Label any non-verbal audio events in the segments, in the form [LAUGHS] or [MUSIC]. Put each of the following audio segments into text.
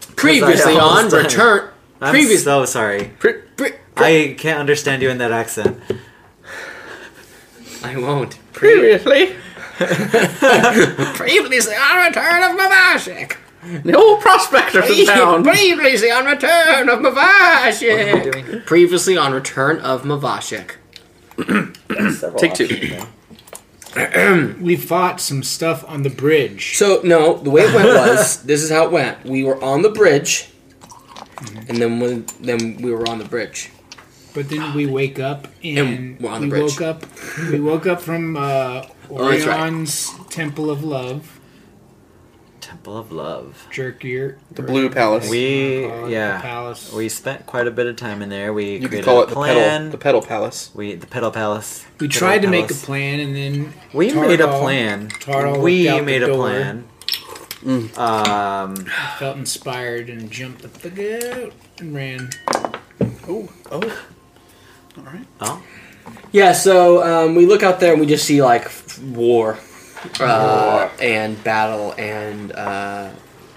Previously I on almost done. return. I'm Previous. so sorry. pre- pre- I can't understand you in that [CLEARS THROAT] accent. I won't. Previously, previously on return of Mavashik. the old prospector from town. Previously on return of What are Mavashik. you doing? Previously on return of Mavashik. Take two. We fought some stuff on the bridge. So no, the way it went was [LAUGHS] this is how it went. We were on the bridge, and then when then we were on the bridge. But then we wake up and, And we're on the we bridge. Oh, woke up. We woke up from uh, that's right. Orion's Temple of Love, Temple of Love. Jerkier. The Blue Palace. We uh, yeah. Palace. We spent quite a bit of time in there. We you could created call a it the plan. pedal, the pedal palace. we the pedal palace. We Pedal tried to make a palace. plan, and then We Tardal- made a plan. Tardal we looked out the made a door. plan. Mm. Um, felt inspired and jumped up the goat and ran. Oh, oh. All right. oh, Yeah. So um, we look out there and we just see like f- war, uh, and battle, and uh,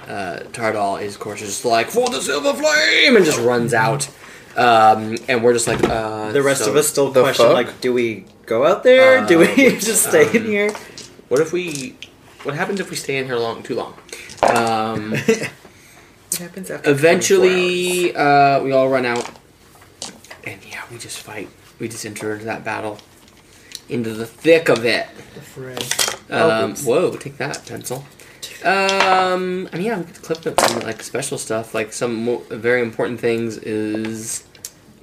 uh, Tardal is of course just like for the silver flame and just runs out. Um, and we're just like uh, the rest so- of us still the question fuck? like, do we go out there? do Uh, we [LAUGHS] just stay in um, here? What if we? What happens if we stay in here long too long? [LAUGHS] Um, What happens uh, after? eventually, uh, we all run out, and yeah, we just fight. We just enter into that battle, into the thick of it. Fred. Um, whoa, take that pencil. Um, I mean, yeah, we could clip up some like special stuff. Like some mo- very important things is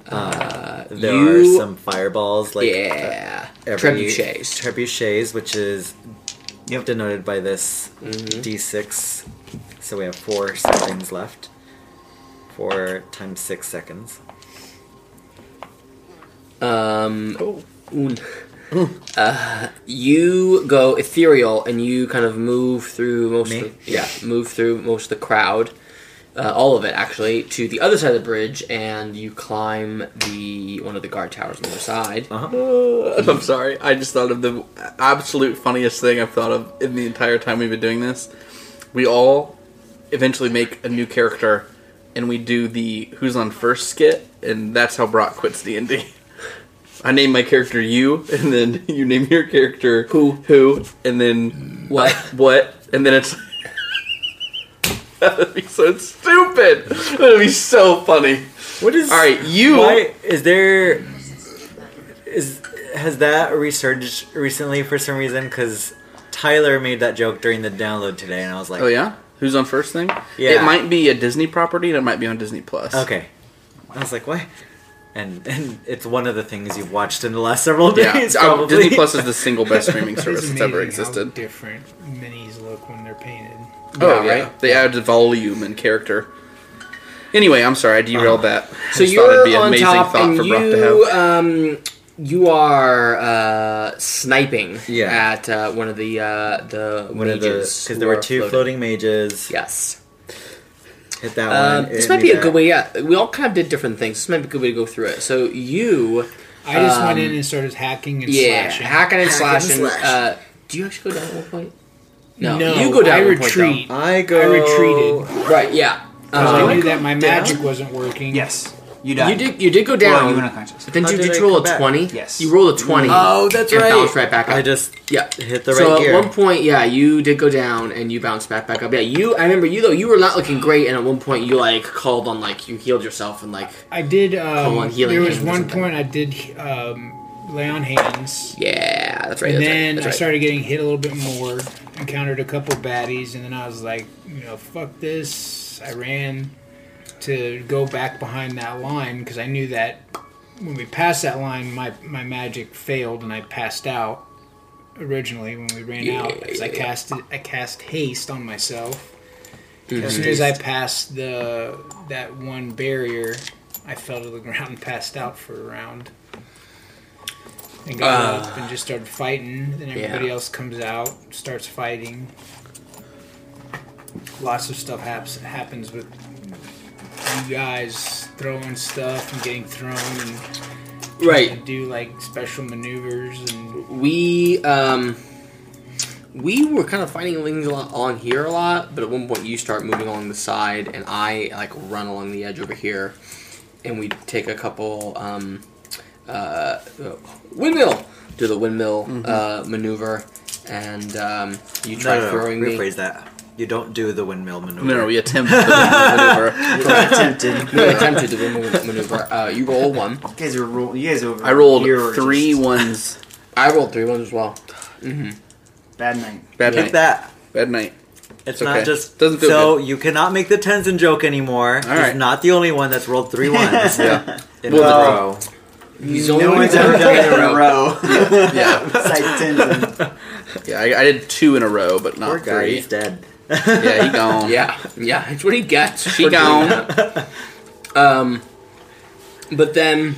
uh, There you, are some fireballs like uh, yeah, every- trebuchets. Trebuchets, which is denoted by this Mm-hmm. d6. So we have four seconds left. Four times six seconds. Um, un- Uh, you go ethereal and you kind of move through most. Me? Of the, yeah, move through most of the crowd, uh, all of it actually, to the other side of the bridge, and you climb the one of the guard towers on the other side. Uh-huh. Uh, [LAUGHS] I'm sorry. I just thought of the absolute funniest thing I've thought of in the entire time we've been doing this. We all eventually make a new character, and we do the "Who's on First skit, and that's how Brock quits D and D. [LAUGHS] I name my character you, and then [LAUGHS] you name your character Who. who, and then What? [LAUGHS] what, and then it's. [LAUGHS] That'd be so stupid. That'd be so funny. What is All right, you. Why is there? Is has that resurged recently for some reason? Because Tyler made that joke during the download today, and I was like, Oh yeah, who's on first thing? Yeah. it might be a Disney property, and it might be on Disney Plus. okay." I was like, "What?" And and it's one of the things you've watched in the last several [LAUGHS] Yeah, days. um, probably. Disney Plus is the single best streaming service It's that's ever amazing how existed. different minis look when they're painted. Oh Yeah, yeah, right? they added volume and character. Anyway, I'm sorry I derailed that. I So just thought it'd you're be an on amazing top, thought and for you Brock to have. um, you are uh, sniping Yeah. at uh, one of the uh, the one of the mages because who there were are two floating, mages. Yes. Hit that Um, one. this it might be a that. good way. Yeah, we all kind of did different things. This might be a good way to go through it. So you, I just went Um, in and started hacking and yeah, slashing. hacking and Hack and slashing. slash. Uh, do you actually go down at one point? No, No, you go down. I at one point, retreat. I go. I retreated. though. right? Yeah. Because Um, I knew that my down? magic wasn't working. Yes. You you died. did. You did go Well, you went down. unconscious. But then How you did did I you roll come a back? twenty. Yes. You roll a twenty. Oh, that's and right. Bounce right back up. I just yeah. hit the so right at gear. one point, yeah, you did go down and you bounced back back up. Yeah, you. I remember you though. You were not looking great, and at one point you like called on like you healed yourself and like I did. Um, Come on, healing there was hands or one something. point I did um, lay on hands, yeah, that's right. and that's right, then that's I right. started getting hit a little bit more. Encountered a couple baddies, and then I was like, you know, fuck this. I ran to go back behind that line because I knew that when we passed that line, my my magic failed and I passed out. Originally, when we ran Yeah, out, because I yeah, yeah. cast I cast haste on myself. Mm-hmm. As soon as I passed the that one barrier, I fell to the [LAUGHS] ground and passed out for a round. And got Ah. up and just started fighting. Then everybody Yeah. else comes out, starts fighting. Lots of stuff haps, happens with you guys throwing stuff and getting thrown and right. do like special maneuvers and we um we were kind of fighting things a lot along here a lot, but at one point you start moving along the side, and I like run along the edge over here, and we take a couple um, uh, windmill, do the windmill uh, maneuver, and um, you try Mm-hmm. No, no, no, throwing me. rephrase that. You don't do the windmill maneuver. No, we attempt the maneuver. You Attempted. attempted the windmill maneuver. Uh, you roll one. [LAUGHS] You guys are roll. You guys over. I rolled here are three just- ones. I rolled three ones as well. Bad night. Bad Yeah. night. that. Bad night. It's Okay. not just Doesn't feel so you cannot make the Tenzin joke anymore. He's right. not the only one that's rolled three [LAUGHS] ones Yeah. in Well, a row. He's No one's ever done it in a row. Yeah. Side tension. Yeah, I, I did two in a row, but not Poor guy, three. he's [LAUGHS] dead. Yeah, he gone. Yeah, yeah, it's what he gets. She for doing gone. that. um, but then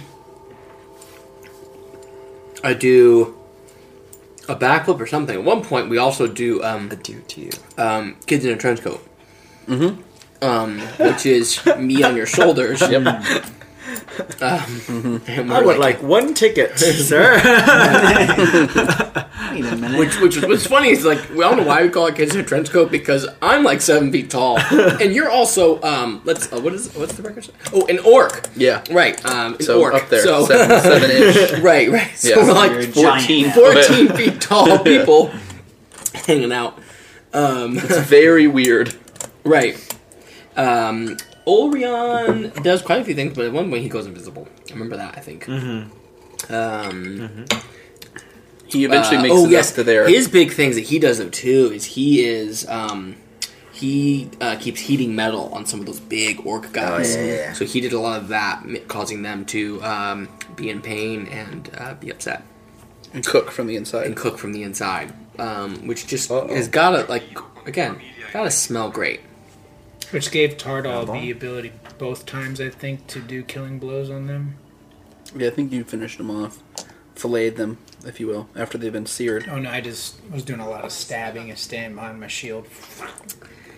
I do a backflip or something. At one point, we also do um, Due to you. um, kids in a trench coat. Mm-hmm. Um, which is me on your shoulders. Yep. Um, and we're I would like one [LAUGHS] ticket, sir. Wait a minute. Which, which was funny is like we all know why we call it kids in a trench coat because I'm like seven feet tall [LAUGHS] and you're also um let's uh, what is what's the record? Oh, an orc. Yeah. Right. Um, an So orc. up there, So [LAUGHS] seven, [LAUGHS] seven inch. right, right. So Yeah. we're You're a like giant 14 foot. now. [LAUGHS] 14 feet tall people hanging out. Um, It's very weird. right. Um, Orion does quite a few things, but at one point he goes invisible. I remember that. I think. Mm-hmm. Um, He eventually uh, makes oh it yes, up to there. his big things that he does though too is he is um, he uh, keeps heating metal on some of those big orc guys. Oh, yeah, yeah, yeah. So he did a lot of that, m- causing them to um, be in pain and uh, be upset and cook from the and inside. cook from the inside, um, which just Uh-oh. has gotta like again gotta smell great. Which gave Tardal the ability both times, I think, to do killing blows on them. Yeah, I think you finished them off, filleted them, if you will, after they've been seared. Oh no, I just was doing a lot of stabbing and standing behind my shield.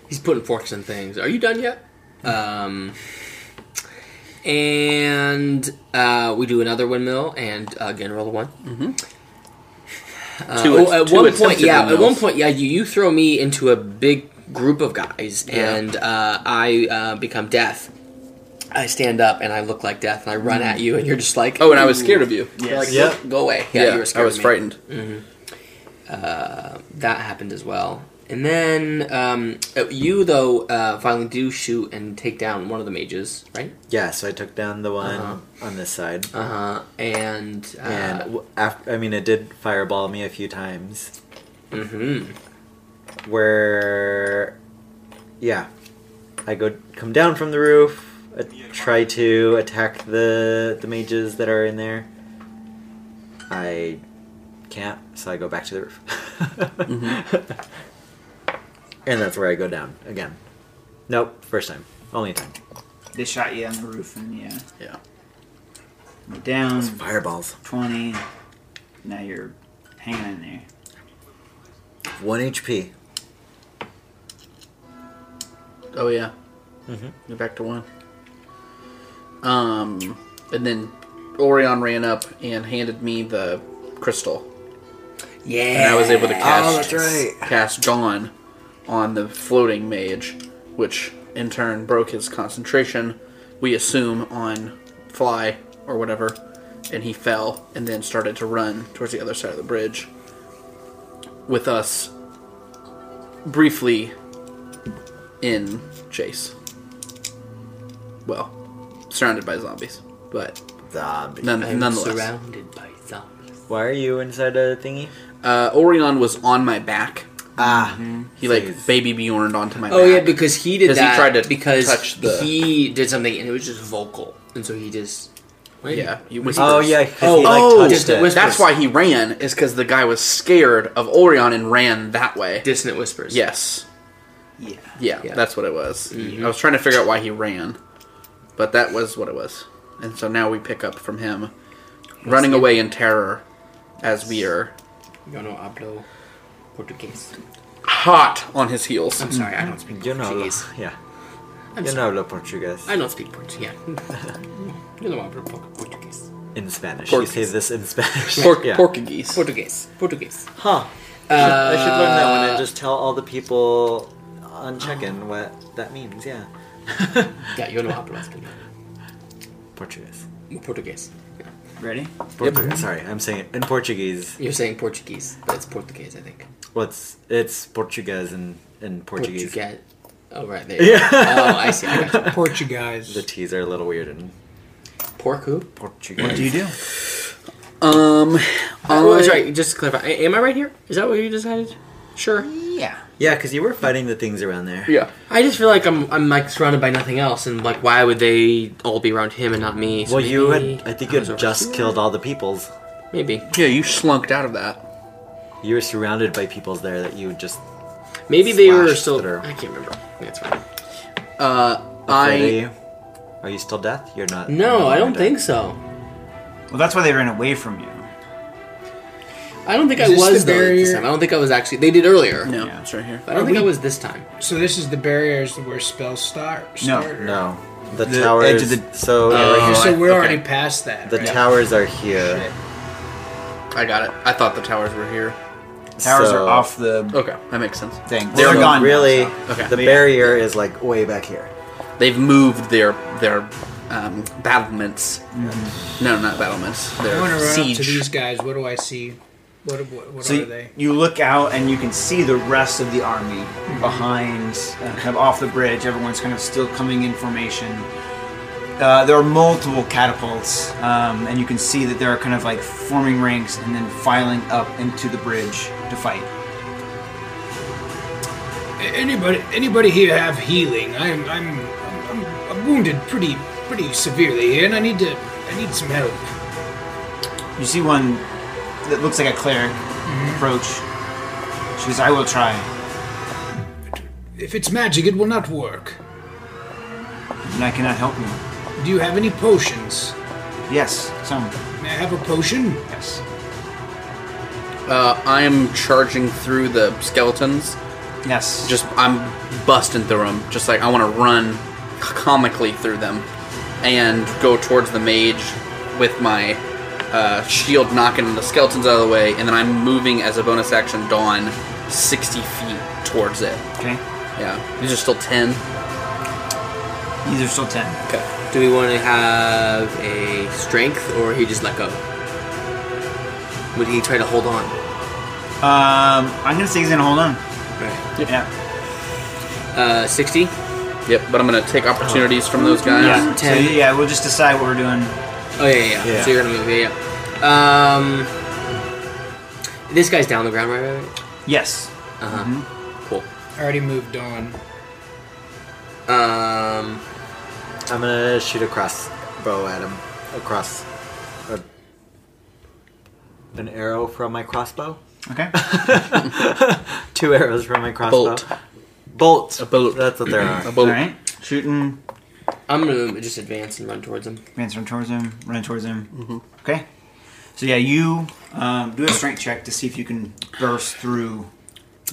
He's putting forks in things. Are you done yet? Um, and uh, we do another windmill and uh, again roll a one. Uh, Two oh, att- at two one point, attempted yeah. At one windmills. point, yeah. You, you throw me into a big group of guys, and uh, I uh, become death. I stand up and I look like death, and I run at you, and you're just like, Oh, and I was scared of you. Yes. like, Yep. "Nope, go away." Yeah, you were scared. I was of me. frightened. That happened as well. And then um, uh, you though uh, finally do shoot and take down one of the mages, right? yeah, so I took down the one on this side, Uh huh. And uh, and w- af I mean, it did fireball me a few times. mhm. Where, yeah, I go come down from the roof, uh, try to attack the the mages that are in there. I can't, so I go back to the roof, Mm-hmm. [LAUGHS] and that's where I go down again. Nope, first time, only time. They shot you on the roof and yeah. Yeah. Went down Fireballs. 20. Now you're hanging in there. One HP. Oh yeah. You're back to one. Um, and then Orion ran up and handed me the crystal, yeah. and I was able to cast Oh, that's right. cast Dawn on the floating mage, which in turn broke his concentration. We assume on fly or whatever, and he fell and then started to run towards the other side of the bridge. With us briefly in chase. Well, surrounded by zombies, but Zombie. none, I'm nonetheless. surrounded by zombies. Why are you inside a thingy? Uh, Orion was on my back. Ah, He like Jeez. baby Bjorned onto my Oh yeah, back. because he did 'Cause he that. tried to because touch the- he did something and it was just vocal, and so he just wait. yeah. You whispers. Oh yeah, 'cause Oh, he like oh, touched just a it. whisper. That's why he ran, is because the guy was scared of Orion and ran that way. Dissonant whispers. Yes. Yeah. Yeah, Yeah. that's what it was. I was trying to figure out why he ran, but that was what it was. And so now we pick up from him running away in terror as we are Yo no hablo portugués. hot on his heels. I'm sorry, I don't speak You know, Portuguese. yeah. I'm You sorry. know hablo portuguese. I don't speak Portuguese. Yeah. [LAUGHS] Yo no hablo po- Portuguese. in Spanish. Portuguese. You say this in [LAUGHS] Spanish. [LAUGHS] Pork, yeah. Portuguese. Portuguese. Portuguese. Huh. I should learn that one Uh, uh-huh. and just tell all the people on check-in what that means. Yeah, Yeah, yo no hablo español. Portuguese. Portuguese. Ready? Portuguese. Sorry, I'm saying it in Portuguese. You're saying Portuguese. That's Portuguese, I think. What's it's Portuguese in, in Portuguese. Portuguese. Oh, right there. you go. [LAUGHS] Yeah. Oh, I see. I got Portuguese. The T's are a little weird in [LAUGHS] you. Pork who? Uh, Portuguese. What do you do? Um, Oh, that's right. Just to clarify. a- Am I right here? Is that what you decided? Sure. Yeah. Yeah, because you were fighting the things around there. Yeah. I just feel like I'm I'm like surrounded by nothing else, and like why would they all be around him and not me? So Well, you maybe had. I think you was had over just here. killed all the peoples. Maybe Yeah, you slunked out of that. You were surrounded by peoples there that you just. maybe they were Slashed still. it or- I can't remember. That's fine. Uh, Are I you, are you still death? You're not. No, I don't you're think death. so. Well, that's why they ran away from you. I don't think Is I this was the though, this barrier? time. I don't think I was actually. They did earlier. no, Yeah. it's right here. But I don't Are think I we- was this time. So this is the barriers where spells start. No, start or- No, the, The towers. edge of the- Oh, so Right here, so I- we're okay. already past that. the right? towers are here. I got it. I thought the towers were here. Towers so- are off the Okay, that makes sense. thing. So They're gone. now, Really, so. Okay. the barrier is like way back here. They've moved their their um, battlements. No, not battlements. I want Their Mm-hmm. to run siege. up to these guys. What do I see? What what, what So are they? you, you look out and you can see the rest of the army behind, uh, kind of off the bridge. Everyone's kind of still coming in formation. Uh, there are multiple catapults, um, and you can see that they're kind of like forming ranks and then filing up into the bridge to fight. Anybody anybody here have healing? I'm I'm I'm, I'm wounded pretty pretty severely here, and I need to I need some help. You see one that looks like a cleric Mm-hmm. approach. She says, "I will try." If it's magic, it will not work. And I cannot help you. Do you have any potions? Yes, some. May I have a potion? Yes. Uh, I am charging through the skeletons. Yes. Just I'm busting through them. Just like I want to run comically through them and go towards the mage with my uh, shield, knocking the skeletons out of the way, and then I'm moving as a bonus action dawn sixty feet towards it. okay. Yeah, these are still ten. These are still ten. Okay. Do we want to have a strength, or he just let go? Would he try to hold on? Um, I'm gonna say he's gonna hold on. Right. Yeah. Uh, sixty. Yep, but I'm gonna take opportunities from those guys. Yeah. So, Ten. yeah, we'll just decide what we're doing. Oh yeah, yeah, yeah. Yeah. So you're gonna move. Yeah, yeah. Um, this guy's down the ground, right? right, right? Yes. Uh huh. Cool. I already moved on. Um, I'm gonna shoot a crossbow at him. Across. A, an arrow from my crossbow. [LAUGHS] [LAUGHS] Okay. Two arrows from my crossbow. Bolt. Bolt. A bolt. That's what there A are. boat. All right. Shooting. I'm gonna just advance and run towards him. Advancing towards him. Running towards him. Mm-hmm. Okay. So yeah, you um, do a strength check to see if you can burst through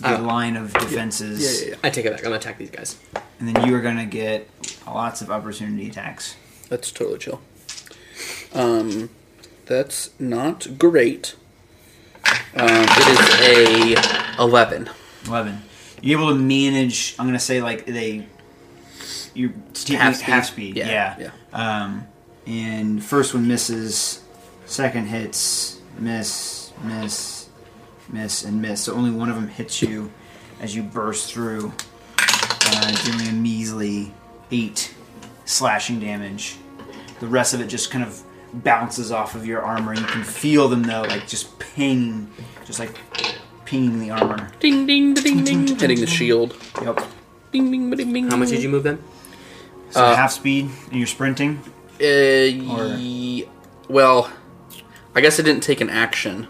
the Uh, line of defenses, Ah. Yeah, yeah, yeah. I take it back. I'm gonna attack these guys. and then you are gonna get lots of opportunity attacks. That's totally chill. Um, that's not great. Um, it is a eleven. Eleven. You're able to manage. I'm gonna say like they. You're taking half Half speed. speed. Yeah. Yeah, Um, and first one misses. Second hits. Miss. Miss. Miss and miss. So only one of them hits you as you burst through, uh, doing a measly eight slashing damage. The rest of it just kind of bounces off of your armor. You can feel them though, like just ping, just like pinging the armor. Ding ding ding ding. Hitting the shield. Yep. Ding ding ding ding. How much did you move them? So Uh, half speed and you're sprinting. Uh, ye- well, I guess I didn't take an action.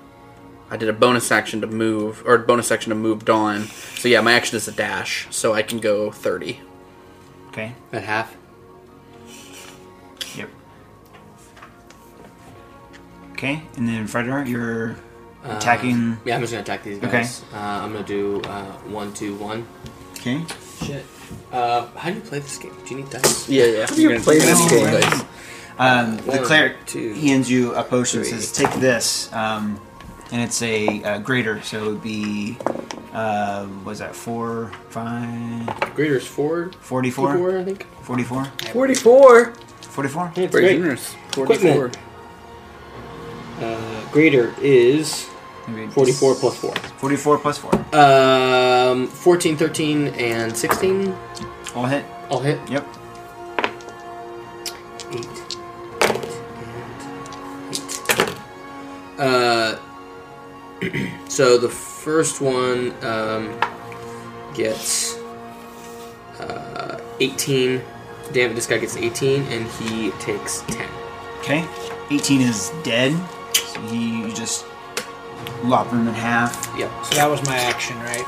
I did a bonus action to move, or bonus action to move Dawn. So yeah, my action is a dash, so I can go thirty. Okay. At half. Yep. Okay, and then Fredor, you're attacking. Mm. Yeah, I'm just gonna attack these guys. Uh, I'm gonna do uh, one, two, one. Okay. Shit. Uh, how do you play this game? Do you need dice? Yeah, yeah. You're gonna- playing you're gonna this roll game? dice. Oh, Um, the One, cleric two, hands you a potion. and Says, "Take this. Um, and it's a uh, greater, so it would be uh, was that four, five, Greater's four. 44? I think. 44? 44. 44? That's Very great. generous. 44. Uh, greater is Maybe it's 44 plus 4. 44 plus 4. Um, 14, 13, and 16. All hit. I'll hit. Yep. Eight. Eight. And eight. Uh, [CLEARS THROAT] so the first one um, gets uh, 18. Damn, this guy gets 18, and he takes 10. Okay. 18 is dead. So he, you just lop him in half. Yep. So that was my action, right?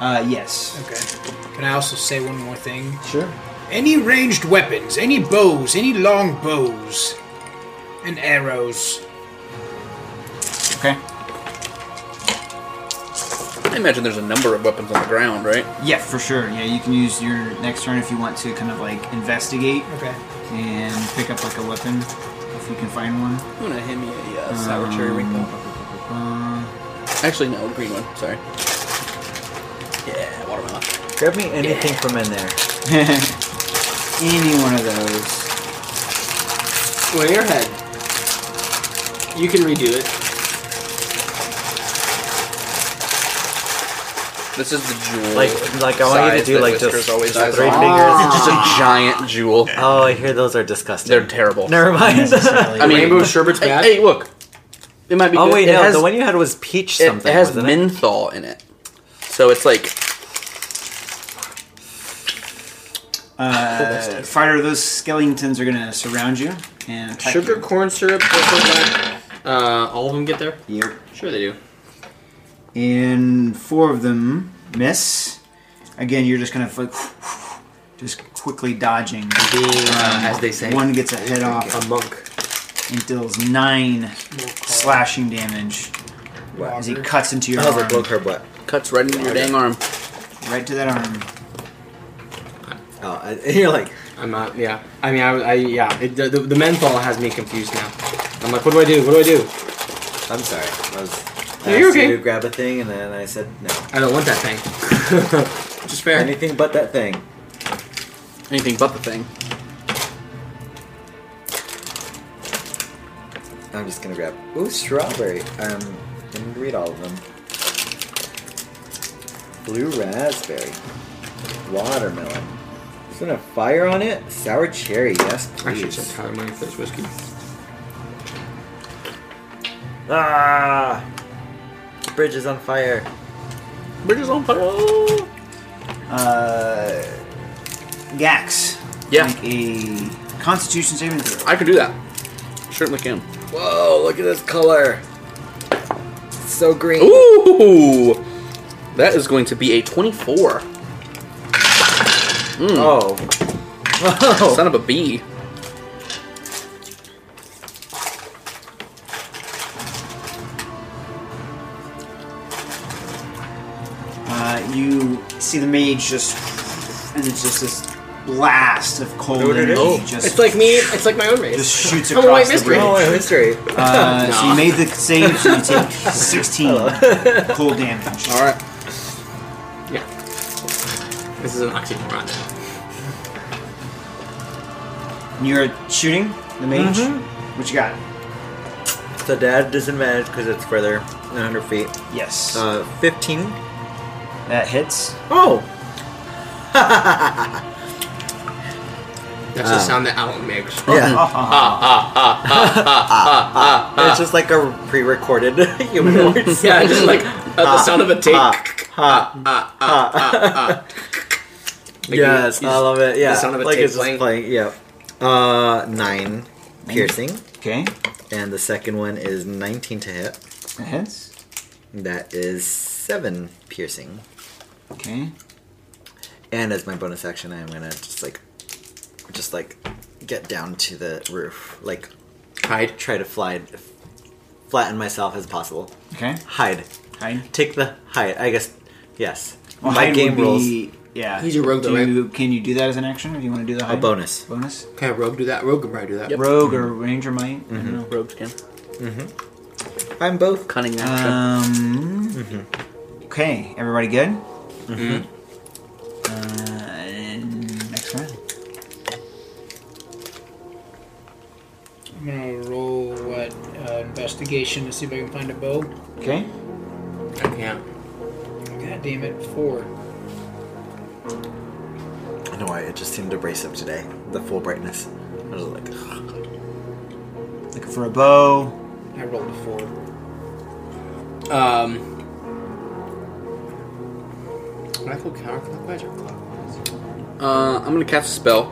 Uh, yes. Okay. Can I also say one more thing? Sure. Any ranged weapons, any bows, any long bows, and arrows. Okay. I imagine there's a number of weapons on the ground, right? Yeah, for sure. Yeah, you can use your next turn if you want to kind of like investigate Okay. and pick up like a weapon if you can find one. [LAUGHS] I'm gonna hand me a uh, sour cherry ring Uh, Actually, no, green one. Sorry. Yeah, watermelon. Grab me anything from in there. any one of those. Well, airhead. You can redo it. This is the jewel. Like, like I want you to size do that like Whiskers just always Oh. just does. three It's fingers. just a giant jewel. Oh, I hear those are disgusting. They're terrible. Never mind. Necessarily. I mean, Rainbow sherbet's hey, bad? Hey, look. It might [LAUGHS] be. oh good. wait, it no, has, the one you had was peach it, something. it has wasn't menthol in it, so it's like Uh, Friar, those skeletons are gonna surround you and attack Sugar, you. corn syrup, purple, black. Uh, all of them get there? Yep. Sure they do. And four of them miss. Again, you're just kind of like [SIGHS] just quickly dodging. Being, uh, as they say, One gets a head off a monk. and deals nine We'll call slashing damage Walker. as he cuts into your Oh, the arm, blow curb what? cuts right into your dang arm. right to that arm. Oh, I- [LAUGHS] you're like, I'm not. Yeah. I mean, I. I yeah. It, the, the, the menthol has me confused now. I'm like, what do I do? What do I do? I'm sorry. I was. No, I you're asked you okay. to grab a thing, and then I said no. I don't want that thing. [LAUGHS] Which is fair. Anything but that thing. Anything but the thing. I'm just gonna grab. Ooh, strawberry. Um, didn't read all of them. Blue raspberry, watermelon. Is there a fire on it? Sour cherry. Yes, I should please. check how many of this whiskey. Ah! Bridge is on fire. Bridge is on fire. Uh, Gax. Yeah. Make a Constitution saving throw. I could do that. Certainly can. Whoa! Look at this color. It's so green. Ooh! That is going to be a 24. Oh. Oh. Whoa. Son of a bee. Uh, you see the mage just, and it's just this blast of cold Dude, it energy. is. Just It's like me. It's like my own race. just shoots I'm a white across the mystery. room. Oh, wait, mystery. Uh, So you made the save, so you take 16 cold damage. All right. Yeah. This is an oxymoron. now. You're shooting the mage? Mhm. What you got? So dad disadvantage because it's further than 100 feet. Yes. Uh, 15. that hits. Oh! That's the sound that Alan makes. Oh, Yeah. Ah, It's just like a pre-recorded [LAUGHS] human voice. [LAUGHS] yeah, just [LAUGHS] like uh, the sound of a tape. Ha, ha, ah, Like, yes, you- I love it. Yeah, the sound of a like tape it's playing. just playing. Yeah. Uh, nine piercing, Okay. and the second one is 19 to hit. That hits. That is seven piercing, Okay. and as my bonus action, I'm gonna just like, just like, get down to the roof, like Hide. try to fly, flatten myself as possible. Okay. Hide. Hide. Take the hide. I guess. Yes. Well, My hide game would rules. be- Yeah. He's a rogue, though, Do you, Can you do that as an action if you want to do the A hide? bonus. Mm-hmm. Bonus? Can a rogue do that? Rogue can probably do that. Rogue or ranger might? I don't know. Rogues can. I'm both cunning action. Um. Okay, everybody good? Mm-hmm. Uh, and next round. I'm gonna roll what uh, investigation to see if I can find a bow. Okay. I can't. God damn it, four. I don't know why it just seemed abrasive today. The full brightness. I was like, ugh. Looking for a bow. I rolled a four. Um, would I go counterclockwise or clockwise? Uh, I'm gonna cast a spell,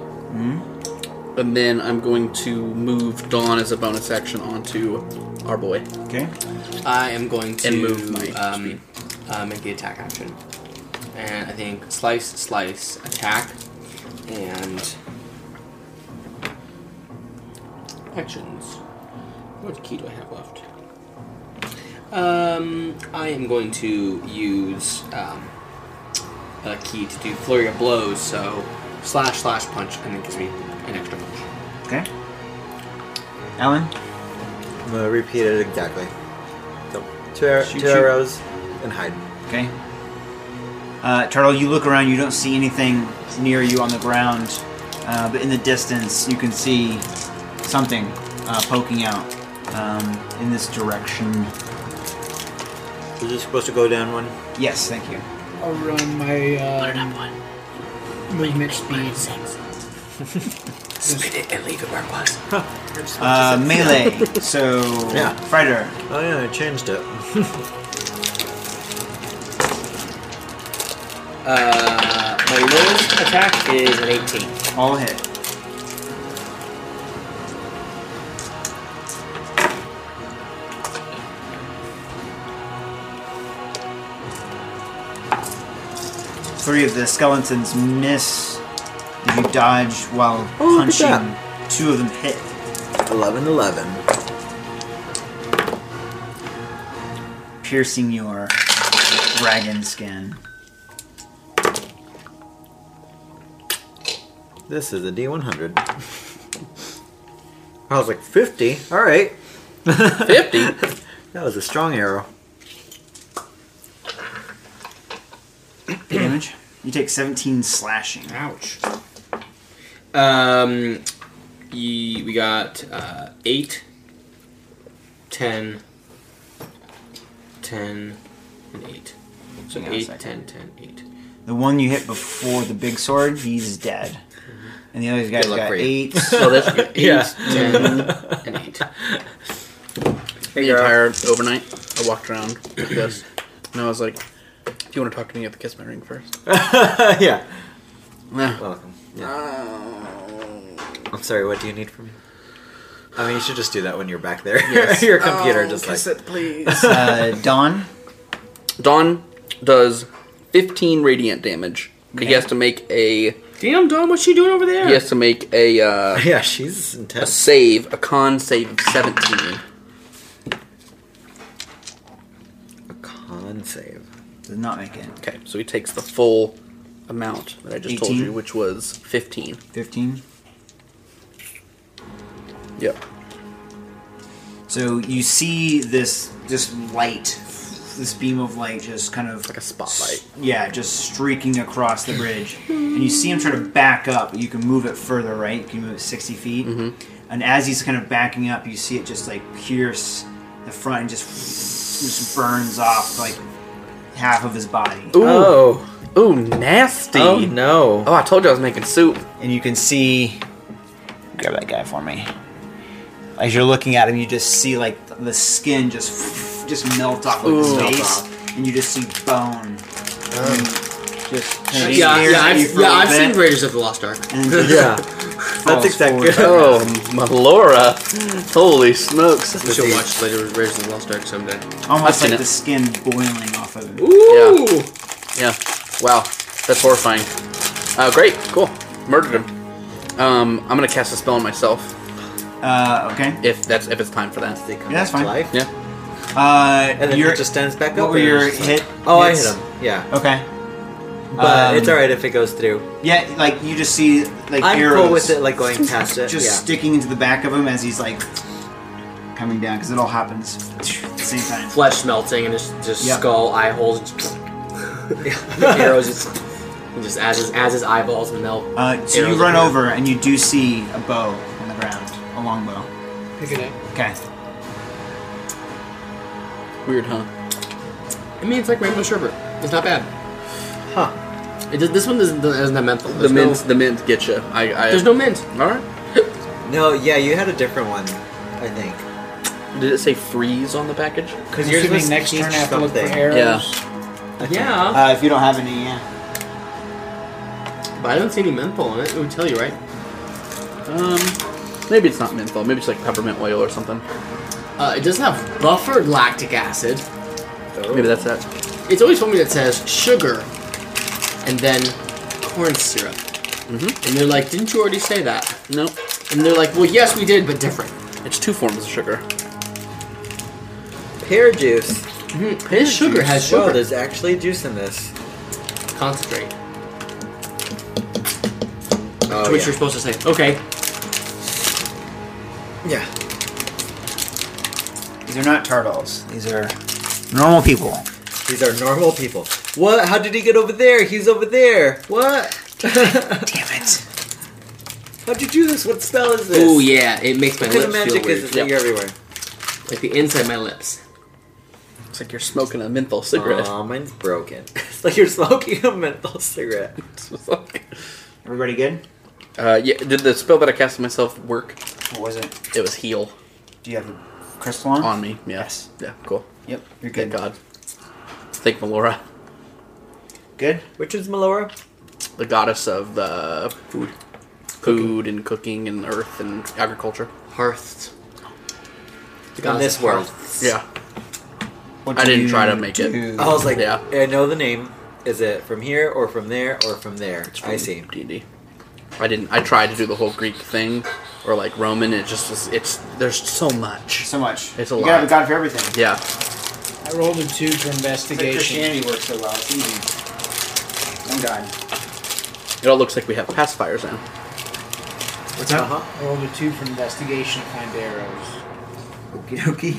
and then I'm going to move Dawn as a bonus action onto our boy. Okay. I am going to And move my um, uh, make the attack action, and I think slice, slice, attack, and actions. What key do I have left? Um, I am going to use um, a key to do flurry of blows. So slash slash punch, and it gives me an extra punch. Okay. Alan. I'm gonna repeat it exactly. So, two, ar- two Shoot, shoot. arrows and hide. Okay. Uh, Turtle, you look around. You don't see anything near you on the ground, uh, but in the distance, you can see something uh, poking out um, in this direction. Is this supposed to go down one? Yes, thank you. I'll run my um, movement speed. Spit it and leave it where it was. Uh, melee. So, Yeah. fighter. Oh yeah, I changed it. Uh, my lowest attack is an 18. All hit. Three of the skeletons miss. You dodge while Oh, look at punching. that. Two of them hit. 11 11. piercing your [CLEARS THROAT] dragon skin. This is a [LAUGHS] D100. I was like, 50? Alright. 50? That was a strong arrow. [LAUGHS] Damage. You take 17 slashing. Ouch. Um, ye, we got uh, 8, 10, 10, and 8. So Hang on a eight, ten, second. ten, eight. The one you hit before the big sword, he's dead. And the other guy's luck got for you. eight. [LAUGHS] So that's good. Yeah. [LAUGHS] 10, and 8. the entire overnight. I walked around like this, and I was like, "Do you want to talk to me? You have to kiss my ring first. yeah. Nah. Welcome. Yeah. I'm sorry, what do you need from me? I mean, you should just do that when you're back there. [LAUGHS] Your Oh, computer just like. it, please. Uh, [LAUGHS] Dawn. Dawn does 15 radiant damage. He has to make a. Damn, Dom, what's she doing over there? He has to make a. Uh, [LAUGHS] Yeah, she's a intense. save, a con save of 17. A con save. Does not make it. Okay, so he takes the full amount that I just told 18? you, which was 15. 15. Yep. [LAUGHS] So you see this this light, this beam of light just kind of Like a spotlight. Yeah, just streaking across the bridge. and you see him try to back up. You can move it further, right? You can move it 60 feet. Mm-hmm. And as he's kind of backing up, you see it just like pierce the front and just, just burns off like half of his body. Ooh. Oh. Ooh, nasty. Oh, no. Oh, I told you I was making soup. And you can see. Grab that guy for me. As you're looking at him, you just see like the skin just just melt off of his Ooh. face, and you just see bone. Just Oh. Yeah, kinda yeah, stares at you I've, for a yeah, little I've seen bit, Raiders of the Lost Ark. [LAUGHS] and then just Yeah. falls That's exactly. forward. Oh, my Laura. Holy smokes. We should watch later Raiders of the Lost Ark someday. I've Almost seen like it. the skin boiling off of him. Ooh! Yeah. Wow. That's horrifying. Uh, great. Cool. Murdered him. Um, I'm gonna cast a spell on myself Uh, okay. if that's if it's time for that. They come Yeah, that's back to fine. life. Yeah. Uh, And then your, it just stands back up. what were and your it's just like- hit? Oh, I hits? hit him. Yeah. Okay. But Um, it's alright if it goes through. Yeah, like you just see like I'm arrows cool with it, like going past it. [LAUGHS] just yeah. sticking into the back of him as he's like coming down because it all happens. the same time. flesh melting and his just Yeah. skull eye holes. [LAUGHS] Just arrows just, just as his, as his eyeballs melt. Uh, so you arrows run appear. over and you do see a bow on the ground, a longbow. Pick it up. Okay. Weird, huh? I mean, it's like rainbow sherbet. It's not bad. [LAUGHS] Huh. It does, this one doesn't, doesn't have menthol. The There's no, mint, the mint get you. I, I There's no mint. All right. No, yeah, you had a different one, I think. Did it say freeze on the package? Because Assuming next turn I have to look for arrows. Yeah, Uh, if you don't have any, yeah. but I don't see any menthol in it. It would tell you, right? Um, maybe it's not menthol. Maybe it's like peppermint oil or something. Uh, it doesn't have buffered lactic acid. Maybe that's that. It's always told me that says sugar, and then corn syrup. Mm-hmm. And they're like, didn't you already say that? Nope. And they're like, well, yes, we did, but different. It's two forms of sugar. pear juice. Mm-hmm. His sugar has Whoa, sugar. there's actually juice in this. Concentrate. Oh, to which yeah. you're supposed to say, okay, Yeah. These are not turtles. These are normal people. These are normal people. What? How did he get over there? He's over there. What? [LAUGHS] Damn it. How'd you do this? What spell is this? Oh yeah, it makes my What kind lips of feel magic weird. is this that you're everywhere? Like the inside of my lips. It's like you're smoking a menthol cigarette. Aw, mine's broken. [LAUGHS] it's like you're smoking a menthol cigarette. [LAUGHS] It's just like- Everybody good? uh, yeah. Did the spell that I cast on myself work? What was it? It was heal Do you have the crystal on? on me. Yeah. Yes. Yeah. Cool. Yep. You're Thank good. God. Thank Melora, Good. Which is Melora? the goddess of the food, food and cooking and earth and agriculture. Hearths. The In goddess this of world. hearths. Yeah. What I do didn't you try to make it. do? I was like, Yeah. I know the name. Is it from here or from there or from there? I see. D&D. I didn't. I tried to do the whole Greek thing, or like Roman. It just was. It's there's so much. so much. It's a you lot. gotta have a god for everything. Yeah. I rolled a two for It's like investigation. Christianity works so well. It's easy. One god. It all looks like we have pacifiers now. What's up? Uh-huh. I rolled a two for investigation to find arrows. Okie dokie.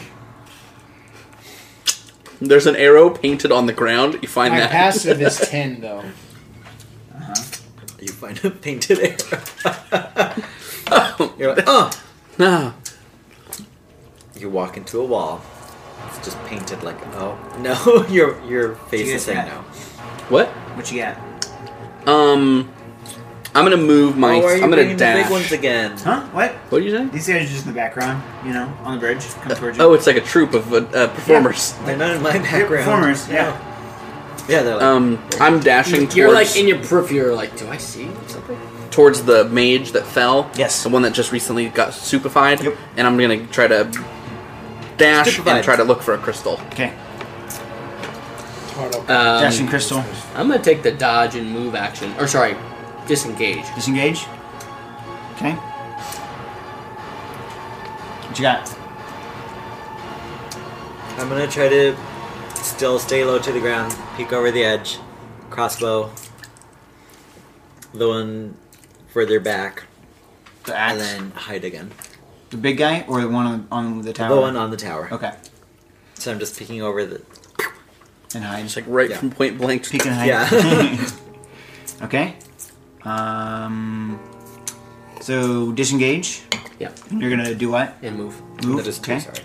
There's an arrow painted on the ground. You find My that. passive is ten though. You find a painted arrow. [LAUGHS] you're like, oh. no. You walk into a wall. It's just painted like, oh [LAUGHS] no. your your face You is "Oh, saying guys got- no. [LAUGHS] What? What you got? Um. I'm gonna move my. oh, why are you I'm gonna bringing the dash. big ones again? Huh? What? What do you say? These guys are just in the background, you know, on the bridge, come towards you. Oh, it's like a troupe of uh, uh, performers. They're not in Uh, my They're background. performers. Yeah. Yeah, they're like, Um, I'm dashing towards You're like in your periphery. You're like, do I see something? towards the mage that fell. Yes. The one that just recently got stupefied. Yep. And I'm gonna try to dash Stupefied. and try to look for a crystal. Okay. Turtle. Um, Dash and crystal. I'm gonna take the dodge and move action, or sorry, disengage. Disengage. Okay. What you got? I'm gonna try to still stay low to the ground, peek over the edge, crossbow. The one further back, The and axe. then hide again. the big guy or the one on, on the tower? The one on the tower. Okay. So I'm just peeking over the. And hide. It's like right Yeah. from point blank. Peek and hide. Yeah. [LAUGHS] okay. Um. So disengage. Yeah, You're gonna do what? and move. Uh, Move. That is two. okay. Sorry.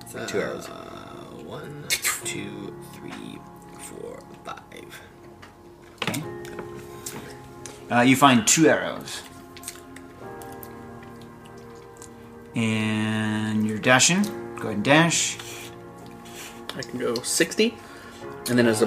It's like two arrows. One, two, three, four, five. Okay. Uh, you find two arrows. And you're dashing. Go ahead and dash. I can go 60. And then as a.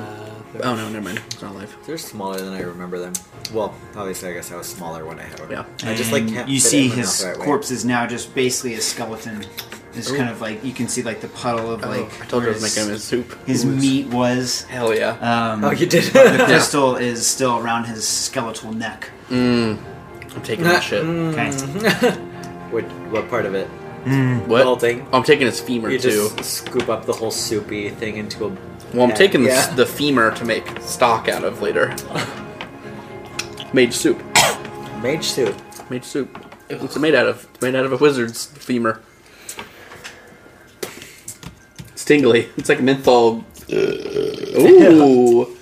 oh no, never mind. It's not live. They're smaller than I remember them. Well, obviously, I guess I was smaller when I had one. Yeah. I just like And can't you fit it see in my mouth his the right way. corpse is now just basically a skeleton. It's kind of like you can see like the puddle Oh, of like I told you I where was his, making him a soup. his meat was. Hell yeah. Um, Oh, you [LAUGHS] did. [LAUGHS] the crystal is still around his skeletal neck. I'm [LAUGHS] taking that shit. Mm, Okay. Mm-hmm. What, what part of it? What? Oh, whole thing? I'm taking his femur You too. just scoop up the whole soupy thing into a. Well, I'm Yeah. taking the, s Yeah. the femur to make stock out [LAUGHS] of later. made soup. Mage soup. Made soup. What's it made out of? It's made out of a wizard's femur. tingly. It's like menthol. [LAUGHS] Ooh,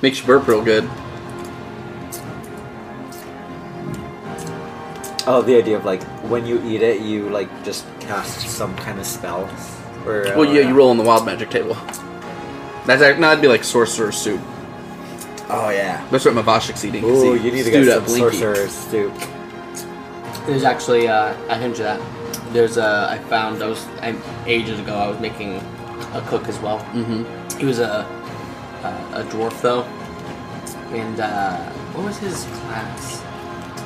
makes you burp real good. Oh, the idea of like when you eat it, you like just cast some kind of spell. Or, uh, Well, yeah, you roll on the wild magic table. That's like, no, that'd be like sorcerer soup. Oh yeah. That's what Mavashik's eating. 'cause Ooh, he you need to stewed get up some Blinky. sorcerer soup. There's actually uh, I hinge at that. There's uh, I found I was I, ages ago. I was making a cook as well. Mm-hmm. He was a a, a dwarf though, and uh, what was his class?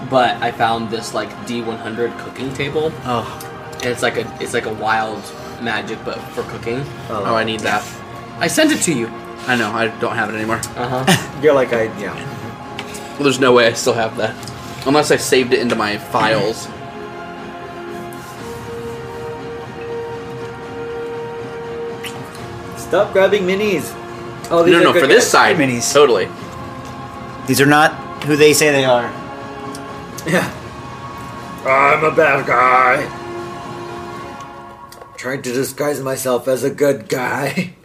But I found this like D100 cooking table, Oh, and it's like a it's like a wild magic, but for cooking. Oh, I need that. I sent it to you. I know. I don't have it anymore. Uh huh. you're like I yeah. Well, there's no way I still have that, unless I saved it into [CLEARS THROAT] my files. Stop grabbing minis. Oh, these no, are no, good for this guys. side, Minis. totally. These are not who they say they are. I'm a bad guy. Trying to disguise myself as a good guy. [LAUGHS]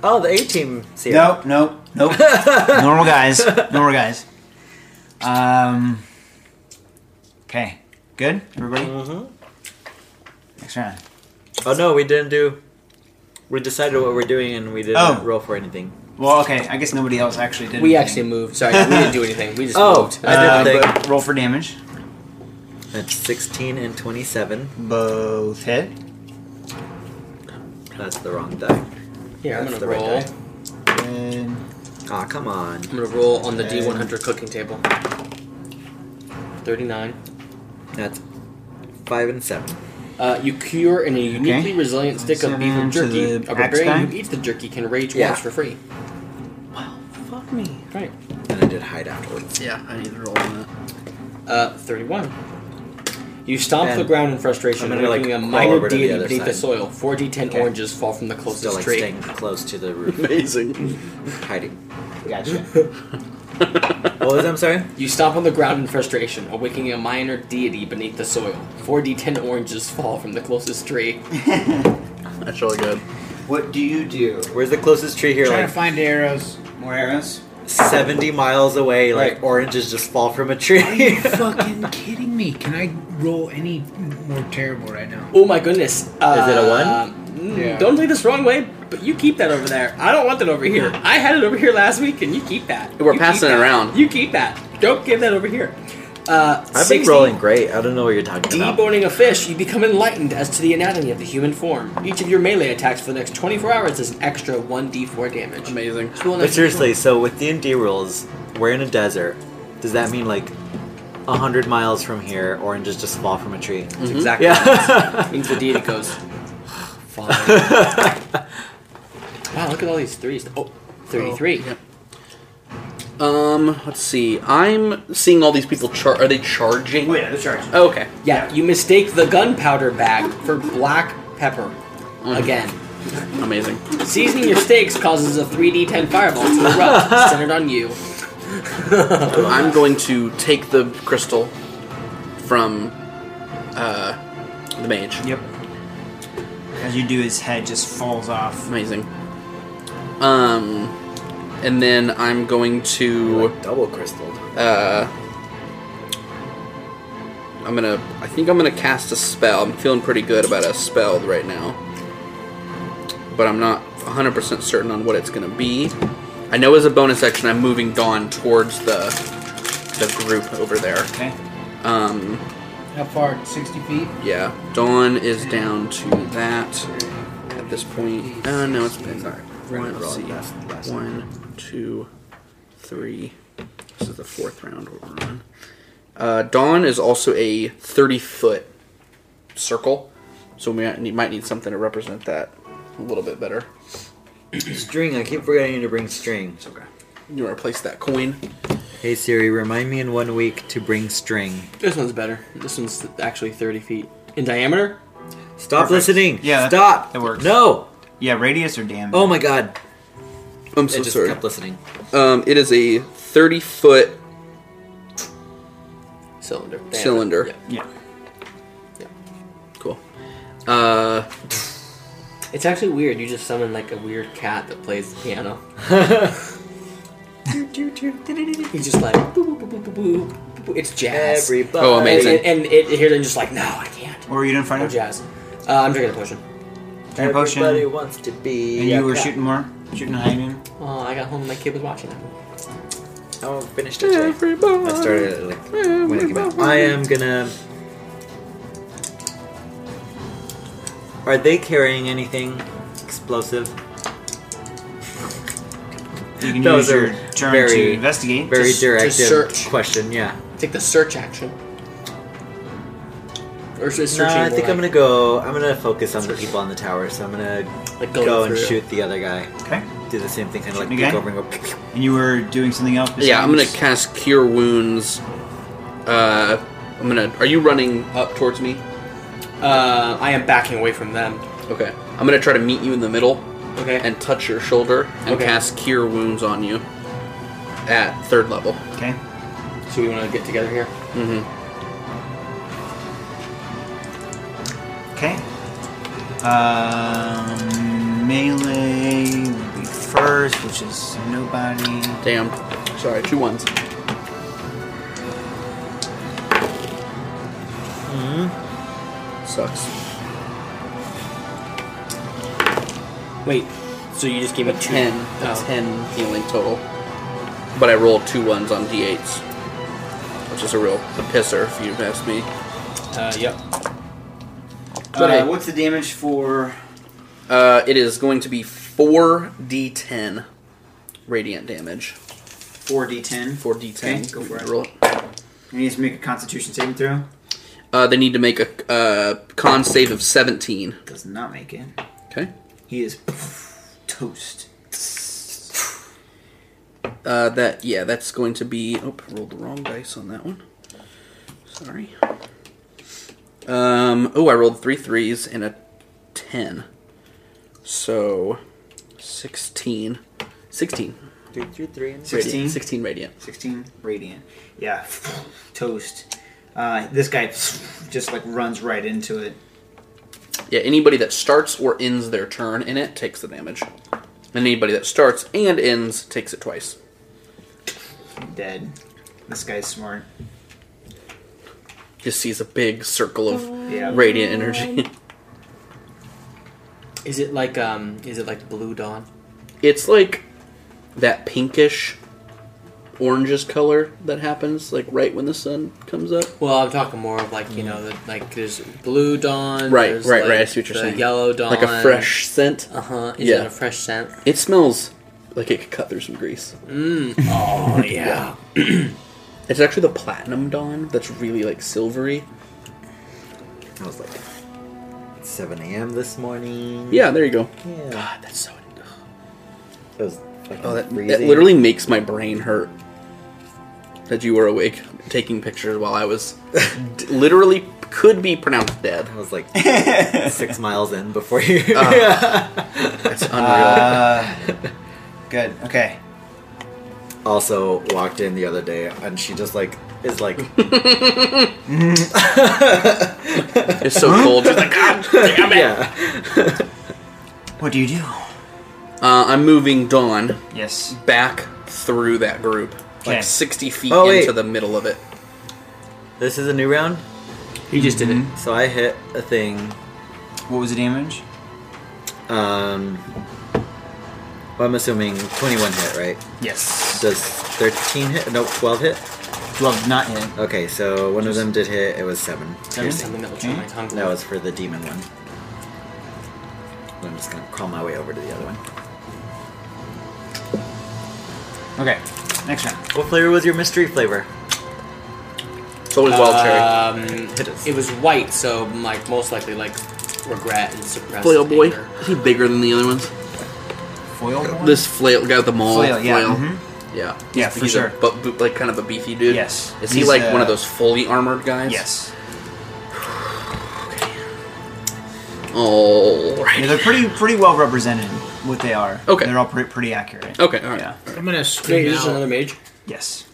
Oh, the A team. Nope, nope, nope. [LAUGHS] normal guys, normal guys. Um. Okay, good. Everybody. Next round. Mm-hmm. Oh no, we didn't do. We decided what we're doing, and we didn't Oh. roll for anything. Well, okay. I guess nobody else actually [LAUGHS] did. We actually anything. moved. Sorry, we didn't do anything. We just Oh, moved. I did Uh, the thing. but roll for damage. That's 16 and 27. Both hit. That's the wrong die. Here, I'm That's gonna the right roll. die. Good. Aw, come I'm on. gonna roll on the Okay. D100 cooking table. 39. That's 5 and 7. Uh, you cure in a uniquely Okay. resilient stick of Seven beef and to jerky. the A axe barbarian guy? who eats the jerky can rage Yeah. once for free. Fuck me. Right. And I did hide afterwards. Yeah, I need to roll on that. Uh, 31. You stomp And the ground in frustration, I'm gonna, like, making a crawl minor over to the deity other beneath the side. soil. 4d10 Okay. oranges fall from the closest Still like tree. staying close to the roof, [LAUGHS] [LAUGHS] Amazing. hiding. Gotcha. What was that? I'm sorry? You stomp on the ground in frustration, awakening a minor deity beneath the soil. 4d10 oranges fall from the closest tree. That's really good. what do you do? Where's the closest tree here? Trying to Like find arrows. More arrows. 70 miles away, like Right. oranges just fall from a Are you [LAUGHS] tree. fucking kidding me? Can I roll any more terrible right now? Oh my goodness. Uh, it a one? mm, Yeah. Don't take this wrong way, but you keep that over there. I don't want that over [LAUGHS] here. I had it over here last week, and you keep that. We're You passing keep it that. around. You keep that. Don't give that over here. Uh, I've been 60, rolling great. I don't know what you're talking about. Deboning a fish, you become enlightened as to the anatomy of the human form. Each of your melee attacks for the next 24 hours is an extra 1d4 damage. Amazing. Just roll an But extra- seriously, so with D&D rules, we're in a desert. Does that mean like 100 miles from here, oranges just fall from a tree? Mm-hmm. That's exactly. [LAUGHS] Yeah. It means the deity goes. [SIGHS] Fine. wow, look at all these threes. Oh, 33. Um, let's see. I'm seeing all these people. Char- are they charging? Wait, the charge. Oh, okay. Yeah, you mistake the gunpowder bag for black pepper. Again. Amazing. Seasoning your steaks causes a 3d10 fireball to [LAUGHS] erupt, centered on you. I'm going to take the crystal from uh, the mage. Yep. As you do, his head just falls off. Amazing. Um, and then I'm going to. Like [LAUGHS] double crystal. Uh, I'm gonna. I think I'm gonna cast a spell. I'm feeling pretty good about a spell right now, but I'm not 100% certain on what it's gonna be. I know as a bonus action, I'm moving Dawn towards the the group over there. Okay. Um, How far? 60 feet? yeah, Dawn is down to that at this point. Uh, no, it's been. Sorry. One, Wrong let's see. last- last One, two, three. This is the fourth round we're on. Uh, Dawn is also a 30 foot circle, so we might need, might need something to represent that a little bit better. String, I keep forgetting to bring string. It's okay. You want to place that coin? Hey Siri, remind me in one week to bring string. This one's better. This one's actually 30 feet in diameter. Stop Perfect. listening. Yeah, that- Stop. that works. No. Yeah, radius or damage? Oh my god. I'm It so just sorry. kept [LAUGHS] listening. Um, it is a 30 foot Cylinder. Diameter. cylinder. Yeah. Yeah. Cool. Uh, It's actually weird. You just summon like a weird cat that plays the piano. He's just like boop, boop, boop, boop, boop, boop, boop, boop. it's jazz. Everybody. Oh, amazing. And, and it, here they're just like, no, I can't. What were you doing, No Fido? jazz. Uh, I'm drinking a potion. Drink a potion. Oh, Everybody wants to be. And a you were cat. shooting more? Shooting high noon? Oh, I got home and my kid was watching that. movie. I Oh, finished it today. I started it like when it came out. I am gonna. Are they carrying anything explosive? You can Those use your are turn very- to investigate. Very Just- just directive search. question. Yeah. Take the search action. Or is it No, searching? I think more I'm gonna go. I'm gonna focus on the people on the tower. So I'm gonna gonna like, go, going and through. shoot the other guy. Okay. Do the same thing, kind of like Shooting peek again? over and go. pew, pew. And you were doing something else? yeah, I'm gonna besides- cast Cure Wounds. Uh, I'm gonna. Are you running up towards me? Uh, I am backing away from them. Okay. I'm gonna try to meet you in the middle Okay. and touch your shoulder and Okay. cast Cure Wounds on you at third level. Okay. so we want to get together here. Mm-hmm. Okay. Um, melee would be first, which is nobody. Damn. Sorry, two ones. Sucks. Wait. So you just gave me two. Ten. Oh. Ten healing total. But I rolled two ones on d8s, which is a real a pisser if you ask me. Uh, yep. Uh, Okay. what's the damage for? Uh, it is going to be four d10 radiant damage. 4d10. Four d10. Okay, go for it. Roll it. You need to make a Constitution saving throw. Uh, they need to make a uh, con save of 17. Does not make it. Okay. He is toast. Uh, that yeah, that's going to be. Oh, I rolled the wrong dice on that one. Sorry. Um. Oh, I rolled three threes and a ten. So, sixteen. Sixteen. Three, three, three, and- Radiant. 16? Sixteen radiant. 16 radiant. Yeah, [LAUGHS] toast. Uh, this guy [LAUGHS] just like runs right into it. Yeah. Anybody that starts or ends their turn in it takes the damage, and anybody that starts and ends takes it twice. Dead. This guy's smart. Just sees a big circle of Yeah. radiant energy. [LAUGHS] Is it like um? Is it like Blue Dawn? it's like that pinkish orangish color that happens like right when the sun comes up Well, I'm talking more of like you know, the, like there's Blue Dawn. Right, there's, right, like, right, I see what you're the saying. Yellow Dawn. like a fresh scent Uh huh. Is Yeah. it a fresh scent? it smells like it could cut through some grease [LAUGHS] Oh yeah. [CLEARS THROAT] it's actually the platinum dawn that's really like silvery I was like, it's 7 a.m. this morning. yeah there you go Yeah. god that's so It was fucking oh that, that freezing. literally makes my brain hurt that you were awake taking pictures while i was [LAUGHS] d- literally could be pronounced dead I was like [LAUGHS] six miles in before you. Uh-huh. that's unreal Uh, good. Okay. [LAUGHS] also walked in the other day and she just like is like it's so cold Just like, "God [LAUGHS] damn it." yeah What do you do? Uh, i'm moving dawn Yes. back through that group, Okay. like 60 feet Oh, wait. into the middle of it. this is a new round He just did it. so i hit a thing What was the damage? um well, i'm assuming 21 hit right Yes. does 13 hit no 12 hit Glove not hit. okay so one of them did hit it was 7 There's piercing something that will turn my tongue. that was for the demon one i'm just gonna crawl my way over to the other one Okay. Next round. what flavor was your mystery flavor It's always wild cherry. Uh, Um, Hit us. it was white, so like most likely like regret and suppressed. Flail boy. anger. Is he bigger than the other ones? Foil. one? This flail guy with the mole. Flail, yeah, mhm. Yeah. Yeah, He's- for he's sure. A, but, like kind of a beefy dude. Yes. Is he He's, like one uh, of those fully armored guys? Yes. Oh. Yeah, they're pretty pretty well represented. What they are. Okay. Oh. They're all pretty pretty accurate. Okay. All right. Yeah. I'm gonna Wait, scream is this another out. mage? Yes.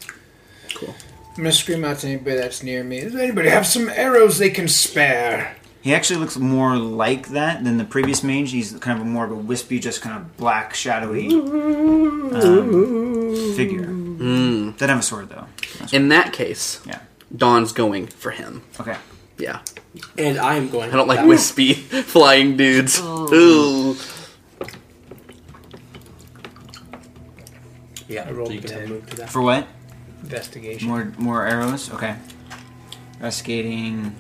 Cool. I'm gonna scream out to anybody that's near me. Does anybody have some arrows they can spare? He actually looks more like that than the previous mage. He's kind of a more of a wispy, just kind of black, shadowy um, figure. Hmm. Doesn't have a sword though. In that case, Yeah. Dawn's going for him. Okay. Yeah. And I'm going. I don't like wispy [LAUGHS] flying dudes. Oh. Ooh. Yeah, I rolled so you can a have 10. moved to that. For what? Investigation. More more arrows. Okay. Investigating.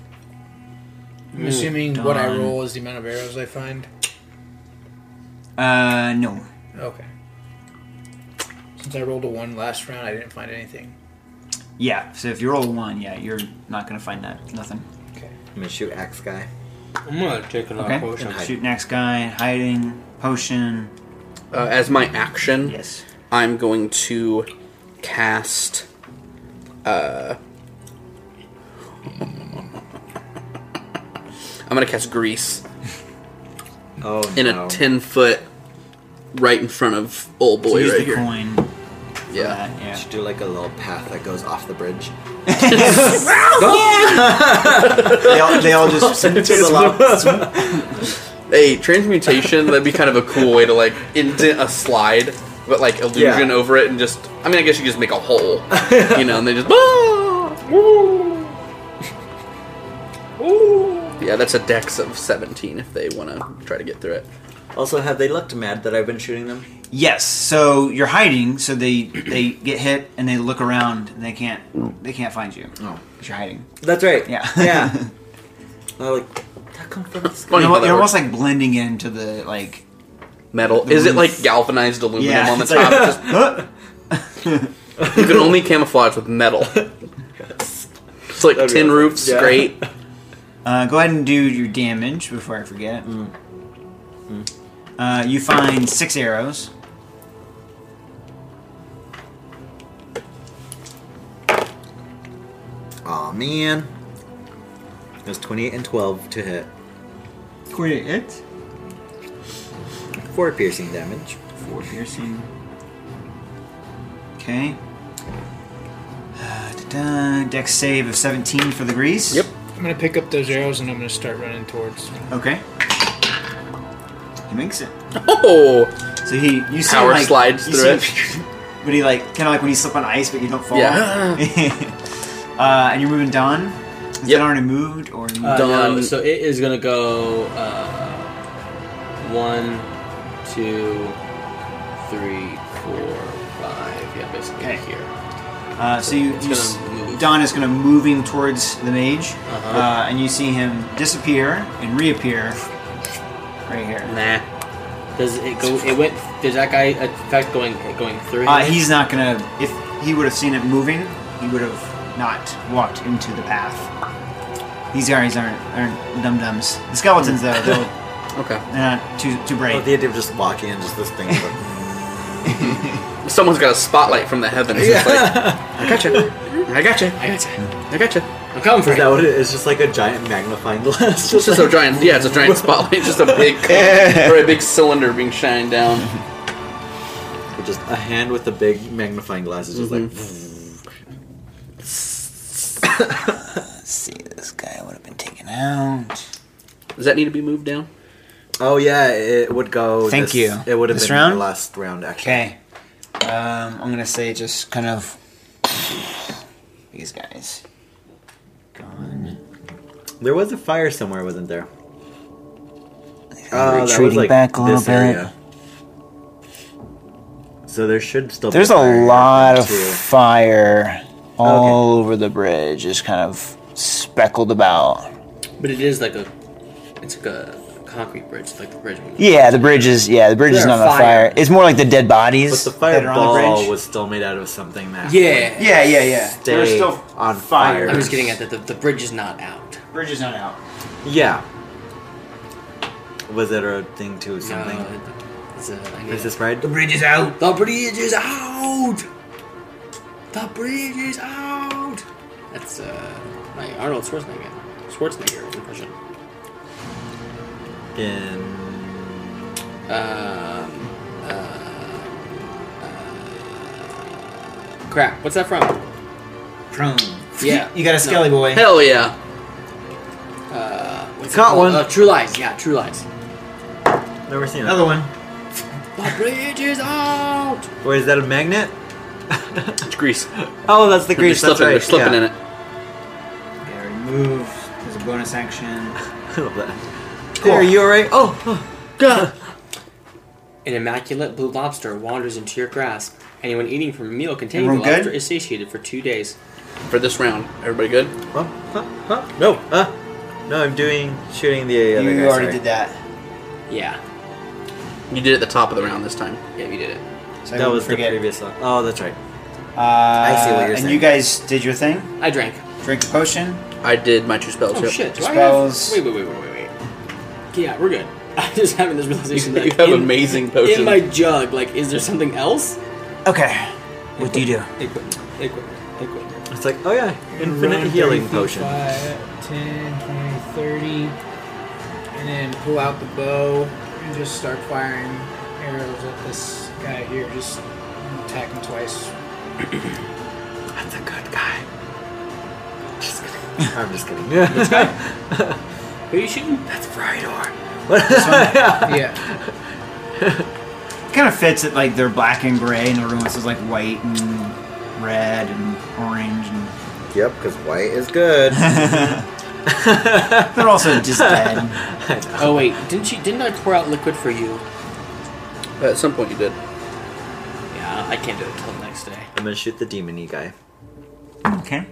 I'm assuming what I Done. roll is the amount of arrows I find. Uh, no. Okay. Since I rolled a one last round, I didn't find anything. Yeah. So if you roll a one, yeah, you're not gonna find that nothing. Okay. I'm gonna shoot axe guy. I'm gonna take another Okay. potion. Shoot next guy. Hiding potion. Uh, as my action, Yes. I'm going to cast. Uh, I'm going to cast Grease Oh in no. a 10 foot right in front of old So boy use right the here. coin. Yeah. Uh, yeah. Should do like a little path that goes off the [LAUGHS] bridge. They all, they all [LAUGHS] just send it to the left. Hey, transmutation, that'd be kind of a cool way to like indent a slide, but like illusion Yeah. over it and just I mean I guess you just make a hole. you know, and they [LAUGHS] just "Ah, woo." Yeah, that's a dex of 17 if they want to try to get through it. Also, have they looked mad that I've been shooting them? Yes. So you're hiding, so they they get hit and they look around and they can't they can't find you. Oh. 'Cause you're hiding. That's right. Yeah. [LAUGHS] Yeah. I like that come from this Funny you're how that you're works. almost like blending into the like. metal. the Is it roof. like galvanized aluminum Yeah. on the [LAUGHS] it's like, top? It's "Huh?" just- you can only camouflage with metal. It's like That'd be tin awesome. roofs, Yeah. great. [LAUGHS] Uh, go ahead and do your damage before I forget. Mm. Uh, you find six arrows. Aw man. It was 28 and 12 to hit. Twenty-eight. 4 piercing damage. Four piercing. Okay. [SIGHS] Uh, da-da. Dex save of 17 for the grease. Yep. I'm gonna pick up those arrows and I'm gonna start running towards. Okay. He makes it. Oh, So he, you see, him, Power like, slides you through see him- [LAUGHS] but he like kind of like when you slip on ice, but you don't fall. Yeah. [LAUGHS] uh, and you're moving Don. Is Yep. Don already moved or? Uh, Done. no, so it is gonna go uh, one, two, three, four, five. Yeah, basically Okay. here. Uh, so you, It's you s- gonna move. Don is going to move him towards the mage, Uh-huh. uh, and you see him disappear and reappear right here. nah. Does it go? It went. Does that guy affect going going through? Uh, him? he's not going to. If he would have seen it moving, he would have not walked into the path. These guys aren't aren't dum dums. The skeletons [LAUGHS] though, they'll- Okay. they're not too too Oh, brave. the idea of just walking in just this [LAUGHS] thing. Someone's got a spotlight from the heavens. It's [LAUGHS] like, I gotcha. I gotcha. I gotcha. I gotcha. I'm coming for Is it. that what it is? Just like a giant magnifying glass. [LAUGHS] It's just a giant. Yeah, it's a giant spotlight. It's just a [LAUGHS] big or a big cylinder being shined down. Or just a hand with a big magnifying glass is just Mm-hmm. Let's see, this guy would have been taken out. Does that need to be moved down? like. Oh yeah, it would go. Thank this- you. It would have This been round? the last round actually. Okay, um, I'm gonna say just kind of these guys gone. There was a fire somewhere, wasn't there? Oh, Uh, retreating back a little this bit. area. So there should still. There's be a fire lot of too. fire all over the bridge, just kind of speckled about. But it is like a. It's like a concrete bridge, like the bridge. we- Yeah, the bridge is yeah, the bridge is There not are on fire. fire. It's more like the dead But bodies the that are on the fireball bridge. was still made out of something that. Yeah. yeah, yeah, yeah. Stay There's still on fire. fire. I was getting at that. The, the bridge is not out. bridge is not out. Yeah. Was it a thing too? Something. No, it- it's a. I need Princess Bride. Bridge is out. The bridge is out! The bridge is out! That's uh, my Arnold Schwarzenegger. Schwarzenegger impression. In Um, uh, uh, crap, what's [LAUGHS] that from? Prone. Yeah. You got a skelly boy. Hell yeah. Uh, what's it Caught called? one. Uh, true lies. Yeah, true lies. Never seen Another one. The bridge is out. Wait, is that a magnet? It's grease. Oh, that's the They're grease. slipping. That's right. They're slipping yeah. in it. Yeah, remove. There's a bonus [LAUGHS] action. I love that. There, you alright? Oh, oh, God. An immaculate blue lobster wanders into your grasp. Anyone eating from a meal containing the Everyone good? lobster is satiated for two days. For this round, everybody good? Huh? Huh? Huh? No. Huh? No, I'm doing shooting the other you guy. already sorry. did that. Yeah, You did it at the top of the round this time. yeah, you did it. So I That wouldn't was forget. the previous one. Oh, that's right. Uh, I see what you're And saying. you guys did your thing. I drank. Drink a potion. I did my two spells. Oh yep. shit! Do Spells. I have? Wait, wait, wait, wait, wait, wait. Yeah, we're good. [LAUGHS] I'm just having this realization [LAUGHS] You that have in- amazing potions. in my jug. Like, is there something else? Okay. What do you do? Equipment. Equipment. Equipment. It's like, oh yeah, infinite healing potion. 5, 10, 20, 30. And then pull out the bow and just start firing arrows at this guy here. Just attack him twice. That's a good guy. [LAUGHS] Just kidding. I'm just kidding. Yeah. Who are you shooting? that's Frydor. yeah. kind of fits it like they're black and gray, and everyone else is like white and red and orange, and [LAUGHS] Yep, because white is good. [LAUGHS] they're also just dead. Oh wait, didn't you? Didn't I pour out liquid for you? At some point, you did. Yeah, I can't do it till the next day. I'm gonna shoot the demony guy. Okay.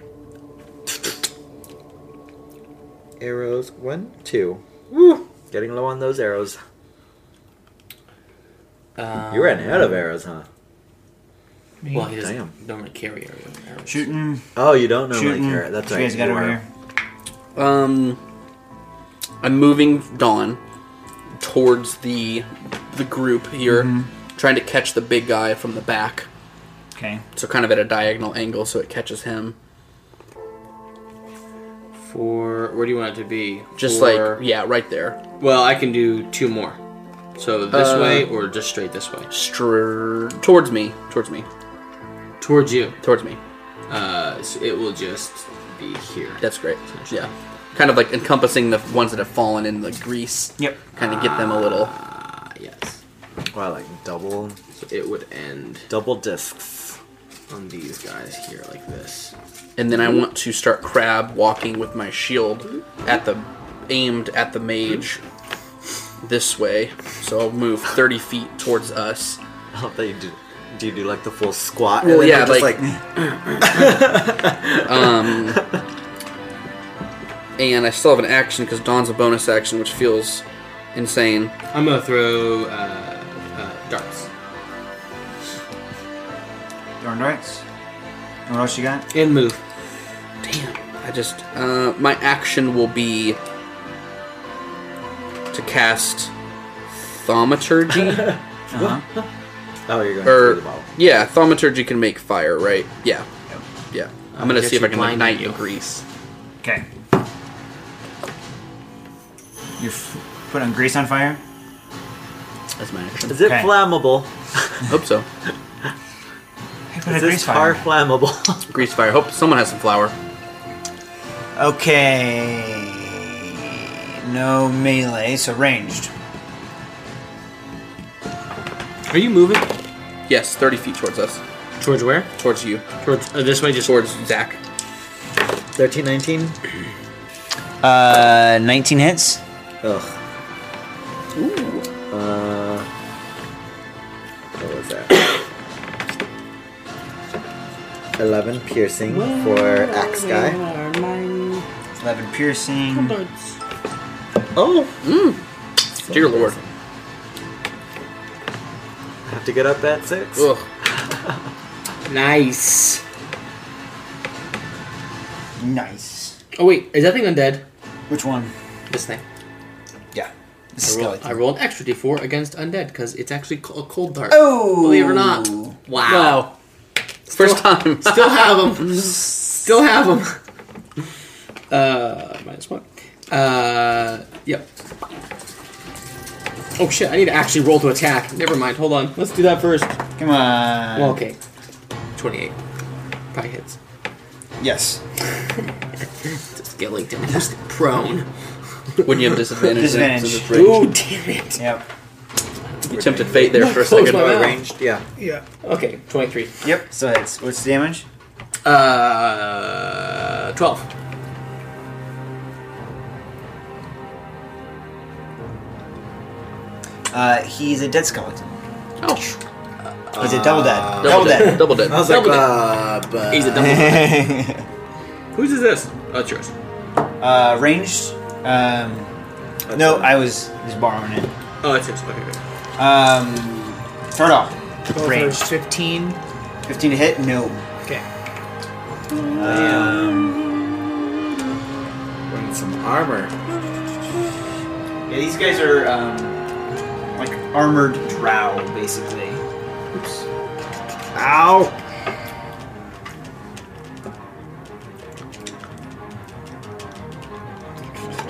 Arrows one, two. Woo! Getting low on those arrows. Um, You ran out of arrows, huh? Me. Well, he doesn't. Damn. Don't really carry arrow- arrows. Shooting, Oh, you don't normally shooting. carry. That's you right. guys got you it right are. here. Um, I'm moving Dawn towards the the group here, Mm-hmm. trying to catch the big guy from the back. Okay. So kind of at a diagonal angle, so it catches him. For where do you want it to be? Just For- like yeah, right there. Well, I can do two more. So this Uh, way or just straight this way. Str- towards me, towards me, Towards you. towards me. Uh, so it will just be here. That's great. Yeah, kind of like encompassing the ones that have fallen in the grease. Yep. Kind of get them a little. Ah, yes. Wow, like double, So it would end double discs. on these guys here like this. and then I want to start crab walking with my shield at the aimed at the mage this way. So I'll move 30 feet towards us. [LAUGHS] I don't think you do. Do you do like the full squat? Well, and then yeah, you're just like- Um, and I still have an action because Dawn's a bonus action, which feels insane. I'm gonna throw uh, uh, darts [LAUGHS] Darn rights. What else you got? and move. Damn. I just uh, my action will be to cast [LAUGHS] thaumaturgy. Uh-huh. oh, you're going through the or ball. yeah, thaumaturgy can make fire, right? Yeah, yeah. I'm gonna guess see if I you can blinded ignite you. the grease. Okay. You're f- putting grease on fire. That's my action. Is it Okay. flammable? [LAUGHS] Hope so. Hey, put a Is grease this car fire. flammable? [LAUGHS] Grease fire. Hope someone has some flour. Okay. No melee, so ranged. Are you moving Yes, 30 feet towards us, towards where? towards you, Towards uh, this way, just towards Zach. Thirteen, nineteen. Uh, 19 hits. Ugh. Ooh. Uh. What was that? Eleven piercing for axe guy. 11 piercing. Oh. Dear Lord. I have to get up at six. Ugh. Nice. Nice. Oh wait, is that thing undead? Which one? This thing. Yeah. This I is roll, skeleton. I roll an extra d4 against undead because it's actually co- a cold dart. Oh! Believe it or not. Wow. Wow. First [LAUGHS] time. Still [LAUGHS] have them. Still have them. Uh, minus one. Uh, yep. Oh shit! I need to actually roll to attack. Never mind. Hold on. Let's do that first. Come on. Well, okay. Twenty-eight. Probably hits. Yes. Just get linked in. Just prone. Wouldn't you have disadvantage? then? 'Cause Disadvantage. it's ranged. Ooh, damn [LAUGHS] it. Yep. You tempted fate there for a Close second. my mouth. Ranged, yeah. Yeah. Okay, 23. Yep. So it's what's the damage? Uh, 12. Uh, he's a dead skeleton. Ouch. He's Uh, a double dead. Double Double Oh. dead. dead. Double dead. I was Double like, uh, but He's a double. [LAUGHS] [LAUGHS] Whose is this? Oh, it's yours. uh, ranged. Um, no, I was just borrowing it. Oh, it's yours. Okay, okay. Um, Ferdal. Both are Ranged. 15. 15 to hit? No. Uh, Okay. want some armor. Yeah, these guys are um, like armored drow, basically. Oops. Ow!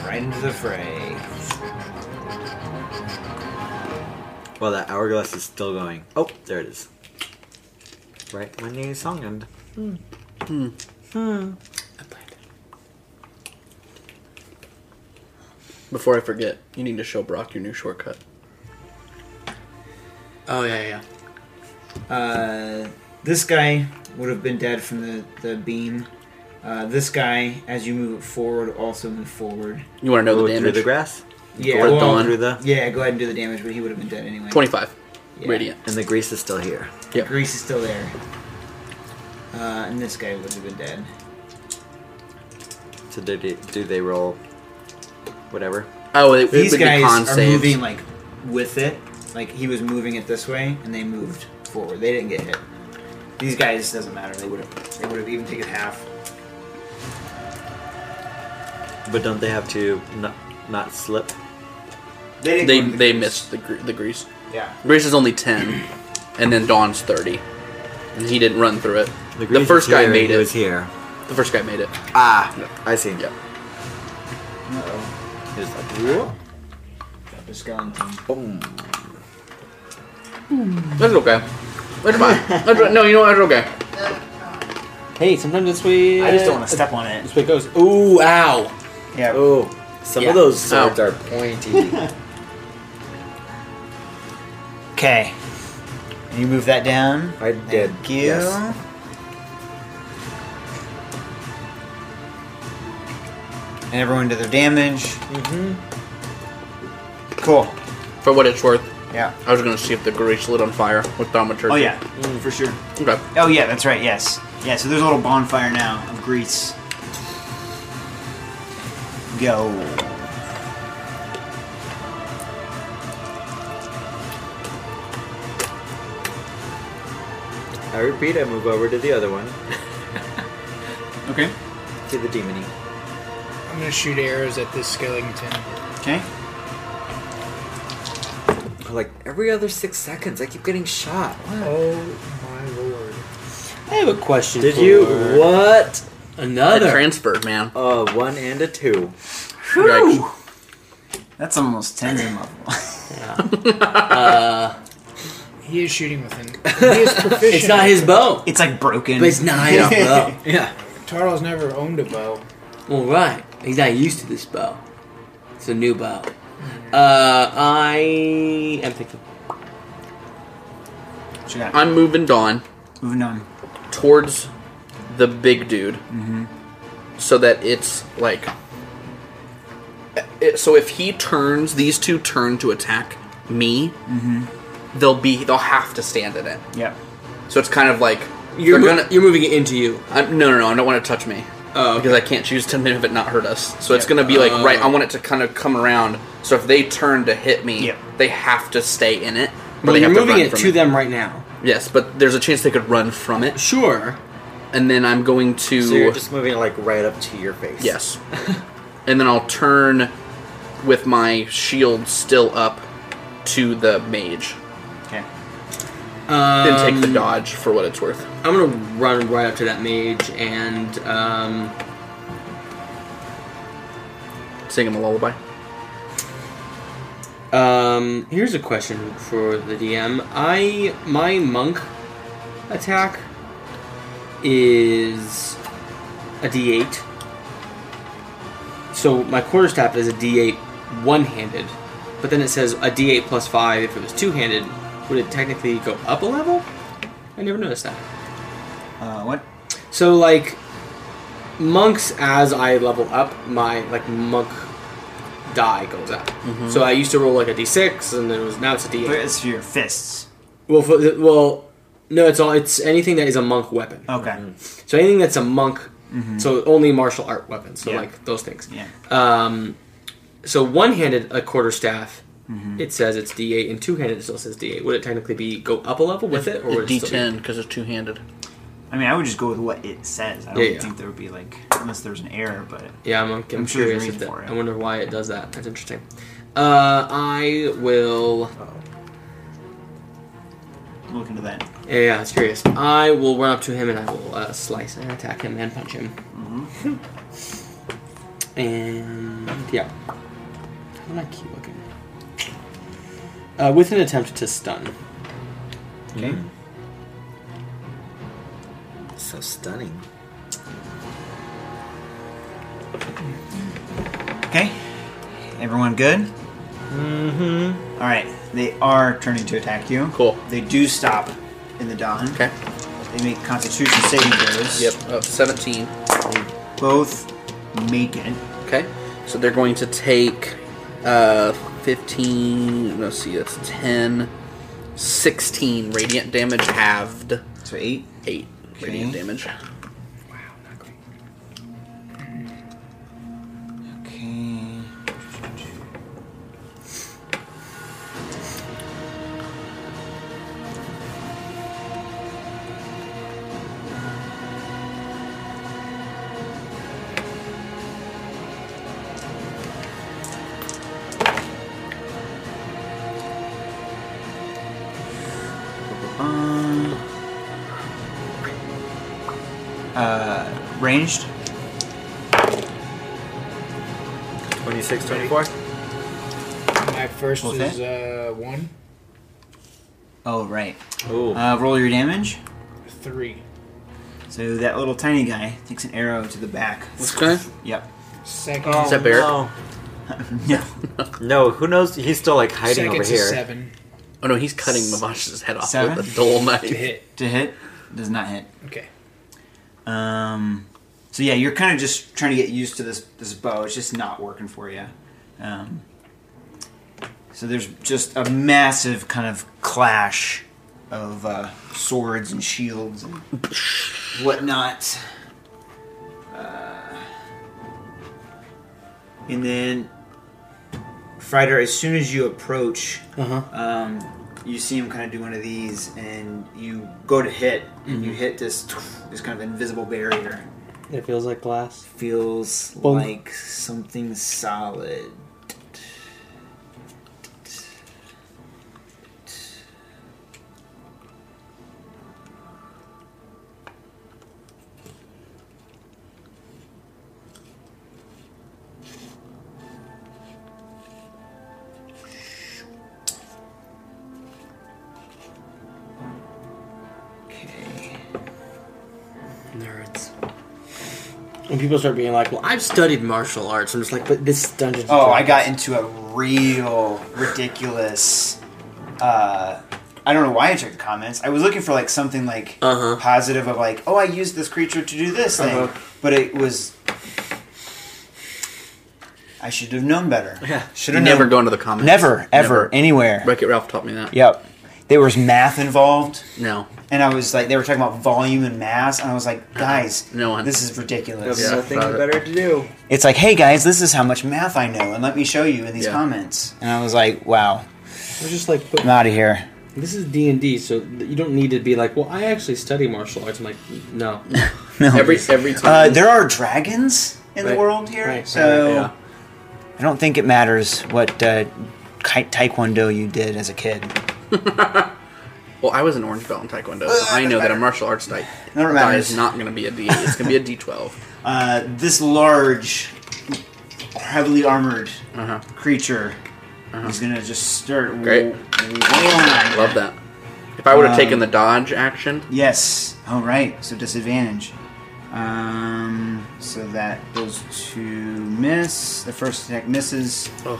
Right into the fray. Well, that hourglass is still going. Oh, there it is. Right when the song end. Before I forget, you need to show Brock your new shortcut. Oh, yeah, yeah, Uh, this guy would have been dead from the, the beam. Uh, this guy, as you move it forward, also move forward. You want to know Go the Oh, through damage? the grass. Yeah, Or well, Dawn. Through the yeah, go ahead and do the damage, but he would have been dead anyway. Twenty-five. Yeah. Radiant. and the grease is still here. Grease is still there. Uh, and this guy would have been dead. So do they, do they roll? Whatever. Oh, it, it These would be guys con are saves. moving like with it. Like he was moving it this way, and they moved forward. They didn't get hit. These guys doesn't matter. They would have. They would have even taken half. But don't they have to not, not slip? They didn't They they go into the grease. missed the gre- the grease. Yeah. Grease is only ten, and then Dawn's thirty, and he didn't run through it. The, grease first is guy here, made Was it. here. The first guy made it. Ah, I see. Yeah. Uh-oh. It was like, whoop. Drop a skeleton. Boom. That's okay. That's fine. [LAUGHS] That's right. No, you know what? That's okay. yeah. Hey, sometimes this way. I just don't want to step on it. This way it goes. Ooh, ow. Yeah. Oh, some Yeah. of those swords Ow. are pointy. Okay. And you move that down. I did. Thank you. Yes. And everyone did their damage. Cool. For what it's worth, Yeah. I was gonna see if the grease lit on fire with thaumaturgy. Oh yeah, for sure. Okay. Oh yeah, that's right. Yes. Yeah. So there's a little bonfire now of grease. Go. I repeat, I move over to the other one, Okay. to the demony. I'm going to shoot arrows at this skeleton. Okay. Like every other six seconds, I keep getting shot. What? Oh my lord. I have a question. Did for you what? I Another. transferred, man. Uh, one and a two. Yikes. That's almost Tenzin level. He is shooting with an. He is proficient. it's not his bow. [LAUGHS] it's like broken. But it's not his [LAUGHS] [LAUGHS] bow. Yeah. Tarl's never owned a bow. Well, right. He's not used to this bow. It's a new bow. Uh, I am thinking. What you got? I'm moving Dawn Moving on. towards the big dude, Mm-hmm. so that it's like. it- so if he turns, these two turn to attack me. Mm-hmm. They'll be. They'll have to stand in it. Yep. So it's kind of like You're, they're mo- gonna. you're moving it into you. I, no, no, no! I don't want it to touch me. Oh, because I can't choose to move it not hurt us. So it's gonna be like right. I want it to kind of come around. So if they turn to hit me, Yep. they have to stay in it. But Well, they you're have moving run it from to them right now. Yes, but there's a chance they could run from it. Sure. And then I'm going to So you're just moving like right up to your face. yes, and then I'll turn with my shield still up to the mage. Okay. Then Um, take the dodge for what it's worth. I'm gonna run right up to that mage and um, Sing him a lullaby. um. Here's a question for the DM. I my monk attack is a D8. so my quarterstaff is a D8 one-handed, but then it says a D8 plus five. If it was two-handed, would it technically go up a level? I never noticed that. Uh, what? So like monks as I level up, my like monk die goes up. Mm-hmm. So I used to roll like a d6, and it was now it's a But d8. it's for your fists. Well, for, the- well, no, it's all it's anything that is a monk weapon. Okay. Mm-hmm. So anything that's a monk, so only martial art weapons. So Mm-hmm. Yeah. like those things. Yeah. Um, so one-handed a quarter staff. Mm-hmm. It says it's D8, and two-handed it still says D8. Would it technically be go up a level with it, or would it still be- D10 because it's two handed. I mean, I would just go with what it says. I don't Yeah, yeah. think there would be like unless there's an error, but Yeah, I'm, I'm, I'm sure curious. if there's a reason that- for it. I wonder why it does that. That's interesting. Uh, I will. look into that. Yeah, yeah, it's curious. I will run up to him and I will uh, slice and attack him and punch him. Mm-hmm. and yeah, how do I keep looking? Uh, with an attempt to stun. Okay. So stunning. Okay. Everyone good? Mm-hmm. All right. They are turning to attack you. Mm-hmm. Cool. They do stop in the dawn. Okay. They make Constitution saving throws. Yep. Uh, 17. Both make it. Okay. So they're going to take uh, 15. No, see, that's 10. 16 radiant damage halved. So eight. 8 radiant damage. Okay. Um, Uh, ranged. 26, 24? My first What's is uh, one, Oh right. Ooh. Uh, roll your damage. three, So that little tiny guy takes an arrow to the back. This guy? Yep. [LAUGHS] second, Oh. Is that Barrett? No. yeah. No, who knows? He's still like hiding second over to here. seven Oh no, he's cutting Mavash's head off Seven? with a dull [LAUGHS] to knife. hit. To hit does not hit. Okay. Um. So yeah, you're kind of just trying to get used to this this bow. It's just not working for you. Um. So there's just a massive kind of clash of uh, swords and shields and whatnot. Uh, and then, Frider, as soon as you approach, Uh-huh. um, you see him kind of do one of these, and you go to hit, and you hit this this kind of invisible barrier. It feels like glass. Feels Bonk. like something solid. Okay. Nerds. When people start being like, "Well, I've studied martial arts," I'm just like, "But this dungeon." Oh, I got into a real ridiculous. Uh, I don't know why I checked the comments. I was looking for like something like Uh-huh. positive of like, oh, I used this creature to do this thing, Uh-huh. but it was. I should have known better. Yeah. should You have never known- go into the comments. never, ever, anywhere. Wreck It Ralph taught me that. Yep, there was math involved, No. and I was like, they were talking about volume and mass, and I was like, guys, No one. this is ridiculous. Yeah, Nothing about it. better to do. It's like, hey guys, this is how much math I know, and let me show you in these Yeah. comments. And I was like, wow, We're just like, but I'm out of here. this is D and D, so th- you don't need to be like, "Well, I actually study martial arts." I'm like, [LAUGHS] no. No. Every every uh, time. there are dragons in the Right, world here, right, right, so yeah. I don't think it matters what uh, ki- taekwondo you did as a kid. Well, I was an orange belt in Taekwondo, so I know that a martial arts die, None of it die matters. is not going to be a D8. It's going to be a D12. Uh, this large, heavily armored Uh-huh. creature is gonna just start. Great. wailing. Love that. If I would have Um, taken the dodge action, Yes. All right. So disadvantage. Um, So that those two miss. The first attack misses. Oh,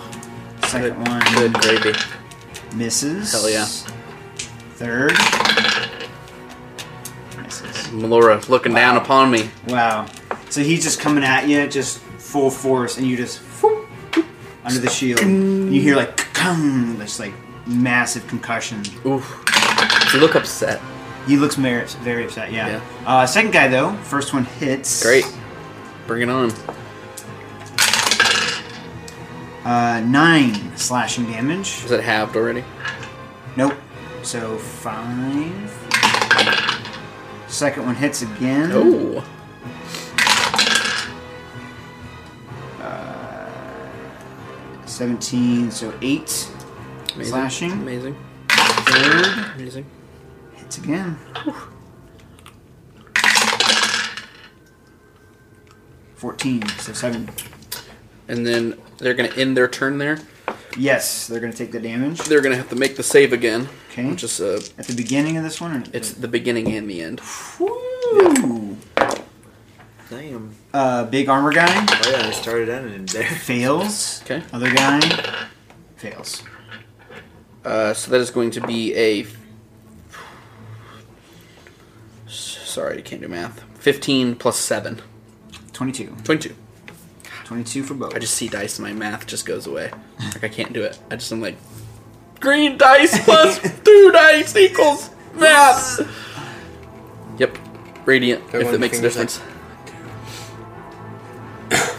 Second good, one good gravy. misses. Hell yeah. Third misses. Melora looking down upon me. Wow. So he's just coming at you, just full force, and you just whoop, whoop, under the shield. And you hear like "Kung," this like massive concussion. Oof. You look upset. He looks very, very upset. Yeah. Uh, second guy though, first one hits. Great. Bring it on. Uh, nine slashing damage. Is it halved already? Nope. So five. Second one hits again. Oh. Seventeen. So eight. Amazing. Slashing. Amazing. Third Amazing. hits again. Fourteen. So seven. And then they're going to end their turn there. Yes, they're gonna take the damage. They're going to have to make the save again, Okay. which is uh, At the beginning of this one. Or it's the beginning and the end. Woo! Damn. Uh, big armor guy. Oh yeah, I started ended there. [LAUGHS] fails. Okay. Other guy fails. Uh, so that is going to be a. Sorry, I can't do math. 15 plus 7. 22. 22. 22 for both. I just see dice and my math just goes away. Like, I can't do it. I just am like, green dice plus two dice equals math! Yep. Radiant, if Everyone it makes a fingers difference.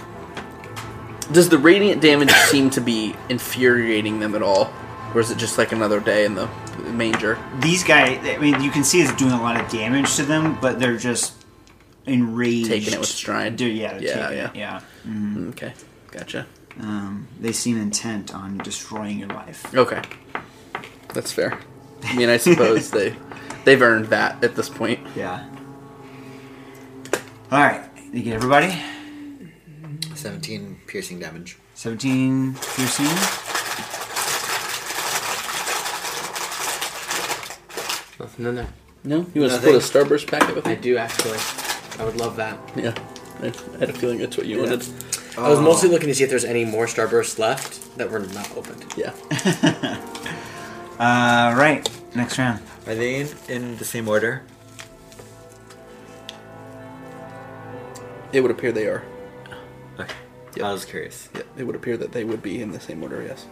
Does the radiant damage seem to be infuriating them at all? Or is it just like another day in the manger? These guys, I mean, you can see it's doing a lot of damage to them, but they're just enraged. Taking it with stride. They're- yeah, they're Yeah, taking yeah. it, yeah. Okay, gotcha. Um, they seem intent on destroying your life. Okay, that's fair. I mean, I suppose they they've earned that at this point. Yeah. All right. You get everybody? Seventeen piercing damage. 17 piercing. Nothing in there. No, you want to Nothing. split a starburst packet with I me? do actually. I would love that. Yeah, I, I had a feeling that's uh, what you wanted. I was mostly looking to see if there's any more starbursts left that were not opened. Yeah, All right. Next round. Are they in, in the same order? [LAUGHS] it would appear they are. Okay. Yeah. I was curious. Yeah, it would appear that they would be in the same order. Yes.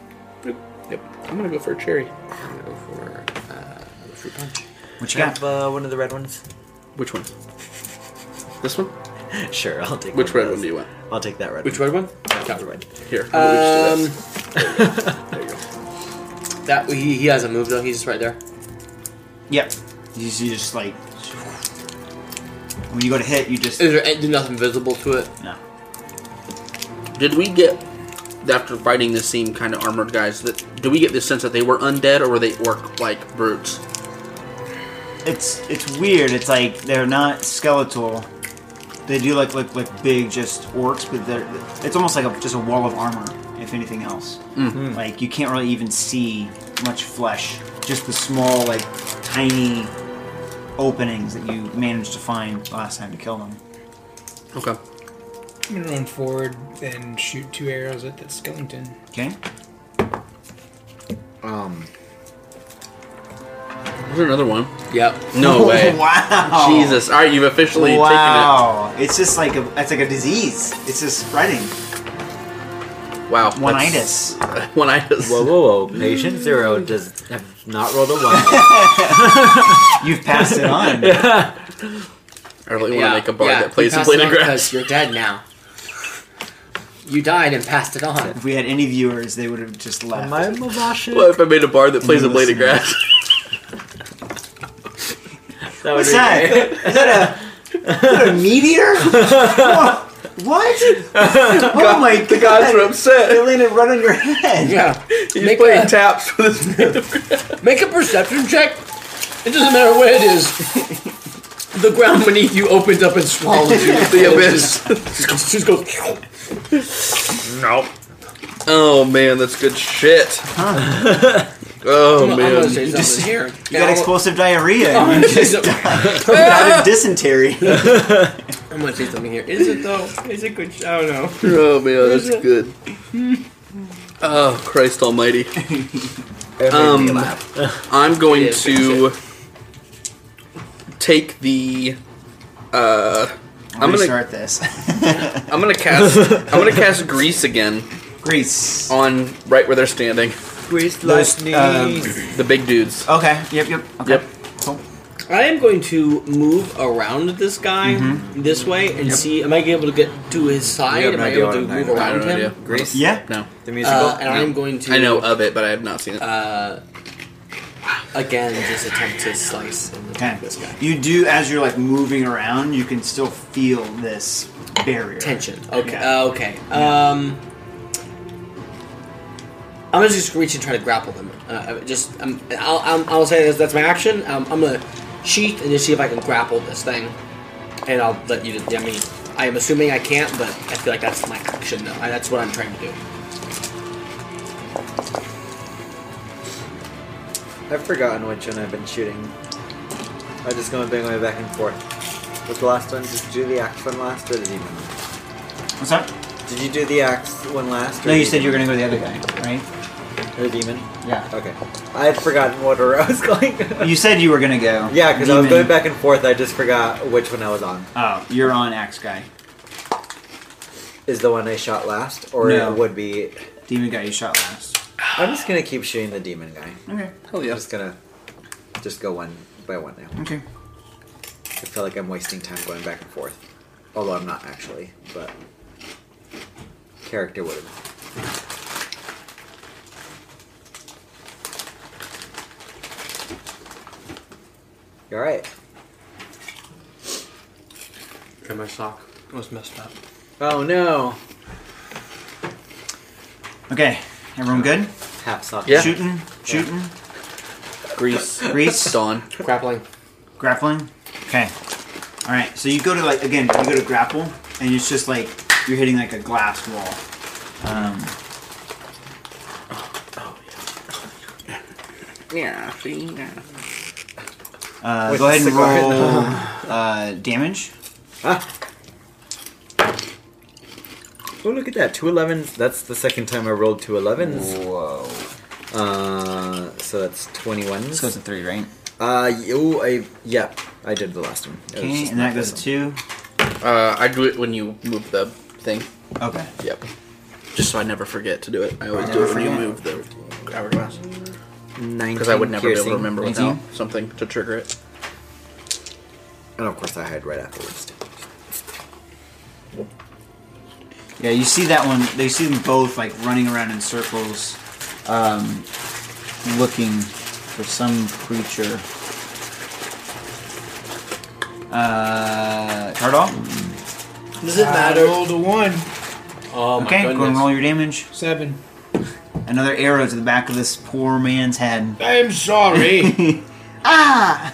Yep. Yep. I'm gonna go for a cherry. I'm gonna go for uh, the fruit punch. What you Can I got? have uh, one of the red ones? Which one? This one? [LAUGHS] Sure, I'll take. Which one red of one those. do you want? I'll take that red. Which one? red one? That was red. Here. Um, we'll just do this. Um, That he, he hasn't moved though. He's just right there. Yep. You see, just like. When you go to hit, you just. Is there any- nothing visible to it? No. Did we get after fighting the same kind of armored guys? That do we get the sense that they were undead or were they orc like brutes? It's it's weird. It's like they're not skeletal. They do like look like big just orcs, but they're it's almost like a, just a wall of armor, if anything else. Mm-hmm. Like you can't really even see much flesh. Just the small like tiny openings that you managed to find last time to kill them. Okay. I'm gonna run forward and shoot two arrows at that skeleton. Okay. Um, There's another one. Yep. [LAUGHS] No way. wow. Jesus. All right, you've officially Wow. It's just like a it's like a disease. It's just spreading. taken it. Wow. One that's- [LAUGHS] itis. One-itis. whoa, whoa, whoa! Patient zero does have not rolled a [LAUGHS] one. You've passed [LAUGHS] it on. I really want to make a bar that plays and play the Because grass. you're dead now. You died and passed it [LAUGHS] on. If we had any viewers, they would have just left. Am I Mabashi? What if I made a bar that plays a blade of listening. grass? That would What's be that? great. Is that a, is that [LAUGHS] a meteor? Wha- what? oh my god. the gods were They upset. landed right on your head. Yeah. He's Make playing a- [LAUGHS] taps for this. Make a perception check. It doesn't matter where it is. the ground beneath you opens up and [LAUGHS] swallows you. the abyss. Just goes. No. Oh man, that's good shit. oh I'm man. gonna say something [LAUGHS] just- here. [LAUGHS] You got explosive diarrhea. You just died of dysentery. I'm gonna say something here. Is it though? Is it good? I don't know. Oh man, that's good. Oh Christ Almighty! It made Um, me laugh. [LAUGHS] I'm going It is, to take the. Uh, I'm I'm gonna gonna- start this. [LAUGHS] I'm gonna cast. I'm [LAUGHS] gonna cast Grease again Grease. on right where they're standing. Those, um, The big dudes. okay. Yep. Yep. Okay. Yep. Cool. I am going to move around this guy Mm-hmm. this way and see. Am I able to get to his You have side? Am no I idea able what to I'm move talking about. I around have no him? idea. Grease. Yeah. No, The musical. Uh, and I am going to. I know of it, but I have not seen it. Uh, again, just attempt to slice and Okay. attack this guy. You do as you're like moving around, you can still feel this barrier. Tension. Okay. Yeah. Uh, okay. Um, I'm gonna just reach and try to grapple him. Uh, I- just, um, I'll, I'll, I'll say this. That's my action. Um, I'm gonna sheath and just see if I can grapple this thing. And I'll let you. I mean, I am assuming I can't, but I feel like that's my action though. I, that's what I'm trying to do. I've forgotten which one I've been shooting. I just going bang my back and forth. Was the last one? Did you do the axe one last, or the demon? one? What's that? Did you do the axe one last? Or No, you the said you were demon? gonna go the other guy, right? Or the demon. Yeah. [LAUGHS] Okay. I had forgotten what order I was going. You said you were gonna go. [LAUGHS] yeah, because I was Demon. going back and forth. I just forgot which one I was on. Oh, you're on axe guy. Is the one I shot last, or No. it would be? Demon guy, you shot last. I'm just gonna keep shooting the demon guy. Okay. Hell I'm yes. just gonna just go one by one now. Okay. I feel like I'm wasting time going back and forth. Although I'm not actually, but character would have. You're right. And my sock was messed up. Oh no. Okay. Everyone good? Half sock. Yeah. Shooting, shooting, Grease. grease, [LAUGHS] Dawn. Grappling. grappling. Okay. All right. So you go to like again, you go to grapple, and it's just like you're hitting like a glass wall. Um, Yeah. uh, With go ahead and cigar. roll [LAUGHS] uh, damage. Ah. Oh look at that. Two elevens. That's the second time I rolled two elevens. Whoa. Uh so that's twenty ones. This goes to three, right? Uh you I yeah, I did the last one. It was Okay, just and not that goes this to two. Uh, I do it when you move the thing. Okay. Yep. Just so I never forget to do it. I always I do never it when you forget. move the hourglass. one. Because I would 19 never be piercing. able to remember Nineteen? without something to trigger it. And of course, I hide right afterwards. too. Yeah, you see that one. They see them both like running around in circles, um, looking for some creature. Uh, Tardal. Does it I matter? rolled a one, Oh my okay, go and goodness. roll your damage. seven. Another arrow to the back of this poor man's head. [LAUGHS] I'm sorry. Ah!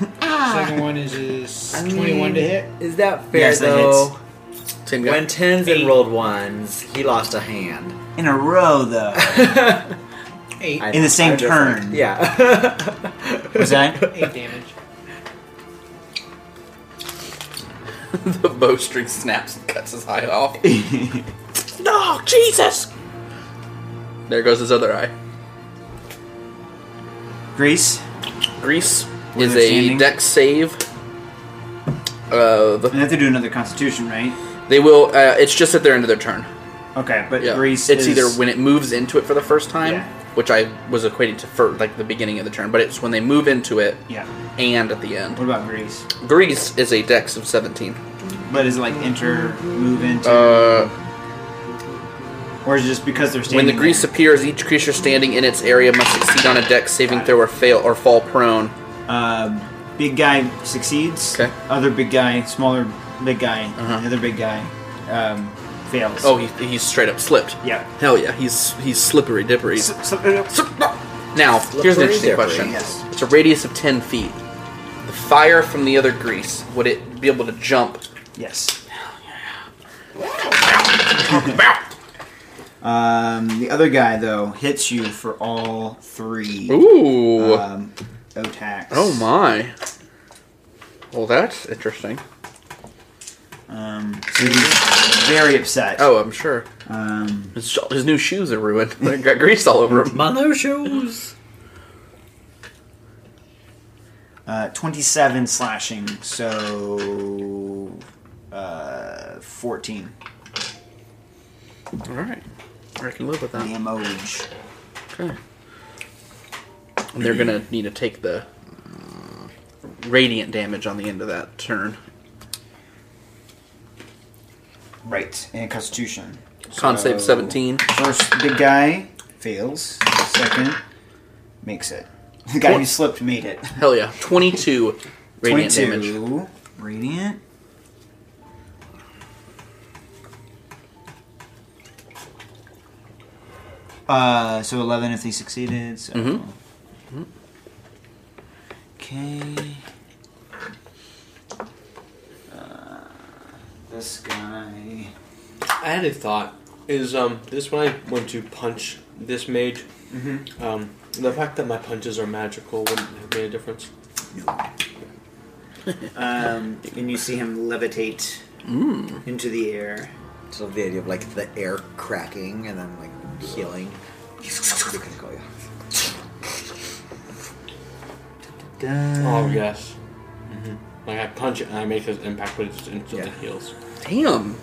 Second one is, is 21 to hit. Is that fair Yes, that though? Same guy. When [LAUGHS] tens Eight. and rolled ones, he lost a hand. In a row, though. Eight. I- In the same I'm just like, turn. yeah. Was that? [LAUGHS] Eight damage. the bowstring snaps and cuts his eye [LAUGHS] off. no, Jesus. There goes his other eye. Grease. Grease Where is they're a standing? deck save. Of And they have to do another Constitution, right? they will. Uh, it's just at their end of their turn. Okay, but Yeah, Grease. it's is- either when it moves into it for the first time, Yeah. which I was equating to for like the beginning of the turn, but it's when they move into it Yeah. and at the What end. about Grease? Grease is a dex of seventeen. But is it like enter, move into, Uh, or is it just because they're when standing? the grease there? appears, each creature standing in its area must succeed on a dex saving throw or fail or fall prone. Uh, big guy succeeds. Okay. Other big guy, smaller big guy, Uh-huh. the other big guy um, fails. Oh, he, he's straight up slipped. yeah. Hell yeah, he's he's slippery dippery. S- s- uh, s- Now, here's an interesting Slippery question. yes. It's a radius of 10 feet. The fire from the other grease, would it be able to jump? Yes. um, the other guy though hits you for all three Ooh. um, attacks. oh my. Well, that's interesting. Um, so he's very upset. Oh, I'm sure. Um, His, sh- his new shoes are ruined. [LAUGHS] they got grease all over them. My no shoes. uh, 27 slashing, so uh, 14 All right, I can live with that. damage. Okay. And they're gonna need to take the radiant damage on the end of that turn. Right, and Constitution. Con save So- 17. First, big guy fails. Second, makes it. [LAUGHS] The guy who slipped made it. Hell yeah, 22 radiant damage. Twenty-two. Radiant. Uh, so eleven if they succeeded. So. Mm-hmm. Mhm. Okay. Uh, this guy. I had a thought. Is um this when I went to punch this mage? Mm-hmm. Um, the fact that my punches are magical wouldn't have made a difference. Um, and you see him levitate into the air. So the idea of like the air cracking and then like healing. [LAUGHS] oh yes. Mm-hmm. Like I punch it and I make this impact, but it just instantly Yeah. heals. Damn,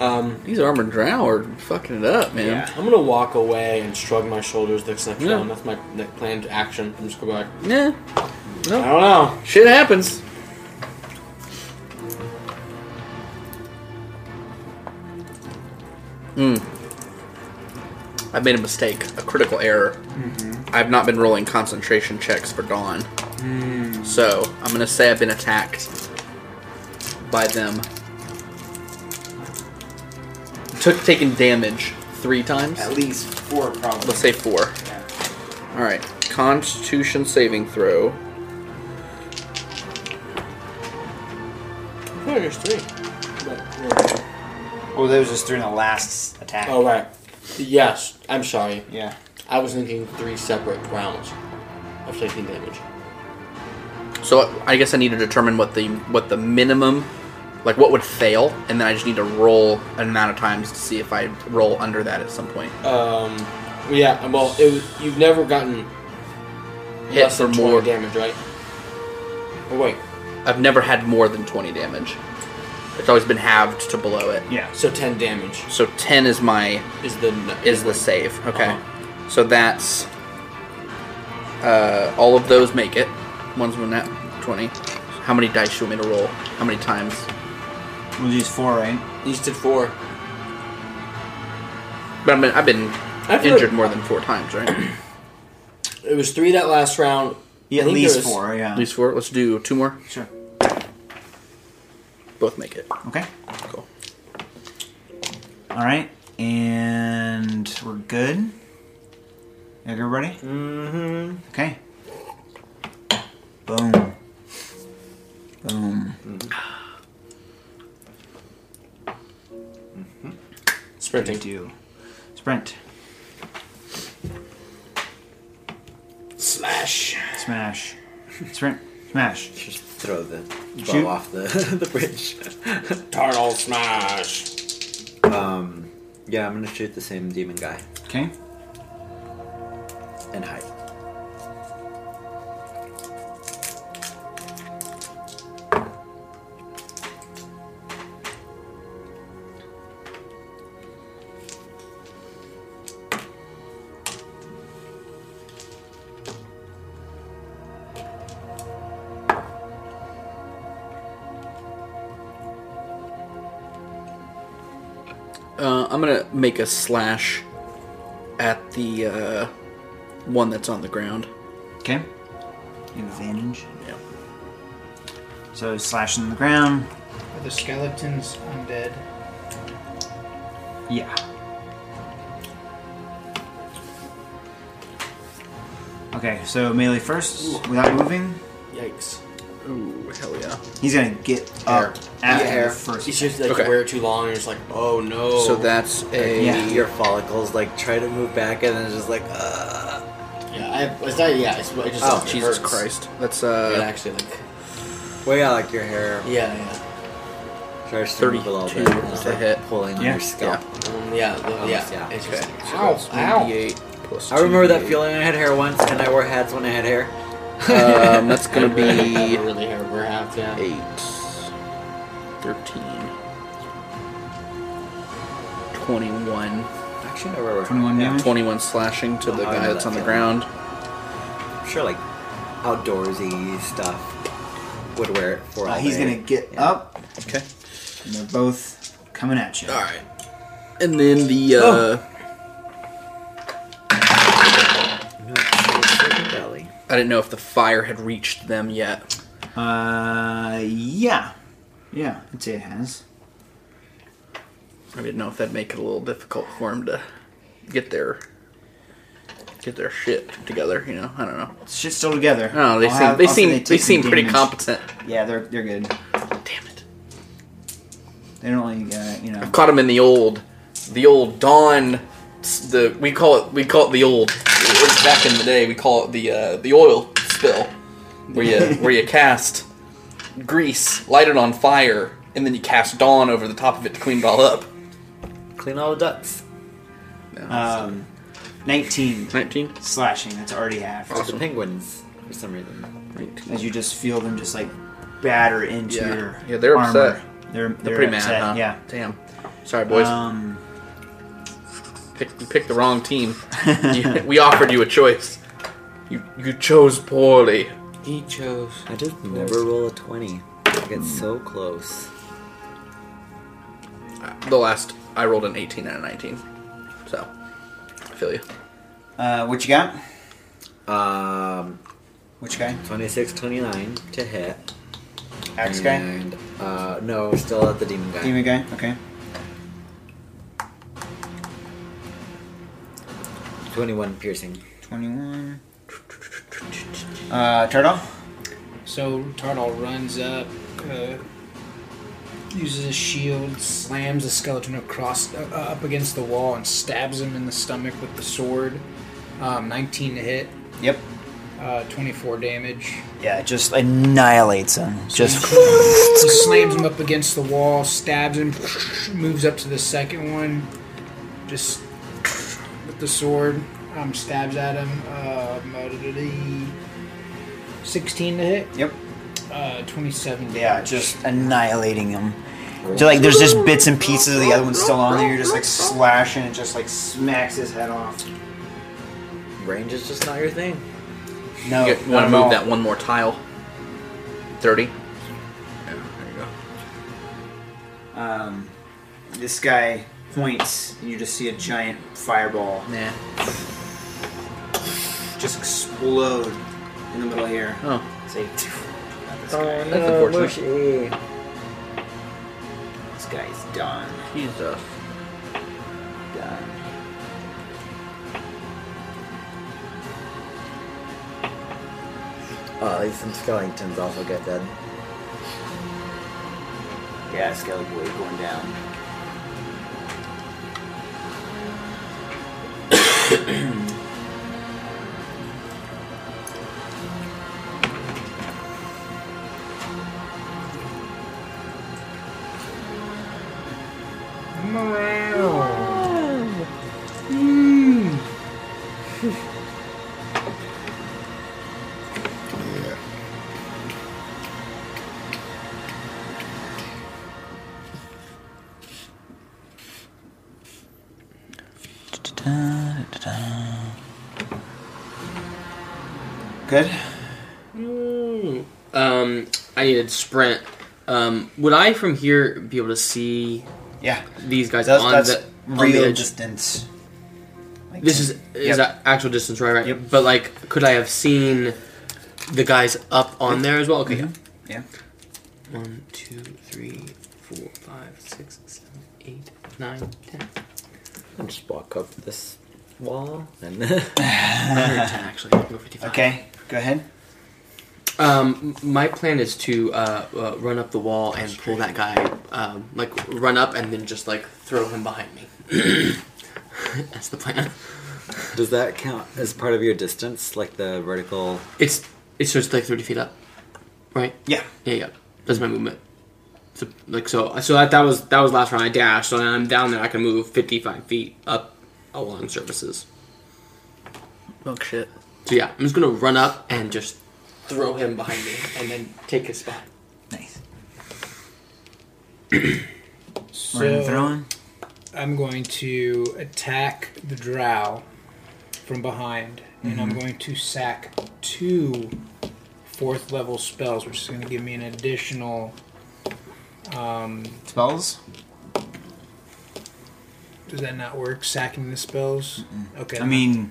Um, these armored drow are fucking it up, man. Yeah. I'm gonna walk away and shrug my shoulders this next Yeah. round. That's my next planned action. I'm just gonna be like, Yeah, I don't know. shit happens. Hmm. I've made a mistake, a critical error. I've not been rolling concentration checks for Dawn. So I'm gonna say I've been attacked by them. Took taken damage three times. At least four, probably. Let's say four. Yeah. All right. Constitution saving throw. Oh, there's three. But, yeah. Well, that was just during the last attack. Oh right. Yes, I'm sorry. Yeah. I was thinking three separate rounds of taking damage. So I guess I need to determine what the what the minimum, like what would fail, and then I just need to roll an amount of times to see if I roll under that at some point. Um, yeah. Well, it was, you've never gotten Hit less for than more. more damage, right? Oh wait. I've never had more than twenty damage. It's always been halved to below it. Yeah. So ten damage So ten is my is the n- is the save. Okay. Uh-huh. So that's uh, all of those make it. One's one at twenty. How many dice do you want me to roll? How many times? We'll use four, right? You just did four. But I've been, I've been I feel injured like- more than four times, right? [CLEARS THROAT] At It was three that last round. I Yeah, at think least there's- four, yeah. least four. Let's do two more. Sure. Both make it. Okay. Cool. All right. And we're good. Everybody? Mm-hmm. Okay. Boom. Boom. Sprinting. Do. Sprint. Slash. Smash. Sprint. Smash. Just throw the bow Shoot. off the, [LAUGHS] the bridge. Turtle smash. Um, yeah, I'm gonna shoot the same demon guy Okay. and hide. Uh, I'm gonna make a slash at the uh, one that's on the ground. Okay. Advantage. Yeah. So slashing the ground. Are the skeletons undead? Yeah. Okay, so melee first, without moving. Yikes. Ooh, hell yeah! He's gonna get up after Yeah. the first. It's just like Okay. wear it too long, and it's like, oh no. So that's Oh, a Yeah. Your follicles like try to move back and then it's just like, uh, Yeah, I, it's not. Yeah, it's, it just. Oh, it Jesus hurts. Christ. That's It uh, actually like. way out like your hair. Yeah, yeah. First move a little bit. 32 It's to like hit. Pulling on Yeah. your scalp. Um, yeah, the- yeah, Almost, yeah. It's just, Ow, ow. 1d8 plus I remember that 2d8. feeling. I had hair once, and I wore hats when I had hair. Um, that's [LAUGHS] gonna I really- [LAUGHS] I be really hurt. We're half, yeah. eight, thirteen, twenty-one. Actually, I remember. 21 yeah. damage? 21 slashing to the Oh, I guy know that's that on the feeling. ground. I'm sure like outdoorsy stuff would wear it for all Uh, he's day. gonna get Yeah. up, Okay. and they're both coming at you. Alright. And then the, uh, Oh. No, it's Silicon Valley. I didn't know if the fire had reached them yet. Uh, yeah, yeah, I'd say it has. I didn't know if that'd make it a little difficult for him to get their get their shit together. You know, I don't know. Shit's still together. No, Oh, they I'll seem have- they I'll say seem they, take some seem pretty damage. competent. Yeah, they're they're good. Damn it! They don't really, uh, you know. I've caught him in the old, the old dawn. s- The we call it we call it the old. it was Back in the day, we call it the uh, the oil spill, where [LAUGHS] you where you cast grease, light it on fire, and then you cast dawn over the top of it to clean it all up. Clean all the ducks. Um, 19 19. slashing. That's already half. It's The penguins, for some reason. As you just feel them just like batter into Yeah. your Yeah, they're armor. upset. They're they're, They're pretty upset. mad, huh? Yeah. Damn. Sorry, boys. Um, pick, you picked the wrong [LAUGHS] team. You- we offered you a choice. You you chose poorly. He chose. I Hmm. just never roll a twenty. I get so close. The last I rolled an 18 and a 19, so I feel you. uh, what you got? Um, Which guy? 26, 29 to hit. Axe Mm. guy. and, Uh, no, still at the demon guy. Demon guy. Okay. 21 piercing. Twenty-one. Uh, turtle. So Tardal runs up, uh, uses a shield, slams the skeleton across uh, up against the wall, and stabs him in the stomach with the sword. Um, 19 to hit, Yep. uh, 24 damage. Yeah, it just annihilates him. Just [LAUGHS] He slams him up against the wall, stabs him, [SNIFFS] moves up to the second one, just with the sword, um, stabs at him. Um, 16 to hit, yep. uh, 27 damage. Yeah, just annihilating him. So like, there's just bits and pieces of the other one still on there. You're just like slashing, it just like smacks his head off. Range is just not your thing. No, you not want at to move all. that one more tile? 30. Yeah, there you go. Um, this guy points, and you just see a giant fireball Nah. just explode in the middle here. Oh, Say, Oh, That's unfortunate. mushy. this guy's done. Jesus. Done. Oh, at least some skeletons also get dead. Yeah, skeleton boy going down. Good. Um, I needed sprint. Um, would I from here be able to see Yeah, these guys that's, on that's the on the real edge? distance. Like This [LAUGHS] 10 is is Yep. a actual distance, right? Right. Yep. But like, could I have seen the guys up on there as well? Okay. Mm-hmm. Yeah. One, two, three, four, five, six, seven, eight, nine, [SIGHS] ten. I'll just walk up this wall and [LAUGHS] Or ten actually. We're 55. Okay, go ahead. Um, m- my plan is to uh, uh, run up the wall and pull that guy, um, like run up and then just like throw him behind me. [CLEARS THROAT] That's the plan. Does that count as part of your distance, like the vertical? It's it's just like thirty feet up, right? Yeah. Yeah, yeah. That's my movement. So, like so, so that that was that was last round. I dashed, so now I'm down there. I can move 55 feet up along surfaces. Oh shit. So yeah, I'm just gonna run up and just throw him behind me, and then take his spot. Nice. We're So- gonna throw in. I'm going to attack the drow from behind, and Mm-hmm. I'm going to sack two fourth level spells, which is going to give me an additional. Um, Spells? does that not work? Sacking the spells? Okay. I mean,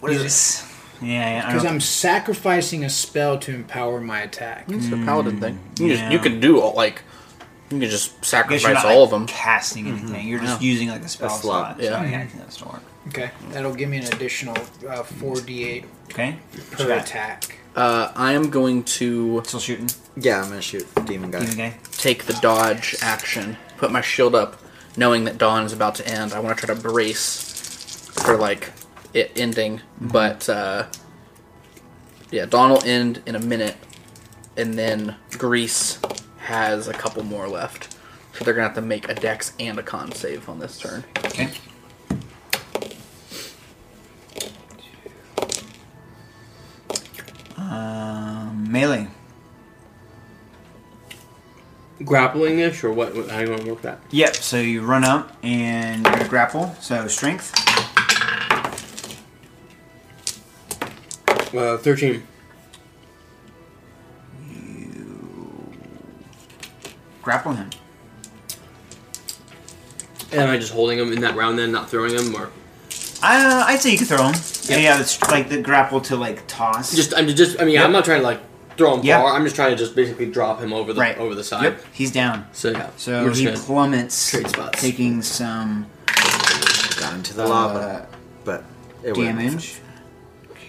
what is Yeah. this? Yeah, yeah. I because don't- I'm sacrificing a spell to empower my attack. It's a paladin thing. You, yeah. just, you can do all, like, you can just I guess you're sacrifice not all like, of them. casting anything. You're just using like a spell slot, slot. so, yeah. yeah, I think that's still work. Okay, that'll give me an additional uh, 4d8 Okay. per Sure. attack. Uh, I am going to Still shooting. Yeah, I'm gonna shoot demon guy. Even guy. take the dodge action, put my shield up, knowing that dawn is about to end. I want to try to brace for like it ending, but uh, yeah, dawn will end in a minute, and then Greece has a couple more left, so they're gonna have to make a Dex and a Con save on this turn. Okay. Um, melee. Grappling ish, or what? How do you want to work that? Yep. So you run up and you're gonna grapple. So strength. Uh, 13. Grapple him. Am I just holding him in that round then, not throwing him, or Uh, I'd say you could throw him. Yep. Yeah, it's like the grapple to like toss. just? I'm just. I mean, I'm not trying to like throw him Yeah. far. I'm just trying to just basically drop him over the right over the side. Yep. He's down. So yeah. So we're just he gonna- plummets, trade spots. taking some Got into the lava, but it uh, wouldn't be damage. Uh,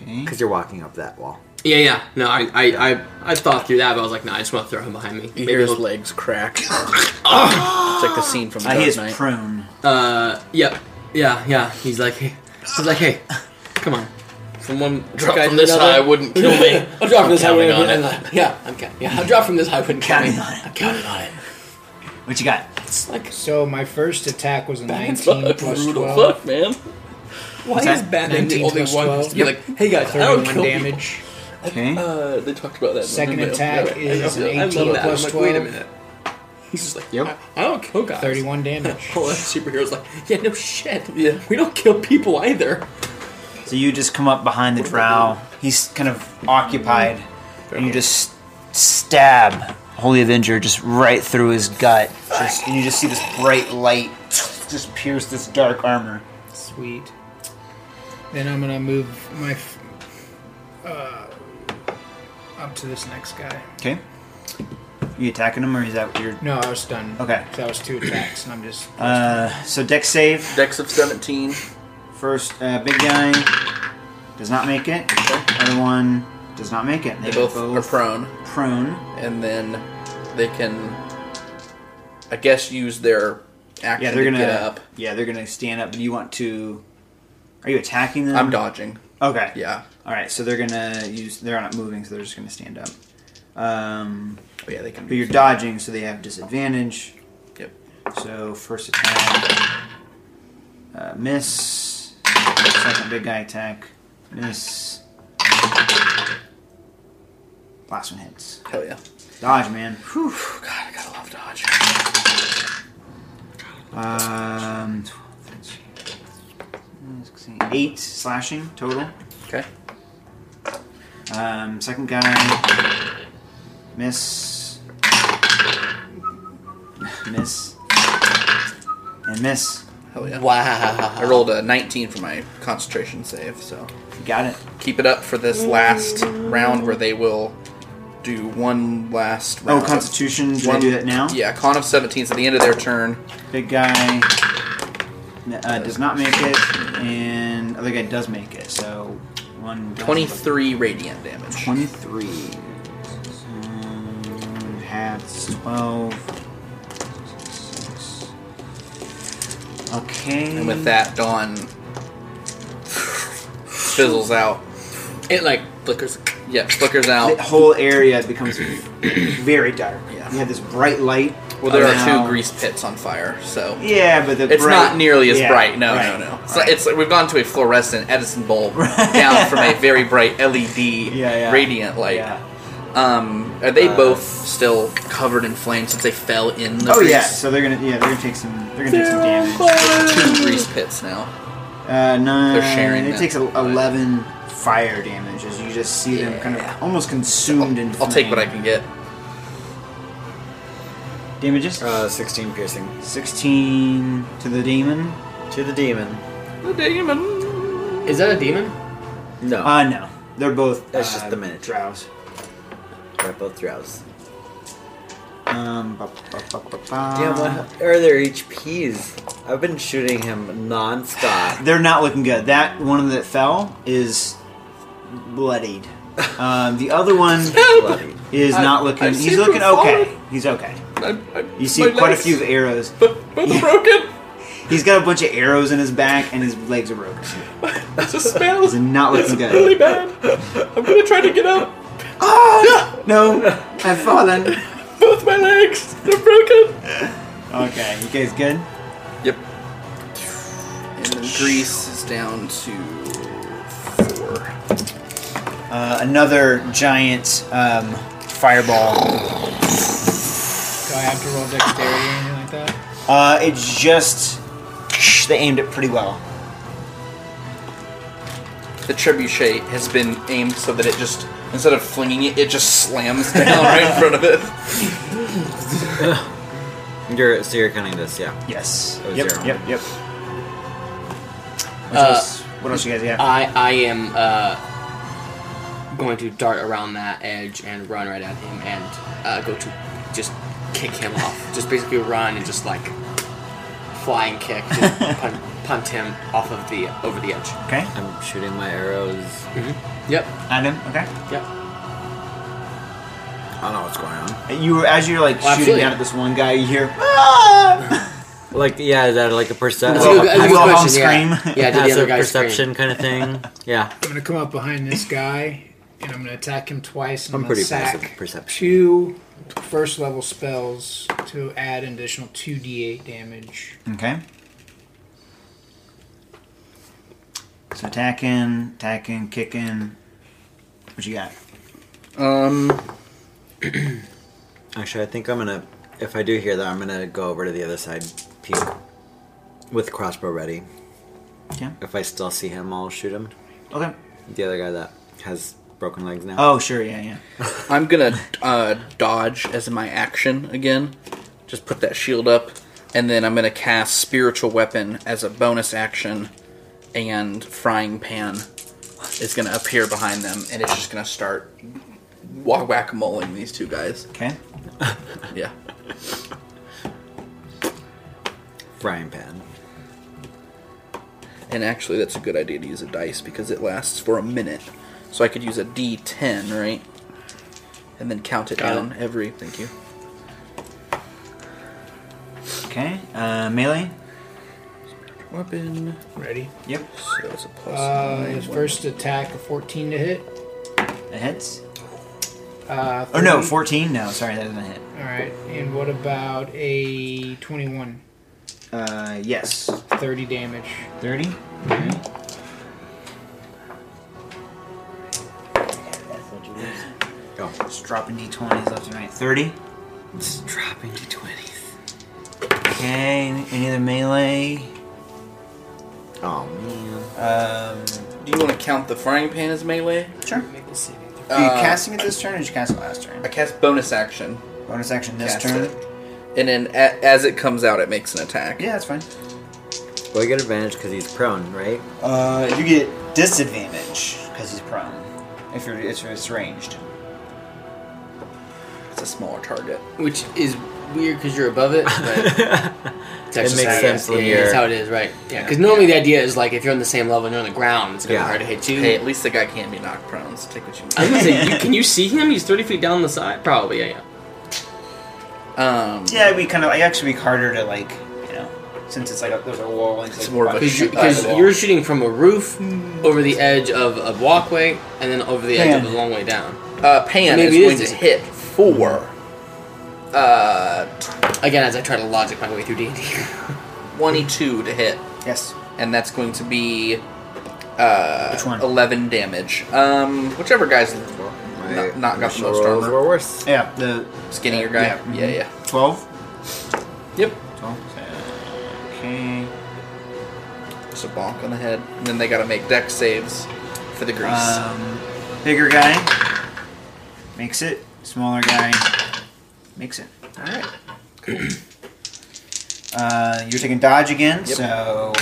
Okay. Because you're walking up that wall. Yeah, yeah. No, I, I, I, I thought through that, but I was like, nah, I just want to throw him behind me. You Maybe hear his he'll- legs [CLEARS THROAT] crack. it's like the scene from Uh, Dark he is Knight. prone. Uh, yeah, yeah, yeah. He's like, hey. he's like, hey, come on. From one Drop guy from to this another. high wouldn't kill me. I'll drop from this high. counting wouldn't- on and, uh, Yeah, I'm counting. Yeah, I'll drop from this high. Wouldn't kill me. Counting on it. I'm counting on it. What you got? It's like So my first attack was a Batman's 19 [LAUGHS] fuck- plus brutal 12. Fuck, man. why that? is Batman the 19 only plus one who's 12? to be like, hey guys, I don't 31 kill damage. damage. Okay. Uh, they talked about that. in the Second video. attack Yeah. is an I love 18 that. plus I'm like, 12. wait a minute. He's just like, Yep. I, I don't kill guys. 31 damage. [LAUGHS] All that superheroes like, yeah, no shit. Yeah, we don't kill people either. So you just come up behind the drow. He's kind of occupied, and you just stab Holy Avenger just right through his gut. Just, and you just see this bright light just pierce this dark armor. Sweet. Then I'm gonna move my f- uh, up to this next guy. Okay. You attacking him, or is that your? No, I was done. Okay. So that was two attacks, and I'm just Uh, so deck save. Dex of 17. First uh, big guy does not make it. Other one does not make it. They both are prone. prone. and then they can, I guess, use their action Yeah, they're to gonna. get up. Yeah, they're gonna stand up. Do you want to? Are you attacking them? I'm dodging. Okay. Yeah, All right. So they're gonna use. They're not moving, so they're just gonna stand up. Um, oh, yeah, they can. but you're dodging, so they have disadvantage. Yep. So first attack, uh, miss. Second big guy attack, miss. Last one hits. Hell yeah. Dodge, man. Whew, God, I gotta love dodge. Um, 8 slashing total. Okay. Um, second guy. Miss. Miss. And miss. Hell Oh, yeah. Wow. I rolled a 19 for my concentration save, so You got it. keep it up for this last round where they will do one last Oh, round. of- Constitution. Do I do that now? Yeah, con of 17 is at the end of their turn. Big guy uh, does not make it, and other guy does make it. So one. does- 23 radiant damage. 23. Um, halves 12. Okay. And with that, Dawn fizzles out. It like flickers. Yeah, flickers out. The whole area becomes very dark. You have this bright light. Well, there are now- two grease pits on fire, so Yeah, but the it's bright- not nearly as yeah, bright. No, right, no, no. So right. It's we've gone to a fluorescent Edison [LAUGHS] bulb down from a very bright LED Yeah, yeah. radiant light. Yeah. Uh, Um, are they both still covered in flames since they fell in the Oh grease? yeah, so they're gonna yeah they're gonna take some they're gonna take some damage. two grease pits now. Uh, nine. They're sharing It that. takes el- eleven fire damage as you just see them kind Yeah. of almost consumed in. I'll take what I flame. can get. Damages. Uh, 16 piercing. Sixteen to the demon. To the demon. Is that a demon? No. Uh no, they're both. That's uh, just the minute. Drows. They're both drows. Um. ba- ba- ba- ba- ba. Damn, what are their HPs? I've been shooting him [LAUGHS] non-stop. They're not looking good. That one that fell is bloodied. Um, the other one [LAUGHS] Bloody. is not looking. I've he's seen looking them fall. okay. He's okay. You see My quite legs. a few arrows. Both, both are [LAUGHS] broken. He's got a bunch of arrows in his back, and his legs are broken. It just smells He's not looking good. bad. I'm gonna try to get up. Oh [LAUGHS] no! I've fallen. Both my legs, they're broken. Okay, you guys good? Yep. And then grease is down to four. Uh, another giant um, fireball. Do I have to roll dexterity or anything like that? Uh, it's just they aimed it pretty well. The trebuchet has been aimed so that it just, instead of flinging it, it just slams [LAUGHS] down right in front of it. You're so you're counting this, yeah. Yes. Oh, yep. zero. Yep. Yep. What, Uh, else, what else you guys got? I I am uh, going to dart around that edge and run right at him and uh, go to just kick him [LAUGHS] off. Just basically run and just like flying kick, just [LAUGHS] punt, punt him off of the over the edge. Okay. I'm shooting my arrows. Yep, At him. Okay. yep. I don't know what's going on. You were as you're like Well, I shooting feel down you. at this one guy, you hear. "Ah!" Like, yeah, is that like a perception? That's a good, that's a good blow off question. Yeah, screen. yeah. Did the other passive guy scream? perception kind of thing? Yeah. I'm gonna come up behind this guy and I'm gonna attack him twice. And I'm I'm, pretty gonna sack passive perception. two first level spells to add an additional two d8 damage. Okay. So attacking, attacking, kicking. What you got? Um, Actually, I think I'm gonna. If I do hear that, I'm gonna go over to the other side, peek, with crossbow ready. Okay. If I still see him, I'll shoot him. Okay. The other guy that has broken legs now. Oh, sure, yeah, yeah. I'm gonna uh, dodge as my action again. Just put that shield up, and then I'm gonna cast spiritual weapon as a bonus action, and frying pan is gonna appear behind them, and it's just gonna start whack whack moling these two guys. Okay. Yeah. Frying pan. And actually, that's a good idea to use a dice because it lasts for a minute. So I could use a D10, right? And then count it down every. Thank you. Okay. Uh, melee? Weapon. Ready? Yep. So it's a plus Uh, nine his weapon. first attack, a 14 to hit. It hits. Uh, Or Oh, no, 30. 14? No, sorry, that doesn't hit. All right, and what about a 21? Uh, yes. 30 damage. 30? Go. Just dropping d20s left and right. 30? Just dropping to twenties. Okay, any other melee? Oh man. Um, Do you want to count the frying pan as melee? sure. Uh, Are you casting it this turn or did you cast it last I turn? cast bonus action. Bonus action this Cast turn? it. And then a- as it comes out, it makes an attack. Yeah, that's fine. Well, I get advantage because he's prone, [LAUGHS] right? Uh, you get disadvantage because he's prone. If you're, if it's ranged. It's a smaller target. Which is weird because you're above it. [LAUGHS] But it's It actually makes how sense it is. when Yeah, that's you're- how it is, right? Yeah. Because normally the idea is like if you're on the same level and you're on the ground, it's gonna Yeah. be hard to hit you. Hey, at least the guy can be knocked prone, so take what you I was want. gonna [LAUGHS] say, you, can you see him? He's thirty feet down the side. Probably, yeah, yeah. Um, Yeah, it'd be kind of. It actually be harder to like, you know, since it's like a, there's a wall. And it's It's like more of a buttons. shoot by Because the wall. you're shooting from a roof Hmm. over the edge of a walkway and then over the edge of Pan. a long way down. Uh, Pan Maybe it is going is to it. hit for uh, Again, as I try to logic my way through D and D. 22 to hit, yes. and that's going to be uh, Which one? 11 damage. Um, whichever guy's not, not got the initial most rolls armor. were worse. Yeah, the Skinnier guy. Yeah. mm-hmm. Yeah, yeah. 12? Yep. 12. Okay. Just a bonk on the head. And then they gotta make deck saves for the grease. Um, bigger guy makes it. Smaller guy makes it. Alright. Uh, you're taking dodge again, Yep. so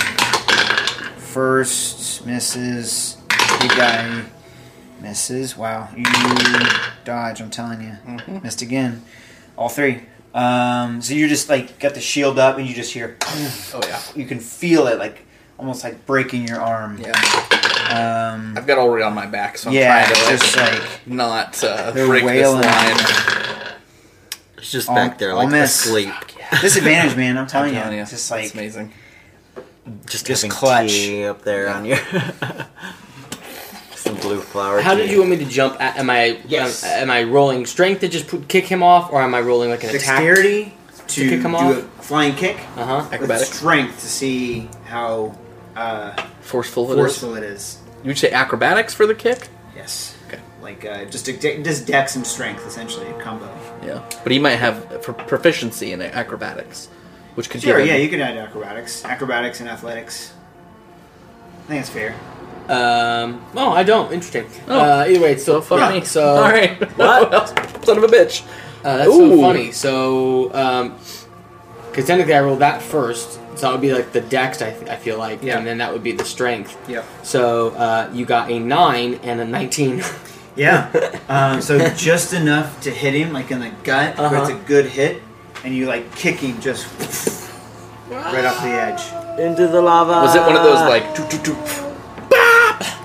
first misses. Big guy misses. Wow, you dodge. I'm telling you, Mm-hmm. missed again. All three. Um, so you just like got the shield up, and you just hear. Oh, yeah. You can feel it, like almost like breaking your arm. Yeah. Um, I've got already on my back, so I'm yeah, trying to like, just like not uh, They're break wailing. this line. It's just I'll- back there, Oh, I'll like miss. asleep. disadvantage, man. I'm telling you, telling you, It's just like it's amazing. Just, Just having clutch. tea up there on [LAUGHS] your some blue flower. How did tea. you want me to jump? At, am I Yes. am, am I rolling strength to just put, kick him off, or am I rolling like an attack? dexterity to, kick him do off? a flying kick. Uh-huh. Uh huh. with Acrobatics. strength to see how uh, Forceful it is. forceful it is. You'd say acrobatics for the kick? Yes. Okay. Like uh, just a de- just dex and strength essentially a combo. Yeah. But he might have for proficiency in acrobatics, which could Sure. give Yeah, him you could add acrobatics, acrobatics and athletics. I think it's fair. Um. Oh, I don't. Interesting. Oh. Uh, either way, it's still Fuck funny. me. So All right. [LAUGHS] What? Son of a bitch. uh, that's Ooh. so funny. So um, because technically I rolled that first, so that would be like the dex. I, I feel like, Yeah. and then that would be the strength. Yeah. So uh, you got a nine and a nineteen. [LAUGHS] Yeah. um, so just enough to hit him, like in the gut, where it's Uh-huh. a good hit, and you like kick him just right off the edge. into the lava? Was it one of those like doo, doo, doo,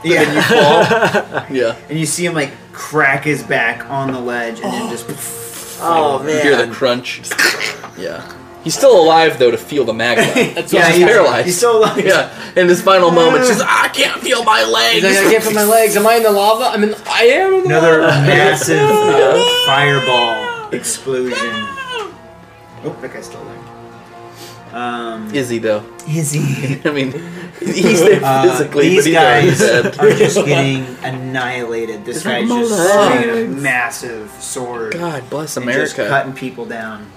Yeah. [LAUGHS] fall? yeah. and you see him like crack his back on the ledge, and then just. [LAUGHS] Oh man! You hear the crunch. yeah. He's still alive though to feel the magma. [LAUGHS] That's yeah, why he's he's- paralyzed. He's so alive. yeah. In his final moments, he's I can't feel my legs. I [LAUGHS] gotta get from my legs. Am I in the lava? I'm in. I am. In the Another lava. massive uh, fireball explosion. Oh, that guy's still there. Um, Is he though? is he? [LAUGHS] I mean, he's there physically, Uh, these but he's guys already dead. are just getting annihilated. This guy's my just swinging a massive sword [LAUGHS] God bless and just America. cutting people down.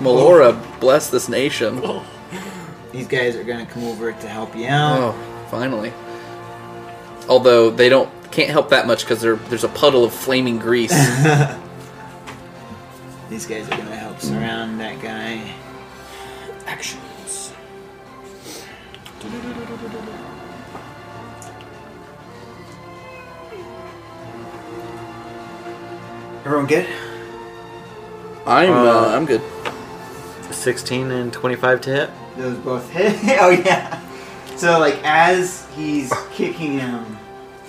Melora, bless this nation. Oh, These guys are gonna come over to help you out. Oh, finally. Although they don't can't help that much because there's a puddle of flaming grease. [LAUGHS] These guys are gonna help surround that guy. Actions. Everyone good? I'm Uh, uh, I'm good. sixteen and twenty-five to hit? Those both [LAUGHS] hit. oh yeah. So like as he's kicking him.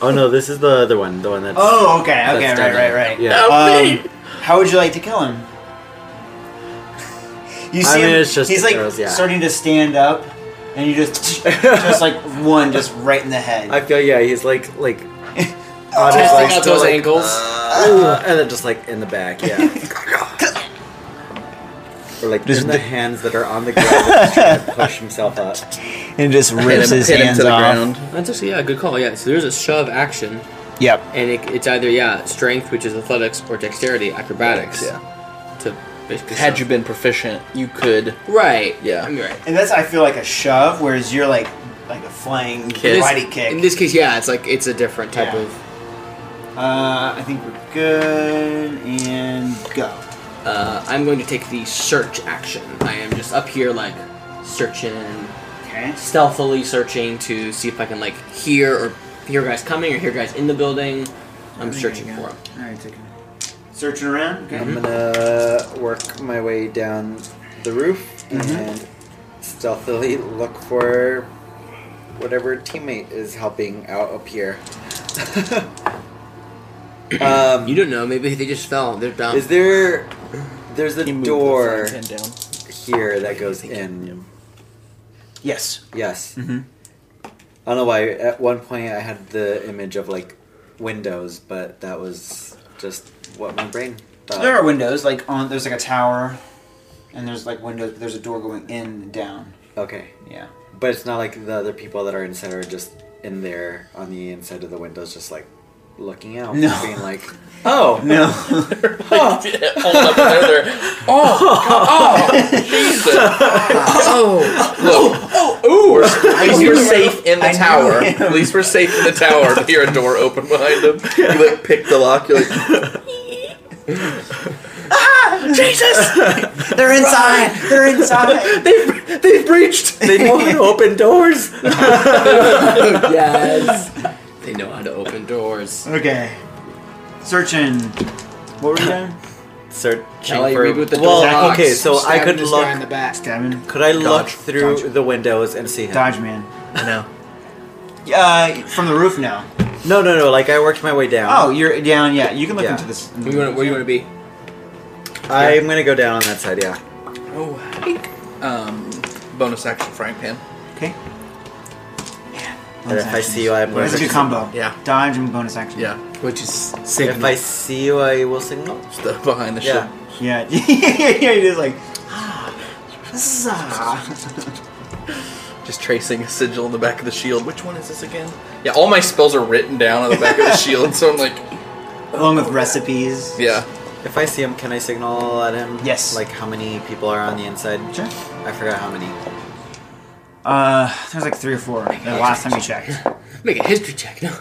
Oh no, this is the other one. The one that's Oh okay, okay, That's right, done. right, right. Yeah. Um, how would you like to kill him? You see I mean, him. it's just he's like arrows, yeah. starting to stand up, and you just just like one just right in the head. I feel yeah. He's like like Oh, Testing just like- out those like, ankles. uh, and then just like in the back, yeah. or like just in the hands that are on the ground, just trying to push himself up. and just rips his hit him hands to the off. ground. That's actually yeah, good call. Yeah, so there's a shove action, Yep. and it, it's either yeah, strength, which is athletics, or dexterity, acrobatics. Yeah. To basically Had shove. you been proficient, you could. right. Yeah. I'm right. And that's I feel like a shove, whereas you're like like a flying Kick. karate kick. In this case, yeah, it's like it's a different type Yeah. of. uh, I think we're good and go. Uh, I'm going to take the search action. I am just up here like searching, Okay. stealthily searching to see if I can like hear or hear guys coming or hear guys in the building. I'm searching for them. All right, take it. Searching around. Okay. I'm gonna work my way down the roof and stealthily look for whatever teammate is helping out up here. um, You don't know. Maybe they just fell. They're dumb. is there? There's a He moved the door front end down. here that goes in. Yes. Yes. Mhm. I don't know why. At one point, I had the image of like windows, but that was just what my brain thought. There are windows, like on there's like a tower, and there's like windows. But there's a door going in and down. Okay, Yeah. but it's not like the other people that are inside are just in there on the inside of the windows, just like looking out, No. being like, "Oh no, Like, yeah, hold up there, there. [LAUGHS] Oh, oh, Jesus. Oh, oh, ooh. We're, at least we're safe in the tower. At least we're safe in the tower. to Hear a door open behind him. You like pick the lock. You're like, [LAUGHS] They're [LAUGHS] inside. They're inside. they've they've [LAUGHS] breached. [LAUGHS] [LAUGHS] They know how to open doors." Oh, yes. They know how to open doors. okay. Searching. What were you [COUGHS] doing? Searching Ellie, for read with the well, door locks. okay, so I Stabbing could this guy in the look. back. Stabbing. Could I look Dodge. through Dodge. the windows and see him? Dodge man. I know. Uh, from the roof now. No, no, no. Like I worked my way down. Oh, you're down. Yeah, you can look Yeah. into this. Mm, Where you wanna, where you want to be? I'm gonna go down on that side. Yeah. Oh, hike. Um, bonus action frying pan. Or Okay. Mm-hmm. if I see you, I'm That's a gonna- good combo. Yeah. Dodge and bonus action. Yeah. Which is If I see you, I will signal. the behind the Yeah. ship. Yeah. [LAUGHS] yeah. He just like. "Ah, Just tracing a sigil on the back of the shield. Which one is this again? Yeah, all my spells are written down on the back of the shield, so I'm like, zah." Along with recipes. yeah. If I see him, can I signal at him? Yes. Like how many people are on the inside? Sure. I forgot how many. Uh, there's like three or four. The last time you checked. Make a history check. No.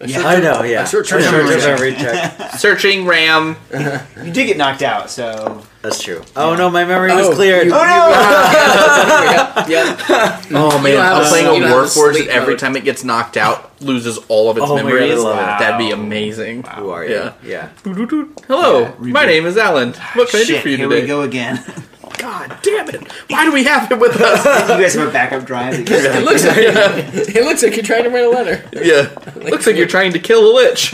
I know. Yeah. sure Sure, check. sure, Sure, sure, check. recheck. Searching Ram. You did get knocked out, so. That's true. Oh no, my memory was Oh, [LAUGHS] cleared. you- Oh no! Yep. Oh man, have I'm a- [LAUGHS] playing you a don't have a workhorse. sleep and Every mode. time it gets knocked out, loses all of its Oh my God, I memories. love it. That'd be amazing. Who are you? Yeah. Yeah. Hello, Yeah, my reboot. name is Alan. What can I Shit, do for you here today? we go [LAUGHS] again. [LAUGHS] God damn it! Why do we have him with us? [LAUGHS] you guys have a backup drive. that you- It looks like it looks like you're trying to write a letter. yeah, looks like you're trying to kill a [LAUGHS] lich.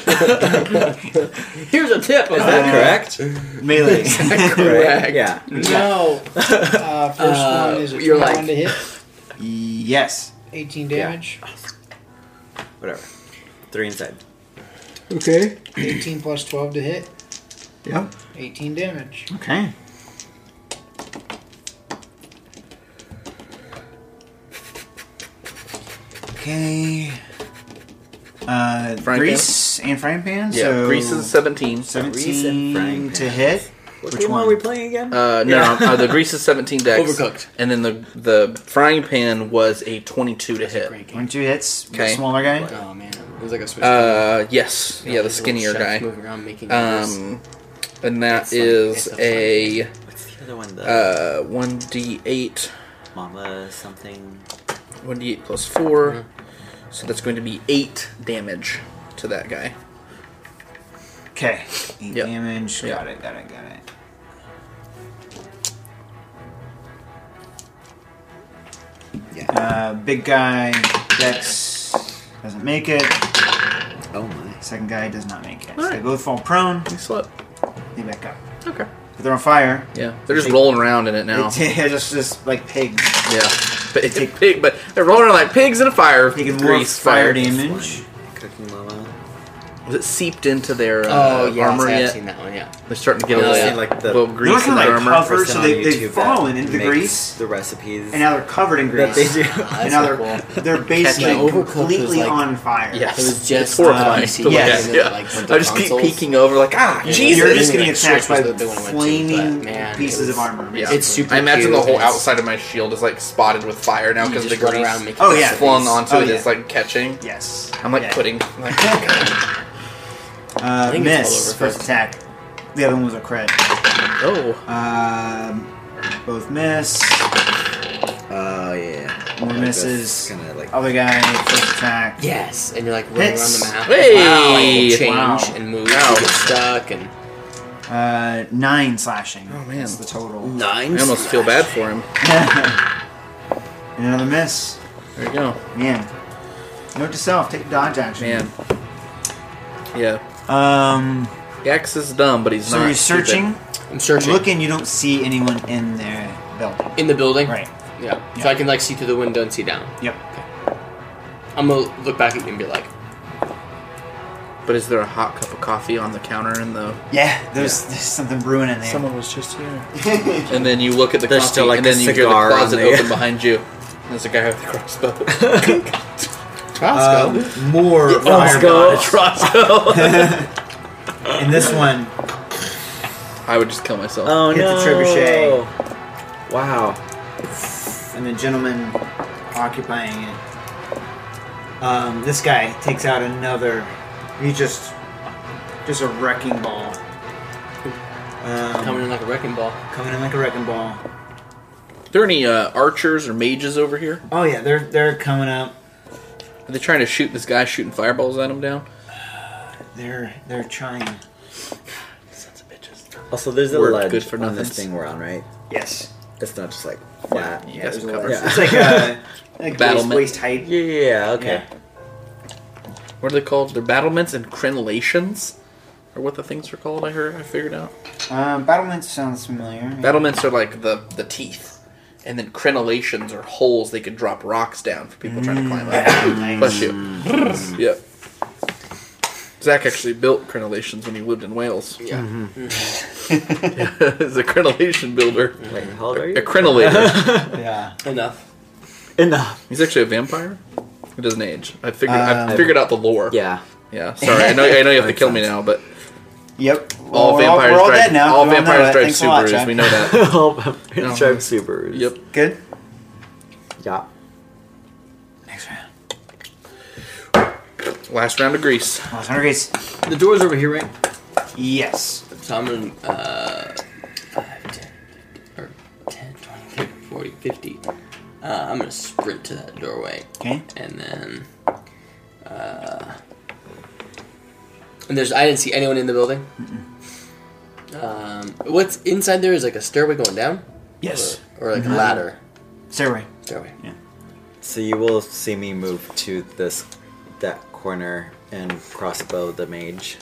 Here's a tip. Is that Uh, correct? Melee. Correct. Yeah. No. Uh, first one is a you're 21 like- to hit, [LAUGHS] yes. 18 damage. Whatever. Three inside. Okay. 18 plus 12 to hit, 18 damage. Okay. Okay. Uh, Frying grease and frying pan. Yeah, so Grease is 17. Grease and frying seventeen to pan. hit. Which, Which one one? are we playing again? Uh, no, no, uh, the Grease is 17 dex. Overcooked. And then the the frying pan was a 22 to hit. One two hits. the Okay. Smaller guy. Oh man, it was like a switch. Uh, yes, yeah, the skinnier guy. Moving around, making um, Um, and that like- is it's a a What's the other one? The uh 1d8 mama something. 1d8 plus 4 so that's going to be 8 damage to that guy Okay. Eight Yep. damage. Yep. Got it. Got it. Got it. Yeah. Uh, big guy. Dex doesn't make it. Oh my. Second guy does not make it. So they Alright. both fall prone. he slept They back up. okay But they're on fire. yeah they're just rolling around in it [LAUGHS] now It's just, just like pigs. yeah [LAUGHS] but it's a pig but they're rolling around like pigs in a fire Taking more grease fire fire damage. Cooking mama. was it seeped into their uh, oh yeah, armor I've yet seen that one. Yeah. they're starting to get a Oh, little, yeah. Like the- little They're grease looking in their like armor covered, so Person they, on they've YouTube that fallen into the makes grease. The recipes. And now they're covered in that they grease. do. And now they're, [LAUGHS] they're basically Yeah, Overcooked was completely like- on fire. yes It was It's just, horrifying um, to look yes, at, yeah. [LAUGHS] yeah. like, with the I just keep consoles. peeking over like ah Jesus You're just getting Yeah, attacked Switch by was the big one I went to, flaming but, man, it pieces was- of armor. Yeah. It's super I imagine cute, the whole and it's- outside of my shield is like spotted with fire now because You the just run grease around making Oh, yeah. recipes. flung onto Oh, it yeah. is like catching. Yes. I'm like Yeah. putting. Like, oh, Uh, think it's all miss. over First first. attack. The other one was a crit. oh, Um, both miss. [LAUGHS] Oh yeah. More misses. Oh, Kind of like. Other guy, first attack. Yes, and you're like running Hits. around the map. Hey! Wow, and change Wow. and move, Wow. and get stuck, and Uh, nine slashing. Oh, man. That's the total. [LAUGHS] Nine. I almost feel bad for him. Another miss. There you go, Man. Note to self, take dodge action. man. Yeah, Um, Gax is dumb, but he's so not. you're searching. I'm searching Looking, you don't see anyone in their building. in the building. Right. Yeah, Yeah. So I can like see through the window and see down. Yep. I'm gonna look back at you and be like, But is there a hot cup of coffee on the counter in the? Yeah, there's, there's something brewing in there. Um, was just here. and then you look at the There's coffee, still, like, and a then you hear the cigar on closet the- open behind you. And there's a guy with the crossbow. Um, more Let's go. fireballs. [LAUGHS] And this one, [LAUGHS] I would just kill myself. Oh Hit the no! trebuchet. Wow. and the gentleman occupying it. Um, this guy takes out another. He just, just a wrecking ball. Um, coming in like a wrecking ball. coming in like a wrecking ball. Are there any uh, archers or mages over here? Oh yeah, they're they're coming up. Are they trying to shoot this guy shooting fireballs at him down? They're they're trying. Sons of bitches. Also, there's a We're ledge good for on this nothings. thing we're on, right? Yes. It's not just like flat. You guys there's are a covered. waist- It's [LAUGHS] like a like waist, Battlement. waist height. Yeah, yeah, yeah, okay. Yeah. What are they called? They're battlements and crenellations? Or what the things are called, I heard, I figured out. Um, battlement sounds familiar. Battlements are like the, the teeth. And then crenellations are holes they could drop rocks down for people trying to climb up. Nice. Bless you. yep. Zach actually built crenellations when he lived in Wales. Yeah. Mm-hmm. [LAUGHS] He's a crenellation builder. Wait, how old are A [LAUGHS] you? crenellator. Yeah. Enough. Enough. He's actually a vampire. He doesn't age. I figured I Um, figured out the lore. Yeah. Yeah. Sorry. I know I know you have to kill me now, but Yep. Well, all we're vampires we're all drive dead now. all We all know vampires that. drive Thanks a lot, Subarus. Jack. we [LAUGHS] know [LAUGHS] that. Help him. No. Drive Subarus. Yep. Good. Yeah. Next round. Last round of grease. Last hundred gates. The door's over here, right? Yes. So I'm gonna uh, 5, 10, or 10, 20, 30, 40, 50. Uh, I'm gonna sprint to that doorway. Okay. and then uh, and there's I didn't see anyone in the building. Um, what's inside there is like a stairway going down, Yes. or like Mm-hmm. a ladder Stairway. stairway. So you will see me move to this, that corner and crossbow the mage.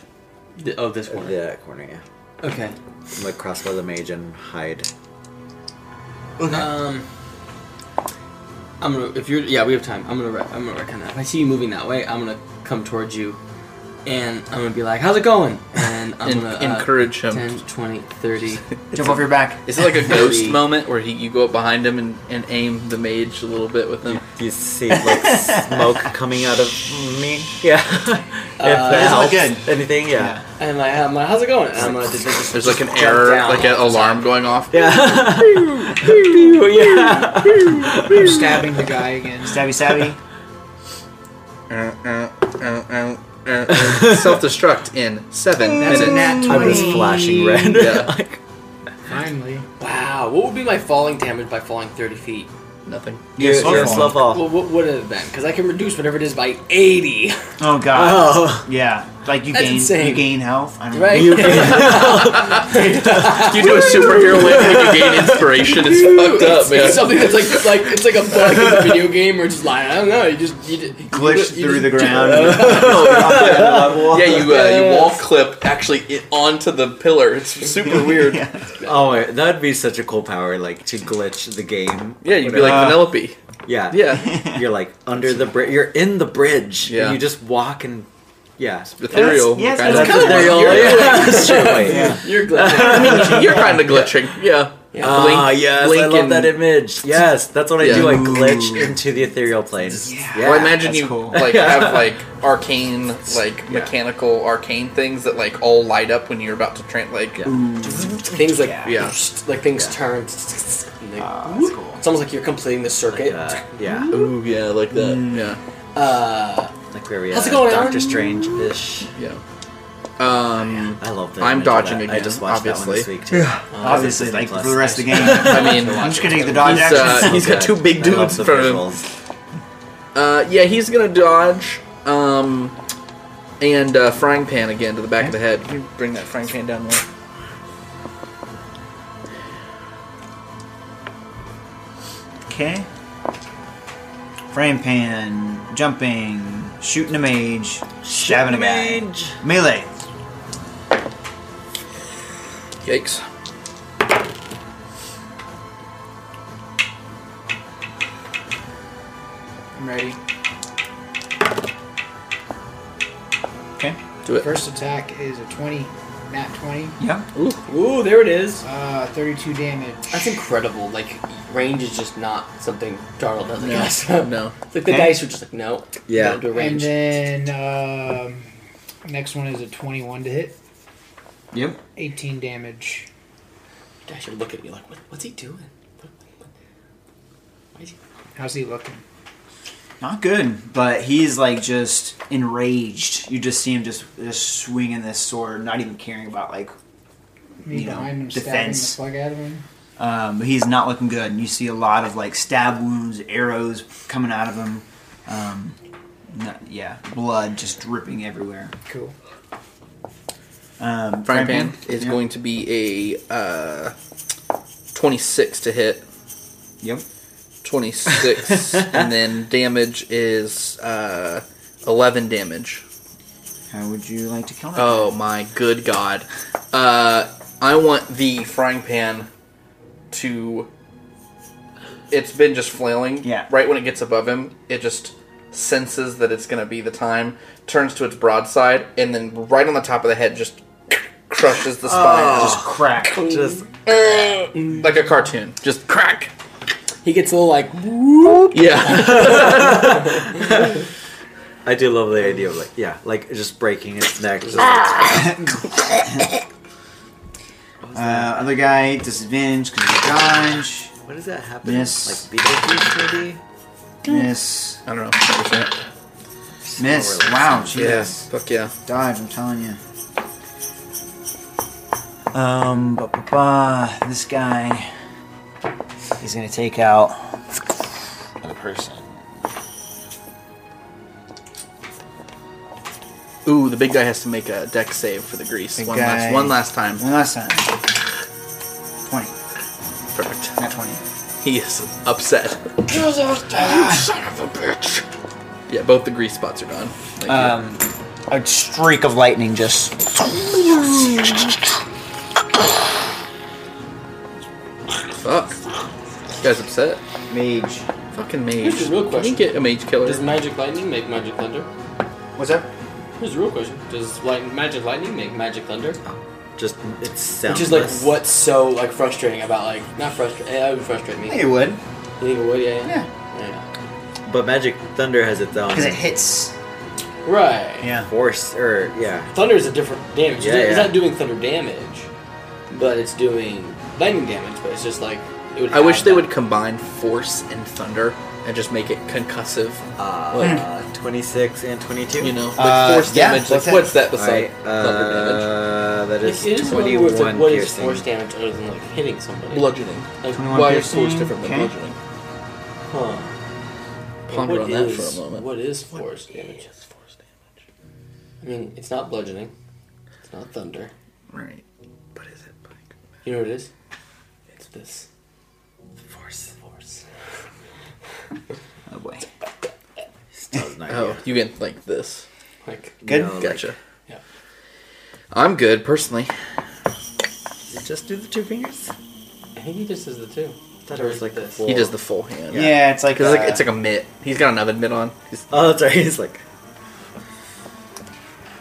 The- oh, this one. That corner, yeah. Okay. I'm gonna crossbow the mage and hide. Um, I'm gonna if you're yeah we have time. I'm gonna rec- I'm gonna reckon that if I see you moving that way, I'm gonna come towards you, and I'm gonna be like, "How's it going?" And I'm En- gonna uh, encourage him. 10, 20, 30. Jump off your back. Is [LAUGHS] it like [LAUGHS] a ghost Thirty. moment where he, you go up behind him and, and aim the mage a little bit with him? You see like [LAUGHS] smoke coming out of me. Yeah. if that That's all helps. good. Anything, yeah. uh, and my, I'm like, "How's it going?" And I'm gonna just, There's like an error, down. like an alarm going off. Yeah. Pew, yeah. I'm stabbing the guy again. Stabby stabby. Uh, [LAUGHS] Self destruct in seven That's a minutes. nat 20. I was flashing [LAUGHS] red. Yeah. Like, Finally. Wow, what would be my falling damage by falling 30 feet? Nothing. [LAUGHS] you're, slow you're a fall. slow fall. Well, what would it have been? Because I can reduce whatever it is by 80. Oh god. Oh. Yeah. Like you That's gain insane. you gain health. I don't [LAUGHS] [LAUGHS] know. Right? You You do a superhero way and you gain inspiration. It's fucked up, It's, it's man. something that's like like it's like a bug in a video game or just like I don't know. You just you just, you Glitch just- you through [LAUGHS] the just- ground. Yeah, you uh, [LAUGHS] you wall clip actually i onto the pillar. It's [LAUGHS] super weird. Yeah, Yeah. Oh my, that'd be such a cool power, like to glitch the game. you'd be like Uh, Penelope. yeah, Yeah, You're like under the bridge. You're in the bridge. Yeah. And you just walk and yeah. ethereal. yes, kind that's of. kinda There you are. [LAUGHS] Yeah. [LAUGHS] That's true. Wait. [LAUGHS] Yeah. You're glitching. You're kind of glitching. Yeah. Ah, yes, I love and- that image. Yes, that's what I Yeah. do. I glitch into the ethereal plane. Yeah. well, imagine that's you cool. [LAUGHS] like have like arcane, like Yeah. mechanical arcane things that like all light up when you're about to train. Like, Yeah. things like Yeah. Yeah. like things Yeah. turn. and they- Ah, that's cool. It's almost like you're completing the circuit. Uh, yeah, ooh, yeah, like that. Mm, Yeah, Uh, like where we How's at? it going, Doctor Aaron? Strange ish. yeah. Um, I love that. I'm image of dodging that. I again, just watched obviously. that one this week too. Yeah. Obviously, like for the [LAUGHS] rest of the game. [LAUGHS] I mean, I'm he's, just gonna take the dodge uh, action. he's got two big dudes in front of him. Uh, yeah, he's gonna dodge. Um, and uh, frying pan again to the back of the head. Can you bring that frying pan down more? Okay. Frame pan, jumping, shooting a mage, stabbing a guy. Melee. Yikes. ready. Okay. Do it. First attack is a 20, nat 20, Yeah. Ooh, there it is. uh, 32 damage. That's incredible. Like range is just not something Darnold doesn't No. guess. [LAUGHS] No. like the Okay. dice are just like no. Yeah. Don't do And range. then um, next one is a 21 to hit, Yep. 18 damage. Dice are looking at me like, what, what's he doing? What, what, why is he? How's he looking? Not good, but he's like just enraged. You just see him just, just swinging this sword, not even caring about like. Me You know, behind him, defense. stabbing the fuck out of him. Um, but he's not looking good, and you see a lot of like stab wounds, arrows coming out of him. Um, not- yeah, blood just dripping everywhere. Cool. Um, Frying pan is Yeah. going to be a uh, 26 to hit. Yep. 26. and then damage is uh, 11 damage. How would you like to kill that? Oh my good god. Uh, I want the frying pan to. It's been just flailing. Yeah. Right when it gets above him, it just senses that it's going to be the time, turns to its broadside, and then right on the top of the head just crushes the spine. Just crack. Just Just like a cartoon. Just crack. He gets a little like Yeah. I do love the idea of like yeah, like just breaking its neck. Just like, Uh, other guy disadvantage because of dodge. what does that happen? Miss. Like Beetlejuice maybe? Miss. [LAUGHS] I don't know. 100%. Miss. Really. Wow, Jesus. Fuck yeah. Dodge, I'm telling you. Um, ba ba ba. This guy is gonna take out another person. Ooh, the big guy has to make a deck save for the grease. Big One guy. last, one last time. One last time. 20. Perfect. Not 20. He is upset. Yeah, both the grease spots are gone. Thank you. Um, a streak of lightning just. Fuck. This guy's upset. Mage. Fucking mage. Here's the real Can we question. get a mage killer? Does magic lightning make magic thunder? What's up? Here's the real question: Does light, magic lightning make magic thunder? Just it's soundless. Which is like what's so like frustrating about like not frustrating. That would frustrate me. I think it would. You think it would? Yeah. Yeah. yeah. But Magic Thunder has its own Because it hits. Right. Yeah. force or yeah. Thunder is a different damage. Yeah, it's, it's yeah. not doing thunder damage, but it's doing lightning damage. But it's just like it would. I wish have they that- would combine force and thunder and just make it concussive. Uh, twenty six and twenty two. You know, like Uh, force yeah, damage. that's Like, it. what's Alright, that beside thunder damage? uh, that It is it is twenty twenty with one like, what is piercing. force damage other than like hitting somebody? Bludgeoning. Like, 21 Why is force piercing, different than okay. bludgeoning? huh? Ponder What on that is- for a moment. What is force damage? force damage? I mean, it's not bludgeoning. It's not thunder. Right. But is it like You know what it is? It's this. Force. Force. Oh boy. That was an idea. Oh, you get like this. Like Good. No, like, Gotcha. Yeah. I'm good personally. just do the two fingers. I think he just does the two. thought it was like this. four. He does the full hand. yeah. it's like. Cause like uh, it's like a mitt. He's got an oven mitt on. He's- Oh, that's right. He's like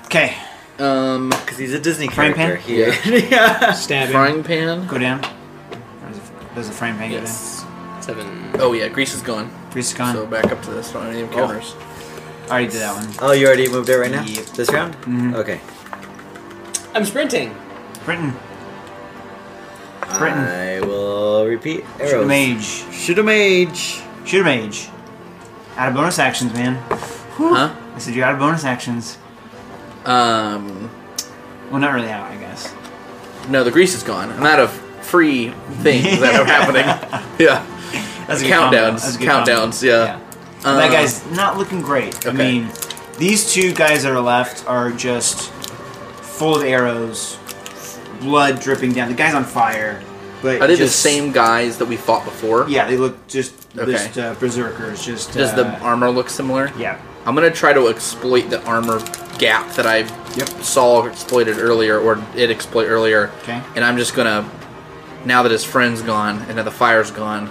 Okay. um, because he's a Disney Frying character. pan? He, yeah. Stab him. frying pan. Go down. There's a, there's a frame hanging Yes. Seven. Oh yeah, grease is gone. down. Priest is gone. So back up to this. Don't have any counters. Already did that one. [LAUGHS] Oh, you already moved it right now. Yep. This round. Mhm. Okay. I'm sprinting. Uh, Britain. Britain. I will repeat. Shoot a Arrows. mage. Shoot a mage. Shoot a mage. Out of bonus actions, man. Whew. Huh? I said you're out of bonus actions. Um, Well, not really out, I guess. no, the grease is gone. I'm out of free things that are happening. Yeah. That's a good combo. Countdowns. That's a good combo. Countdowns. Yeah. But that Um, guy's not looking great. I okay. mean, these two guys that are left are just full of arrows, blood dripping down. The guy's on fire. But I did just- the same guys that we fought before. Yeah, they look just Okay. just uh, berserkers. Just Does uh, the armor look similar? yeah. I'm gonna try to exploit the armor gap that I Yep. saw exploited earlier, or it exploit earlier. Okay. And I'm just gonna, now that his friend's gone and now the fire's gone,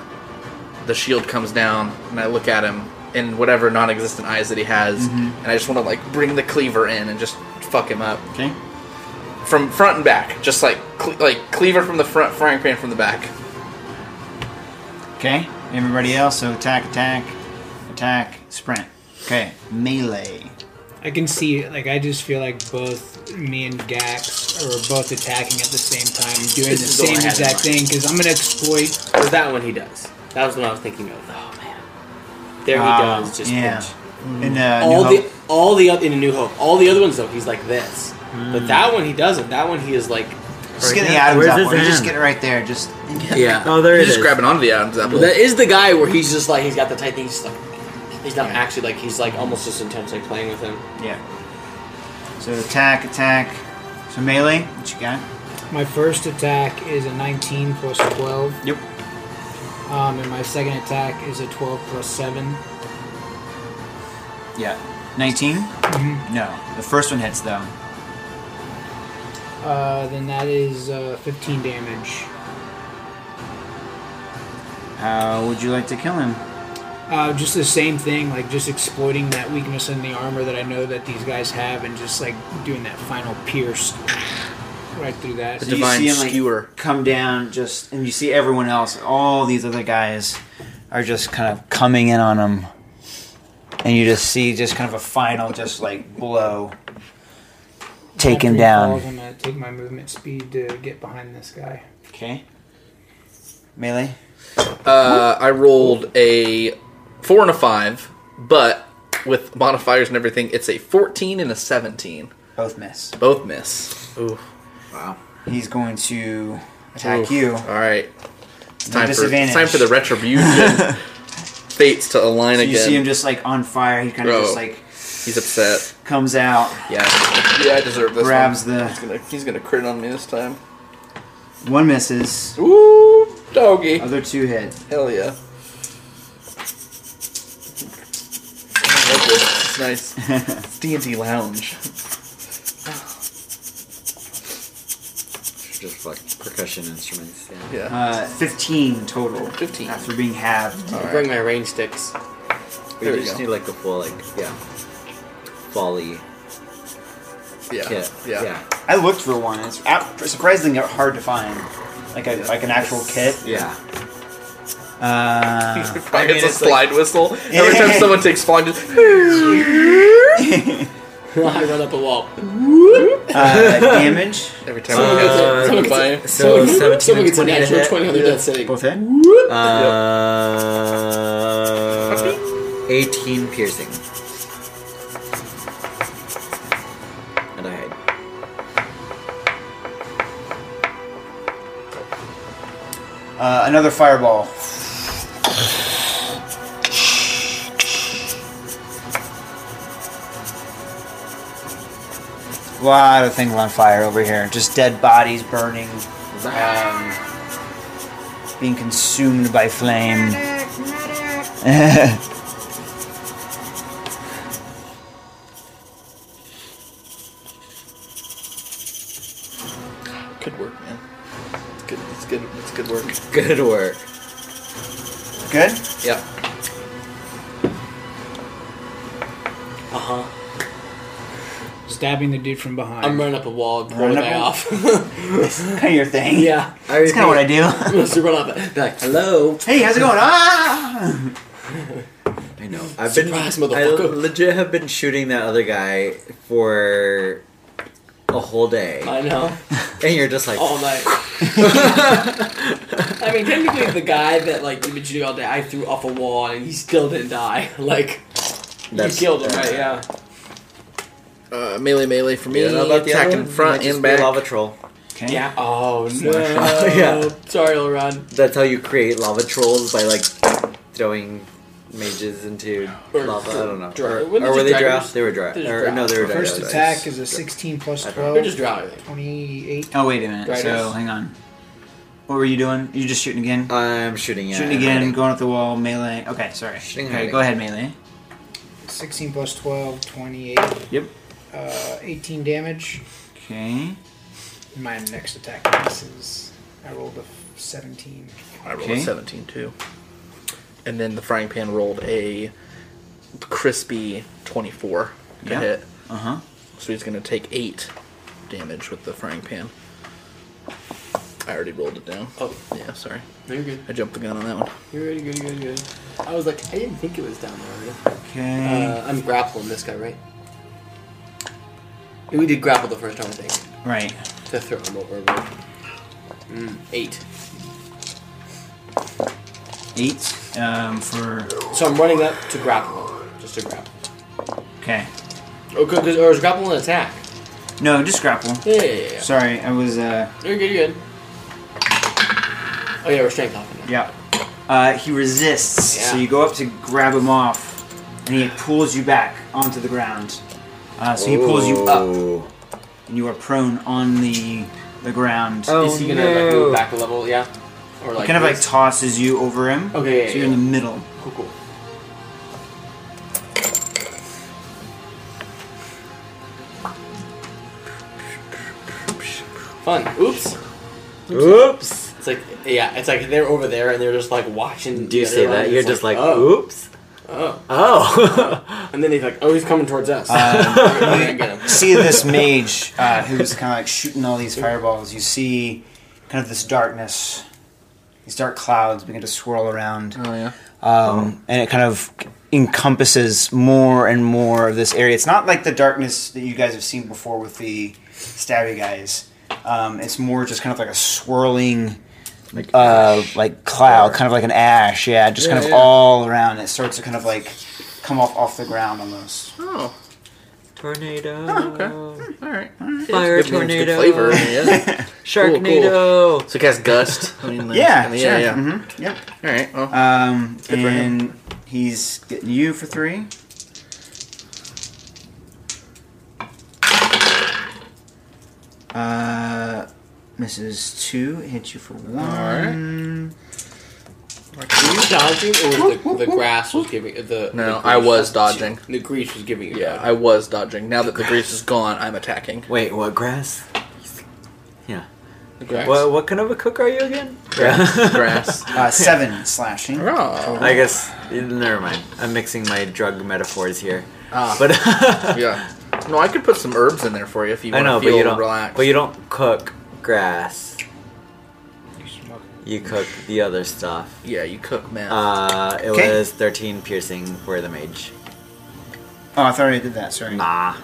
the shield comes down, and I look at him, and whatever non-existent eyes that he has, Mm-hmm. and I just want to like bring the cleaver in and just fuck him up Okay. from front and back, just like cle- like cleaver from the front, frying pan from the back. Okay. Everybody else, so attack, attack, attack, sprint. Okay. Melee. I can see, like, I just feel like both me and Gax are both attacking at the same time, doing This the is what I same had in exact mind. thing, because I'm going to exploit Because that one he does. That was the one I was thinking of. Oh man, there he Ah, goes. Just yeah. pinch. And uh, all New the Hope. all the oth- in a New Hope. All the other ones though, he's like this. But that one he doesn't. That one he is like. just get the atoms Where's out his for it. Just hand? get it right there. Just [LAUGHS] Yeah. Oh, there it He's is. just grabbing onto the Adam's apple. That is the guy where he's just like he's got the tight thing. He's just like he's not actually like he's like almost just intentionally playing with him. yeah. So attack, attack. So melee. What you got? my first attack is a 19 plus 12. Yep. Um, and my second attack is a 12 plus 7. Yeah. 19 No. The first one hits though. Uh, then that is uh, 15 damage. How would you like to kill him? Uh, just the same thing, like just exploiting that weakness in the armor that I know that these guys have, and just like doing that final pierce right through that. The divine skewer. come down, just and you see everyone else. All these other guys are just kind of coming in on him, and you just see just kind of a final, just like blow. Take him After he down. falls, I'm gonna take my movement speed to get behind this guy. Okay. Melee. Uh, I rolled a four and a five, but with modifiers and everything, it's a 14 and a 17. Both miss. Both miss. Ooh. He's going to attack Ooh. you. All right. It's time, for, it's disadvantage. time for the [LAUGHS] retribution. Fates to align So again. you see him just like on fire. He kind of Oh. just like He's upset. comes out, Yeah. Yeah, I deserve this. grabs one. the He's gonna, he's gonna crit on me this time. one misses, Ooh, doggy. other two hit. [LAUGHS] Hell yeah. I like this. It's nice. It's D&D Lounge. Just like percussion instruments. Yeah. Yeah. Uh, 15 total. 15. After being halved. All right. Bring my range sticks. [LAUGHS] We There you just go. need like a full like yeah, folly Yeah. kit. Yeah. I looked for one. It's ap- surprisingly hard to find. Like a, like an actual kit. yeah. Ah, Uh, [LAUGHS] Probably mean, it's a it's like- slide whistle. Every time [LAUGHS] someone takes slide, just [LAUGHS] I run up a wall. uh, damage. every time someone gets Uh, it, [LAUGHS] someone by. gets So Someone seventeen gets a twenty natural twenty on their death sitting. Both hit. Uh, [LAUGHS] eighteen piercing. And I hide. Uh, another fireball. A lot of things on fire over here. Just dead bodies burning, um, being consumed by flame. [LAUGHS] Good work, man. It's good. It's good. It's good work. Good work. Good. Yeah. Uh huh. Stabbing the dude from behind. I'm running up a wall and pull Run the up guy a- off. Kind of your [LAUGHS] thing. yeah. That's kind of what I do. I'm supposed to run up. and Be like, hello. [LAUGHS] hey, how's it going? Ah! I know. Mm. I've Surprise, been. I motherfucker. legit have been shooting that other guy for a whole day, I know. and you're just like, All night. I mean, technically, the guy that like you've been shooting all day, I threw off a wall and he still didn't die. [LAUGHS] Like That's- you killed him, right? Yeah. Uh, melee, melee for me. You know about the attack other in one? front Might just and be a back. Lava troll. Okay. Yeah. Oh no. Yeah. Sorry, Leron. That's how you create lava trolls by like throwing mages into Or- lava. I don't know. dra- or, weren't or they were they dry? dragons? They were dry. They're just Or, no, they were dry. First yeah, attack right. is a 16 plus I don't- 12. They're just drowning. 28. Oh wait a minute. So Dragons. hang on. What were you doing? You just shooting again? I'm shooting. Yeah, Shooting I'm again, hiding. going at the wall, melee. Okay, sorry. Shooting okay, hiding. go ahead, melee. 16 plus 12, 28. Yep. Uh, 18 damage. Okay. My next attack misses. I rolled a 17. I rolled a Okay. 17 too. And then the frying pan rolled a crispy 24 to Yeah. hit. Uh huh. So he's going to take 8 damage with the frying pan. I already rolled it down. Oh. Yeah, sorry. No, you're good. I jumped the gun on that one. You're good, good, good, good. I was like, I didn't think it was down there. Okay. Uh, I'm grappling this guy, right? We did grapple the first time, I think. right. To throw him over. Right? Mm, eight. Eight um, for. So I'm running up to grapple him. Just to grapple. Okay. Oh, good, good, or is grapple an attack? No, just grapple. Yeah, yeah, yeah. yeah. Sorry, I was. Uh, You're good, you're good. Oh, yeah, we're strength off. yeah. Uh, he resists, so Yeah. you go up to grab him off, and he pulls you back onto the ground. Uh, so he pulls you up, and you are prone on the the ground. Oh, Is he gonna like, move back a level? Yeah? Or He kind of like this? tosses you over him. Okay, yeah, So you're in yeah. the middle. Cool, cool. Fun. Oops. Oops. It's like yeah, it's like they're over there and they're just like watching. Do you the say other that? one. You're It's just like, oh, oops. oh, Oh. [LAUGHS] and then he's like, oh, he's coming towards us. [LAUGHS] We're gonna get him. [LAUGHS] see this mage uh, who's kind of like shooting all these fireballs. You see kind of this darkness, these dark clouds begin to swirl around, Oh, yeah. um, and it kind of encompasses more and more of this area. It's not like the darkness that you guys have seen before with the stabby guys. Um, it's more just kind of like a swirling, Like uh, like cloud, kind of like an ash. Yeah, just kind Yeah, of yeah. all around. It starts to kind of like come off off the ground almost. Oh, tornado. Oh. okay. All right. Fire Give me some good tornado. flavor. Yeah. Sharknado. So [LAUGHS] cast gust. I mean, like, Yeah, I mean, sure. yeah, yeah. Mm-hmm. Yep. All right. Well, Um, Good for him. and he's getting you for three. Uh, misses two, hits you for one. Were you dodging, or was the, the grass was giving the? the No, grease I was dodging. The grease was giving you. yeah, dodge. I was dodging. Now that the grease is gone, I'm attacking. Wait, what grass? Yeah. Grass. What what kind of a cook are you again? [LAUGHS] Grass. Uh, seven slashing. Oh. I guess never mind. I'm mixing my drug metaphors here. Ah. But [LAUGHS] Yeah. No, I could put some herbs in there for you if you I want know, to but you feel don't relaxed. but you don't cook grass. You smoke. You cook the other stuff. yeah, you cook, man. Uh, it Okay. was 13 piercing for the mage. Oh, I thought I did Mm. that. Sorry. Nah.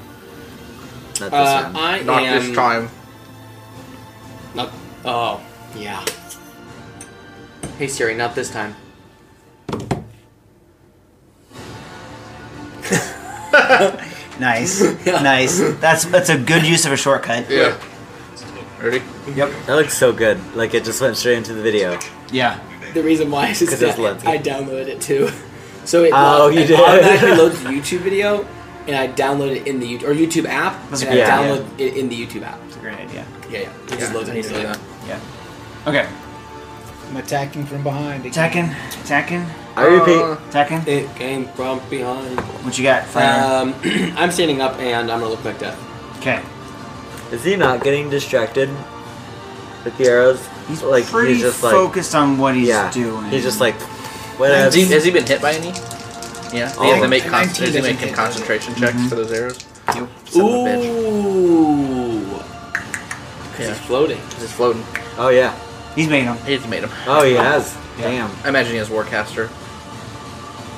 Not this Uh, one. I Not am. this time. Not, oh, yeah. Hey Siri, not this time. [LAUGHS] Nice, nice. That's that's a good use of a shortcut. Yeah. Ready? Yep. That looks so good. Like it just went straight into the video. Yeah. The reason why is 'Cause that it's lengthy. I downloaded it too. [LAUGHS] So it, Oh, loads- you it did. automatically [LAUGHS] loads the YouTube video, and I download it in the YouTube, or YouTube app, That's a and I good idea. download it in the YouTube app. That's a great idea. Yeah, yeah. It just Yeah, loads I it need to do instantly. that. Yeah. Okay. I'm attacking from behind. again. Attacking, attacking, I Uh. repeat. attacking. It came from behind. What you got, Uh, [CLEARS THROAT] Fire? Um, I'm standing up and I'm gonna look like that. okay. Is he not getting distracted with the arrows? He's like pretty he's just like focused on what he's yeah. doing. He's just like what Has he, has else? he been hit by any? Yeah. Uh, Oh. Mm-hmm. He has to make, con- 19 does he make doesn't hit. concentration checks for those arrows. Yep. Son of a bitch. Ooh, he's Yeah. floating. He's just floating. Oh yeah. He's made him. He's made him. Oh he has. Damn. I imagine he has Warcaster.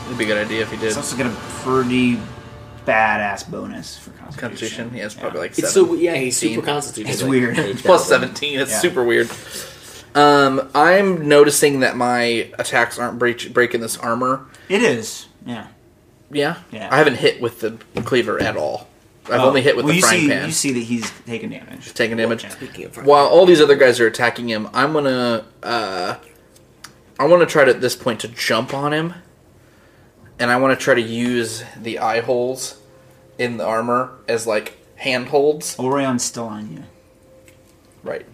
It'd be a good idea if he did. He's also got a pretty badass bonus for Constitution. Constitution. He has Yeah. probably like seven. It's so yeah, he's super Eighteen. constituted. It's like- weird. Eight plus thousand. 17 it's Yeah. super weird um i'm noticing that my attacks aren't breach breaking this armor [LAUGHS] It is. Yeah. yeah Yeah. i haven't hit with the cleaver at all i've Oh. only hit with Well, the you frying see, pan You see that he's taking damage. [LAUGHS] taking damage Yeah. Speaking of while all these other guys are attacking him i'm gonna uh i want to try to at this point to jump on him and i want to try to use the eye holes in the armor as like handholds Orion's still on you. right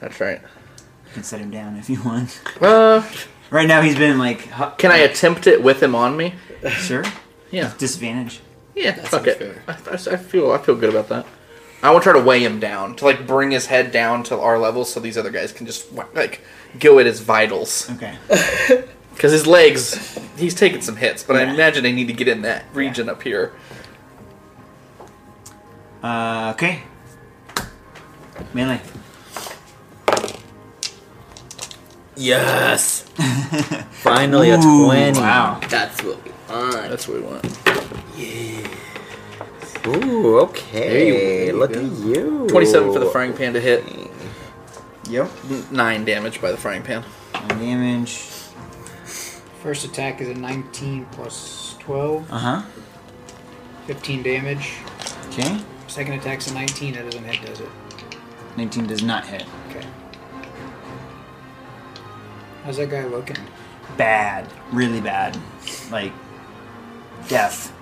that's right You can set him down if you want. [LAUGHS] uh, Right now he's been like uh, hu- can i attempt it with him on me sure yeah disadvantage. Yeah, That fuck sounds it. I, I- I feel I feel good about that. I want to try to weigh him down to like bring his head down to our level so these other guys can just wha- like go at his vitals. Okay. Because his legs, he's taking some hits, but I imagine I need to get in that region up here. Uh, okay. Melee. Yes. Finally, a Ooh, twenty. Wow. That's what we want. That's what we want. Ooh, okay. There you Look go. at you. 27 for the frying pan to hit, Yep. n- 9 damage by the frying pan. And damage. First attack is a 19 plus 12, Uh huh. 15 damage. Okay. Second attack's a 19, that doesn't hit, does it? 19 does not hit. Okay. How's that guy looking? Bad. Really bad. Like, death.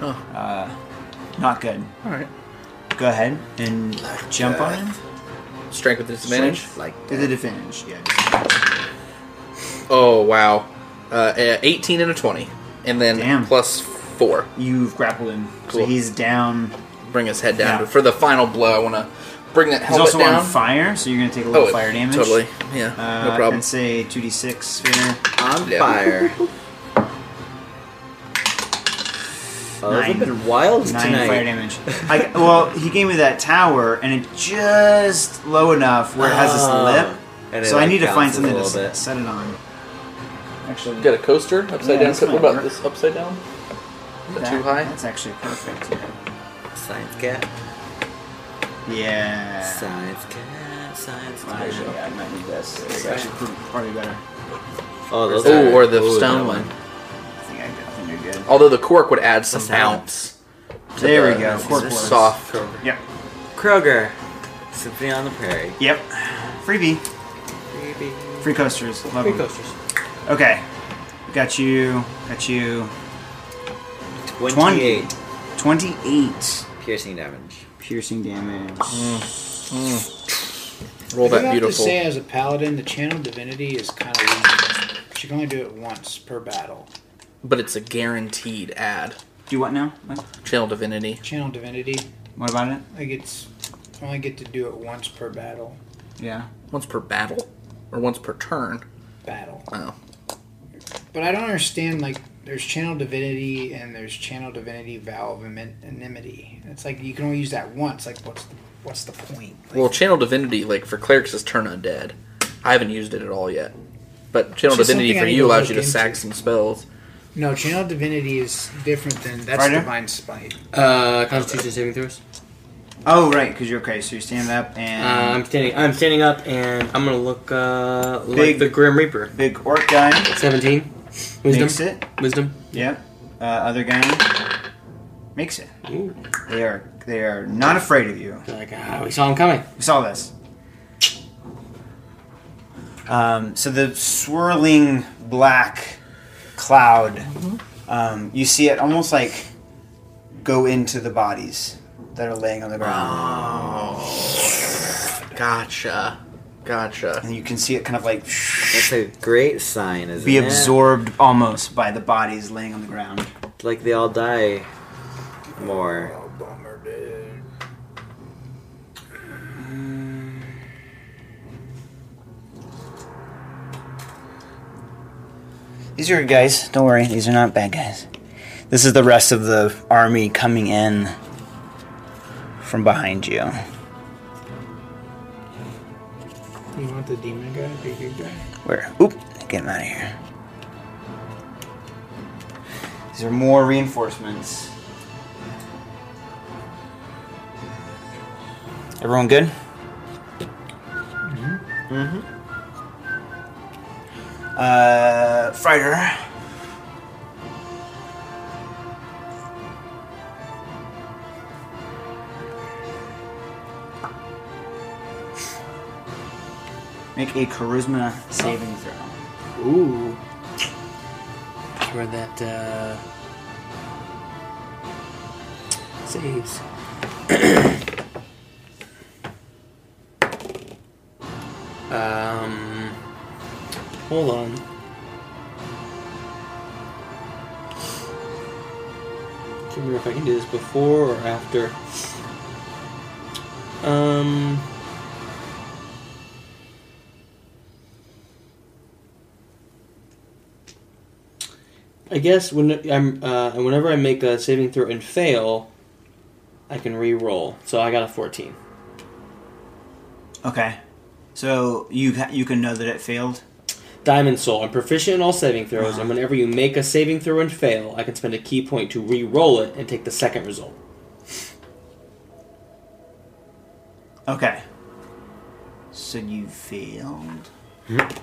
Huh. Uh, not good. Alright. Go ahead and jump on him. Strength with disadvantage. Like, to the advantage, yeah. Oh, wow. Uh, a 18 and a 20. And then Damn. plus 4. You've grappled him. Cool. So he's down. Bring his head down. Yeah. But for the final blow, I want to bring that He's helmet also down. on fire, so you're going to take a Oh, little fire damage. Totally. Yeah. Uh, no problem. And say 2d6 sphere. on Yeah. fire. [LAUGHS] Oh, it's Nine. a bit wild Nine tonight. fire damage. I, well, he gave me that tower, and it just low enough where it has Ah. Oh. this lip. And it, So I like, need to find bounces a something to little s- set it on. Actually, Got a coaster upside Yeah, down. that's What fine. about this upside down? Is that that- too high? That's actually perfect. yeah. bit. Science cat. Yeah. Science cat. Science I, cat. I might need this. It's actually pr- probably better. Oh, those Oh, are- or the ooh, stone that one. I think, I, I think you're good. Although the cork would add some What's that one? bounce. Oh, to there the we go. Cork works. Soft. Yep. Kroger. Symphony on the Prairie. Yep. Freebie. Free coasters. Love Free 'em. coasters. Okay. Got you. Got you. 28 28 piercing damage. piercing damage. Roll I do that have beautiful. to say, as a paladin, the channel divinity is kind of weak. She can only do it once per battle. But it's a guaranteed ad. Do what now? What? Channel Divinity. Channel divinity, What about it? like it's, I only get to do it once per battle. Yeah. Once per battle. Or once per turn. Battle. Oh. But I don't understand. Like, there's channel divinity and there's channel divinity vow of anonymity. It's like you can only use that once. Like, what's the what's the point? Like, Well, Channel Divinity, like for clerics, is turn undead. I haven't used it at all yet. But Channel This is Divinity something I for need you to allows look you to into. sack some spells. no, channel divinity is different than that's Ryder? divine spite. Uh, Constitution saving throws. Oh, right, because you're okay. So you stand up Uh, and I'm standing. I'm standing up, and I'm gonna look uh, like Big- the Grim Reaper. big orc guy Seventeen. Wisdom. makes it. Wisdom. Yep. Uh, other guy makes it. Ooh. They are they are not afraid of you. Like ah, we saw him coming. We saw this. Um, so the swirling black cloud, um, you see it almost like go into the bodies that are laying on the ground, Gotcha. Gotcha. and you can see it kind of like That's a great sign, isn't be it? absorbed almost by the bodies laying on the ground. Like they all die more. These are good guys. Don't worry, these are not bad guys. This is the rest of the army coming in from behind you. You want the demon guy, to be a good guy? Where? Oop! Get him out of here. These are more reinforcements. Everyone good? Mm-hmm. Mm-hmm. Uh, Frider. Make a charisma saving throw. Ooh. That's where that uh, saves. [COUGHS] um. Hold on. Can't remember if I can do this before or after. Um. I guess when I'm uh, and whenever I make a saving throw and fail, I can re-roll. So I got a fourteen. Okay. So you ha- you can know that it failed. Diamond Soul. I'm proficient in all saving throws, Uh-huh. and whenever you make a saving throw and fail, I can spend a key point to re-roll it and take the second result. Okay. So you failed. Nat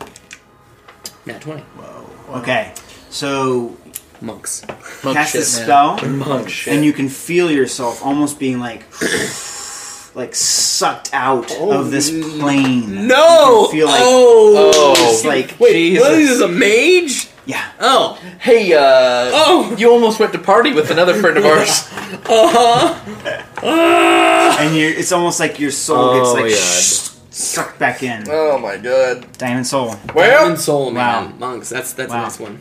twenty. Whoa. Okay. So Monks. Monk cast shit, a man. spell, Monk shit. and you can feel yourself almost being like, [SIGHS] like sucked out of this plane. Oh, No. You feel like oh. just like Wait, what is this? A mage? yeah. Oh. Hey, uh, Oh. you almost went to party with another [LAUGHS] friend of ours. Uh-huh. Uh huh. and you it's almost like your soul gets Oh, like yeah. sucked back in. Uh. oh my god. Diamond soul. [LAUGHS] Well, Diamond Soul, man. Wow. Monks. That's that's Wow. a nice one.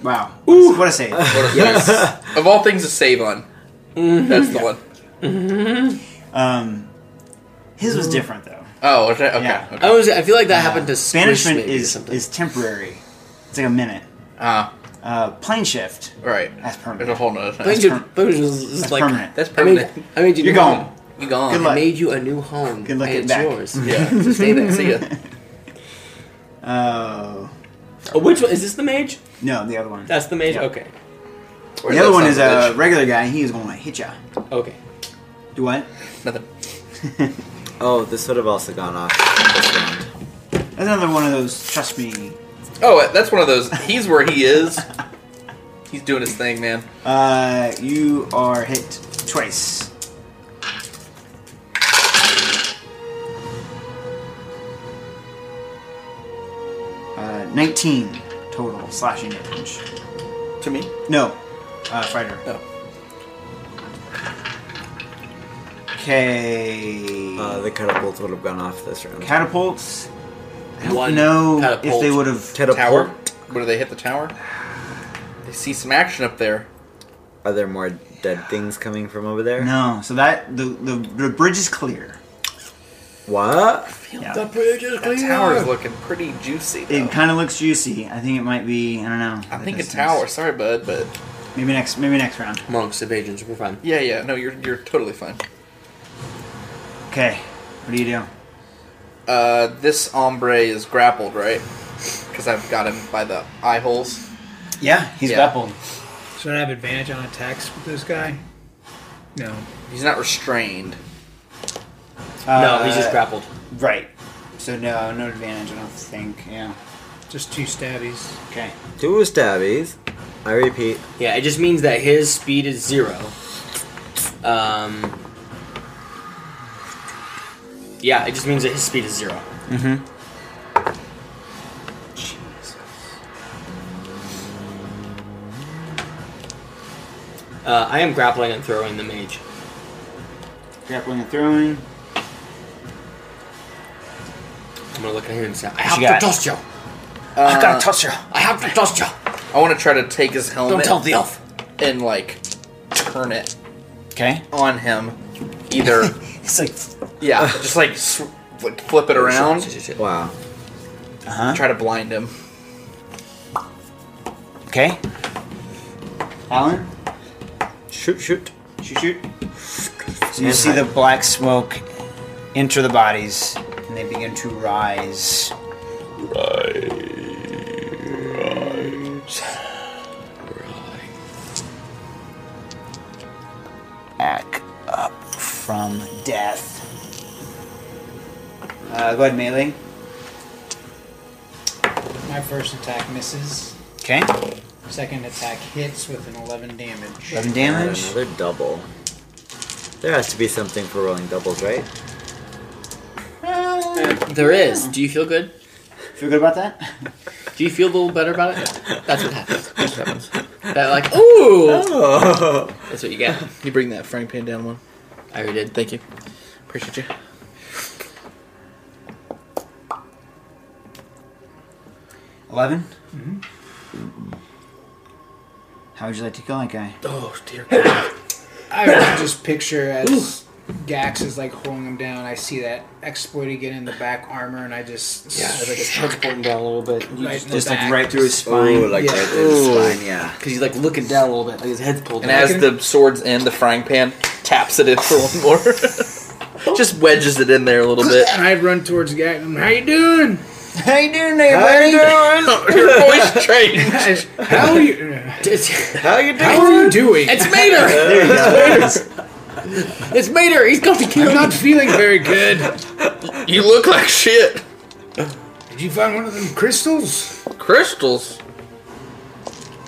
Wow. What [LAUGHS] a save. yes. of all things to save on, Mm-hmm. that's the one. Um, his was different though. Oh, okay, okay. Yeah. okay. I was. Mm. I feel like that happened to Squish Banishment maybe or is something. is temporary. It's like a minute. Ah, Uh, plane shift. right. There's That's a permanent. whole nother thing. Banishment- That's Banishment is That's like- permanent. That's I made, permanent. I made you. You're new gone. home. You gone. Good I luck. made you a new home. Good luck and getting it's back. yours. yeah. So [LAUGHS] stay there. See ya. Oh Oh, which one is this? The mage? no, the other one. That's the mage. Yeah. Okay. Where's the that other one son is uh, of a bitch? regular guy. He is going to hit ya. Okay. Do what? Nothing. Oh, this would have also gone off this round. That's another one of those. Trust me. Oh, that's one of those. He's where he is. He's doing his thing, man. Uh, you are hit twice. Uh, 19 total slashing damage. To me? No, uh, fighter. No. Okay. Uh, the catapult would have gone off this round. catapults. I don't One know if catapult. they would have. catapult. Tower? What do they hit the tower? They see some action up there. Are there more dead things coming from over there? No, so that the, the the bridge is clear. What? Yeah. That tower is looking pretty juicy. Though. It kind of looks juicy. I think it might be. I don't know. I'm That thinking does tower. sense. Sorry, bud, but Maybe next. Maybe next round. Monks, evasions, we're fine. yeah, yeah. No, you're you're totally fine. Okay. What do you do? Uh, this ombre is grappled, right? Because I've got him by the eye holes. Yeah, he's Yeah. grappled. So I have advantage on attacks with this guy. No. He's not restrained. Uh, no, he's just grappled. Right. So no, no advantage. I don't think. Yeah. Just two stabbies. Okay. Two stabbies. I repeat. Yeah, it just means that his speed is zero. Um. Yeah, it just means that his speed is zero. Jesus. Uh, I am grappling and throwing the mage. Grappling and throwing. I'm gonna look at him and say, "I have got? to toss you. Uh, touch you. I have to toss you. I want to try to take his Don't helmet tell the elf." and like turn it Okay. on him. [LAUGHS] Either It's like. yeah, just like sw- like flip it around. Wow. Uh huh. Try to blind him. Okay. Alan, Shoot, shoot. shoot, shoot. So you see the black smoke enter the bodies, and they begin to rise. Back up from death. Uh, go ahead, melee. My first attack misses. Okay, Second attack hits with an 11 damage. 11 Add damage. another double. There has to be something for rolling doubles, right? There is. Do you feel good? Feel good about that? Do you feel a little better about it? That's what happens. That's what happens. That like, ooh, Oh. that's what you get. You bring that frying pan down one. I already did. Thank you. Appreciate you. Eleven. Mm-hmm. How would you like to kill that guy? Oh dear. God. I would just picture as Gax is like holding him down. I see that exploit again in the back armor, and I just Yeah, s- it's like Head's pointing down a little bit. right in the Just like back. right through his spine. like Yeah. that through his spine, yeah. Because he's like looking down a little bit, like his head's pulled And down. as the sword's end, the frying pan taps it in for one more. [LAUGHS] Just wedges it in there a little bit. And I run towards Gax. I'm, How you doing? [LAUGHS] How you doing there, [LAUGHS] buddy? Your voice changed. How are you? [LAUGHS] it's How you How are you doing? Mater. There you go. It's Mater. He's got to kill I'm not feeling very good. You look like shit. Did you find one of them crystals? Crystals.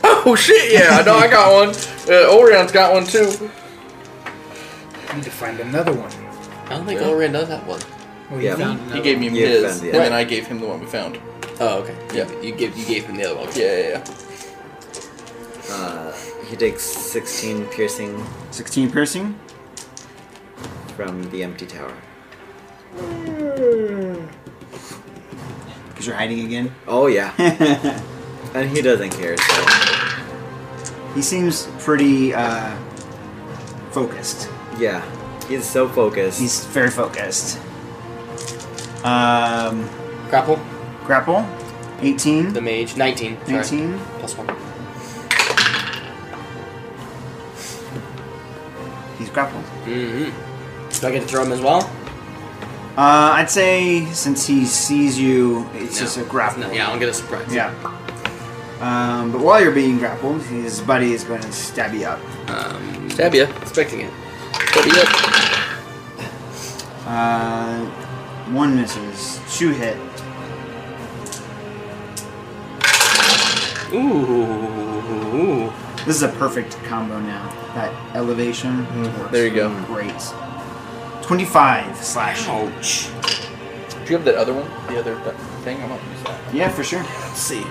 Oh shit! Yeah, I know. I got one. Uh, Orion's got one too. I need to find another one. I don't think Oren does have one. Well, Yeah. you found another He gave me Yeah, his, found the and then other. I gave him the one we found. Oh, okay. Yeah. You give you gave him the other one. Yeah, yeah, yeah. Uh, he takes 16 piercing 16 piercing. from the empty tower. Because you're hiding again. Oh, yeah. and he doesn't care, so. [LAUGHS] He seems pretty uh, focused. Yeah. He's so focused. He's very focused. Um, Grapple. grapple. 18. The mage. Nineteen. Sorry. 19. Plus one. He's grappled. Mm-hmm. Do I get to throw him as well? Uh, I'd say since he sees you, it's just a grapple. No, yeah, I'll get a surprise. Yeah. Um, but while you're being grappled, his buddy is going to stab you up. Um, Stab ya. Expecting it. Stab ya up. Uh, one misses, two hit. Ooh. This is a perfect combo now. That elevation works. there you go. Great. 25 slash. Ouch. Do you have that other one? The other that thing? I might use that. Yeah, for sure. Let's see.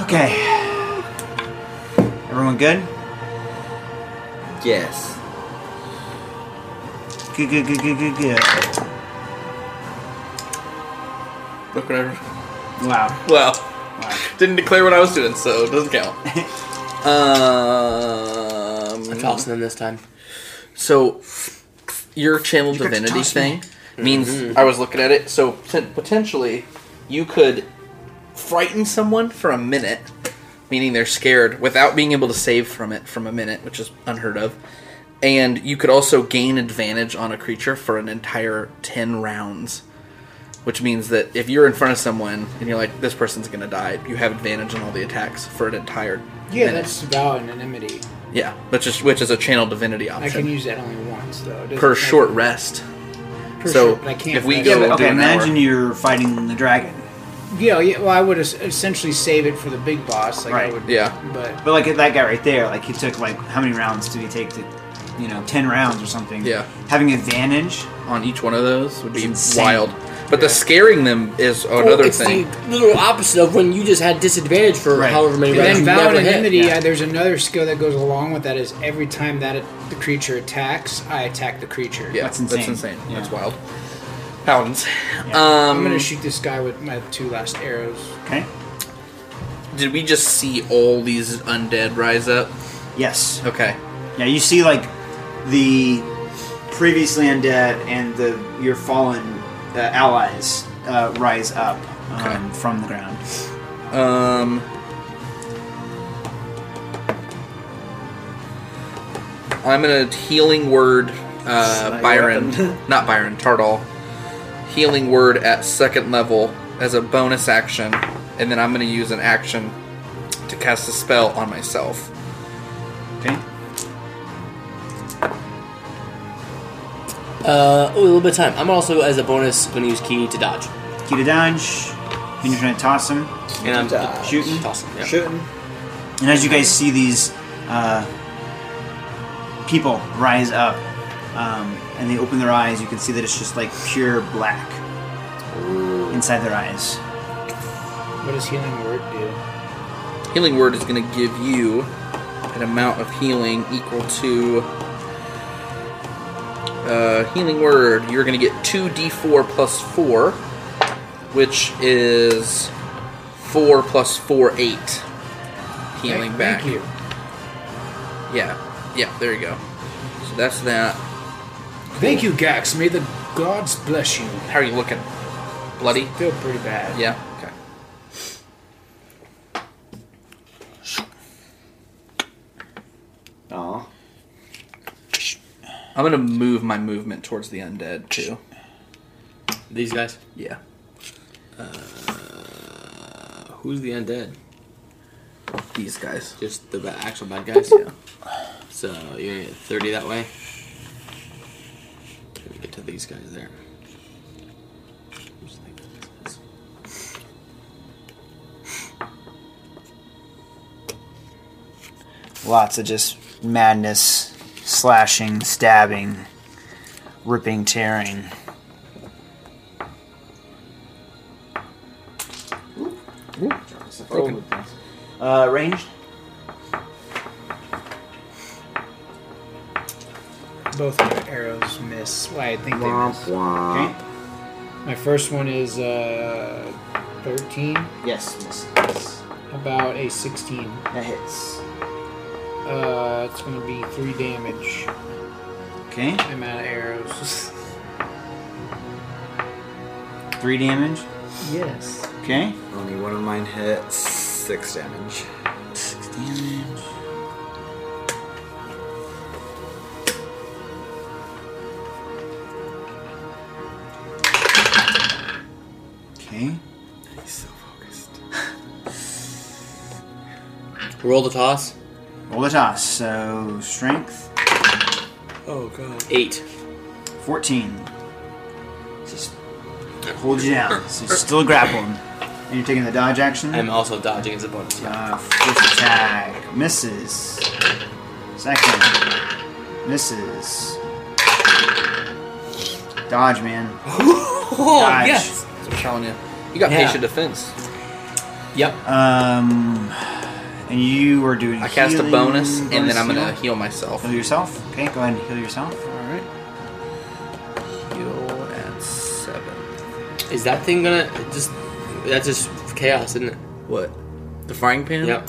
Okay. Everyone good? yes. Good, good, good, good, good, good. Look what I. Wow. Well, wow. didn't declare what I was doing, so it doesn't count. um. I'm tossing him this time. So, your channel got to divinity toss me. thing means I was looking at it. So poten- potentially, you could frighten someone for a minute, meaning they're scared, without being able to save from it from a minute, which is unheard of. And you could also gain advantage on a creature for an entire ten rounds, which means that if you're in front of someone and you're like, "This person's gonna die," you have advantage on all the attacks for an entire. Yeah, minute. that's vow anonymity. yeah, which is which is a channel divinity option I can use that only once though. It doesn't- per I- short rest. per so, short- I can't. if we rest. Yeah, go- but, we'll do okay, an imagine hour. you're fighting the dragon. yeah, yeah. Well, I would es- essentially save it for the big boss. Like I Right. would. Yeah. But But like that guy right there, like he took like how many rounds did he take to you know, ten rounds or something. Yeah. Having advantage. on each one of those would be It's insane. wild. But the scaring them is Oh, another Well, it's thing. the literal opposite of when you just had disadvantage for Right. however many and rounds then you vow never hit. anonymity. Yeah. I, there's another skill that goes along with that. Is every time that it, the creature attacks, I attack the creature. yeah, That's that's insane. insane. That's, Yeah. wild. Hounds. Yeah. Um, I'm gonna shoot this guy with my two last arrows. Okay? Did we just see all these undead rise up? Yes. Okay. Yeah, you see like the previously undead and the your fallen uh, allies uh, rise up um, Okay. from the ground. Um. I'm gonna healing word, uh, Slight Byron, weapon. not Byron, Tardal. Healing word at second level as a bonus action, and then I'm gonna use an action to cast a spell on myself. Okay. Uh, oh, a little bit of time. I'm also, as a bonus, going to use key to dodge. Key to dodge. And you're trying to toss him. And I'm Dodge. shooting. Tossing. Yeah. Shooting. And as you guys see these uh, people rise up um, and they open their eyes, you can see that it's just like pure black inside their eyes. What does healing word do? Healing word is going to give you an amount of healing equal to uh, healing word. You're going to get two d4 plus four, which is four plus four eight healing back. Thank you. Yeah, yeah. There you go. So that's that. Thank you, Gax. May the gods bless you. How are you looking? Bloody? Feel pretty bad. Yeah. Okay. Aw. I'm gonna move my movement towards the undead too. These guys. Yeah. Who's the undead? These guys. Just the ba- actual bad [LAUGHS] guys. Yeah. So you're gonna get thirty that way. Gonna Get to these guys there. Just like this. Lots of just madness, slashing, stabbing, ripping, tearing. Broken. Uh, ranged? Both my arrows miss. Why I think they miss. womp. My first one is uh, 13, Yes, misses. about a 16. That hits. Uh, it's gonna be 3 damage. Okay, I'm out of arrows. [LAUGHS] three damage. yes. Okay, Only one of mine hits. Six damage. six damage. Okay, He's so focused. Roll the toss. roll the toss. So strength Oh god. Eight. fourteen. Just holds you down. So you're still grappled, and you're taking the dodge action. I'm also dodging as a bonus. Yeah. Uh, first attack misses. Second misses. Dodge, man. Oh Dodge. yes. That's what I'm telling you. You got Yeah. patient defense. Yep. Um, and you are doing. I cast a healing bonus, and then I'm heal. gonna heal myself. heal yourself. Okay, go ahead and heal yourself. Alright. Heal at seven. Is that thing gonna just? That's just chaos, isn't it? What? The frying pan? Yep.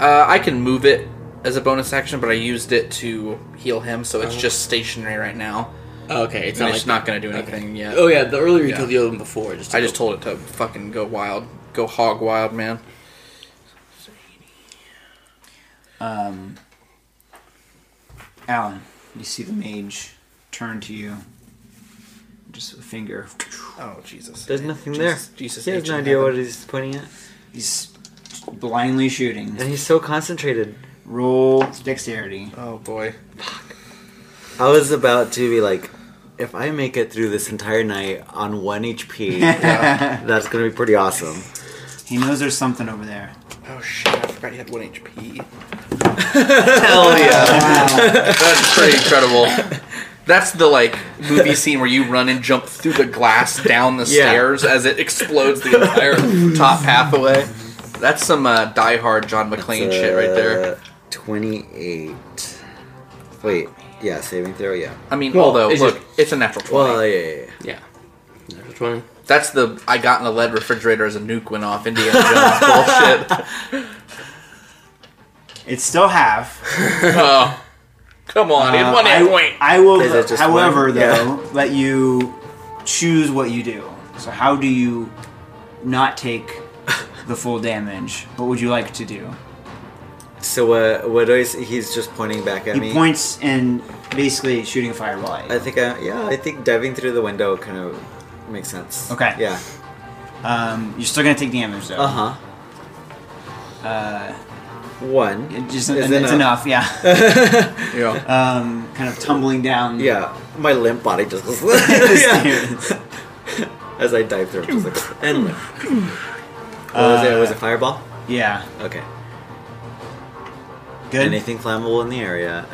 Uh, I can move it as a bonus action, but I used it to heal him, so it's just stationary right now. Oh, okay, it's And not it's like not gonna do anything yet. Oh yeah, the earlier you Yeah. told the other one before. Just I just told it to fucking go wild. Go hog wild, man. Um, Alan, you see the mage turn to you. Just a finger. Oh, Jesus. There's nothing Jesus, there. Jesus. he has H no in idea heaven. what he's pointing at. He's blindly shooting. And he's so concentrated. Roll dexterity. Oh, boy. I was about to be like, if I make it through this entire night on one [LAUGHS] HP, that's gonna be pretty awesome. [LAUGHS] He knows there's something over there. Oh, shit. I forgot he had 1 HP. Hell yeah! [LAUGHS] That's pretty incredible. That's the like movie scene where you run and jump through the glass down the Yeah. stairs as it explodes the entire top half away. That's some uh, Die Hard John McClane shit right there. Uh, Twenty-eight. Wait, yeah, saving throw, yeah. I mean, well, although it's look, just- it's a natural twenty. Well, yeah, yeah, yeah. Yeah. Natural twenty. That's the I got in the lead refrigerator as a nuke went off. Indiana Jones bullshit. It's still half. Oh, come on, in Uh, one I, hit point. I will, Is it just however, one? though, let you choose what you do. So, how do you not take the full damage? What would you like to do? So uh, what do I s- He's just pointing back at He me. points and basically shooting a fireball at you. I think I yeah. I think diving through the window kind of makes sense. Okay. Yeah. Um, you're still gonna take damage, though. Uh huh. Uh, One. it just is it's enough. Yeah. Yeah. um, kind of tumbling down. Yeah. My limp body just [LAUGHS] goes. [LAUGHS] the yeah. stairs. As I dive through, I'm just like and limp. What was it? It Uh, Was a fireball? Yeah. Okay. Good. Anything flammable in the [LAUGHS] area?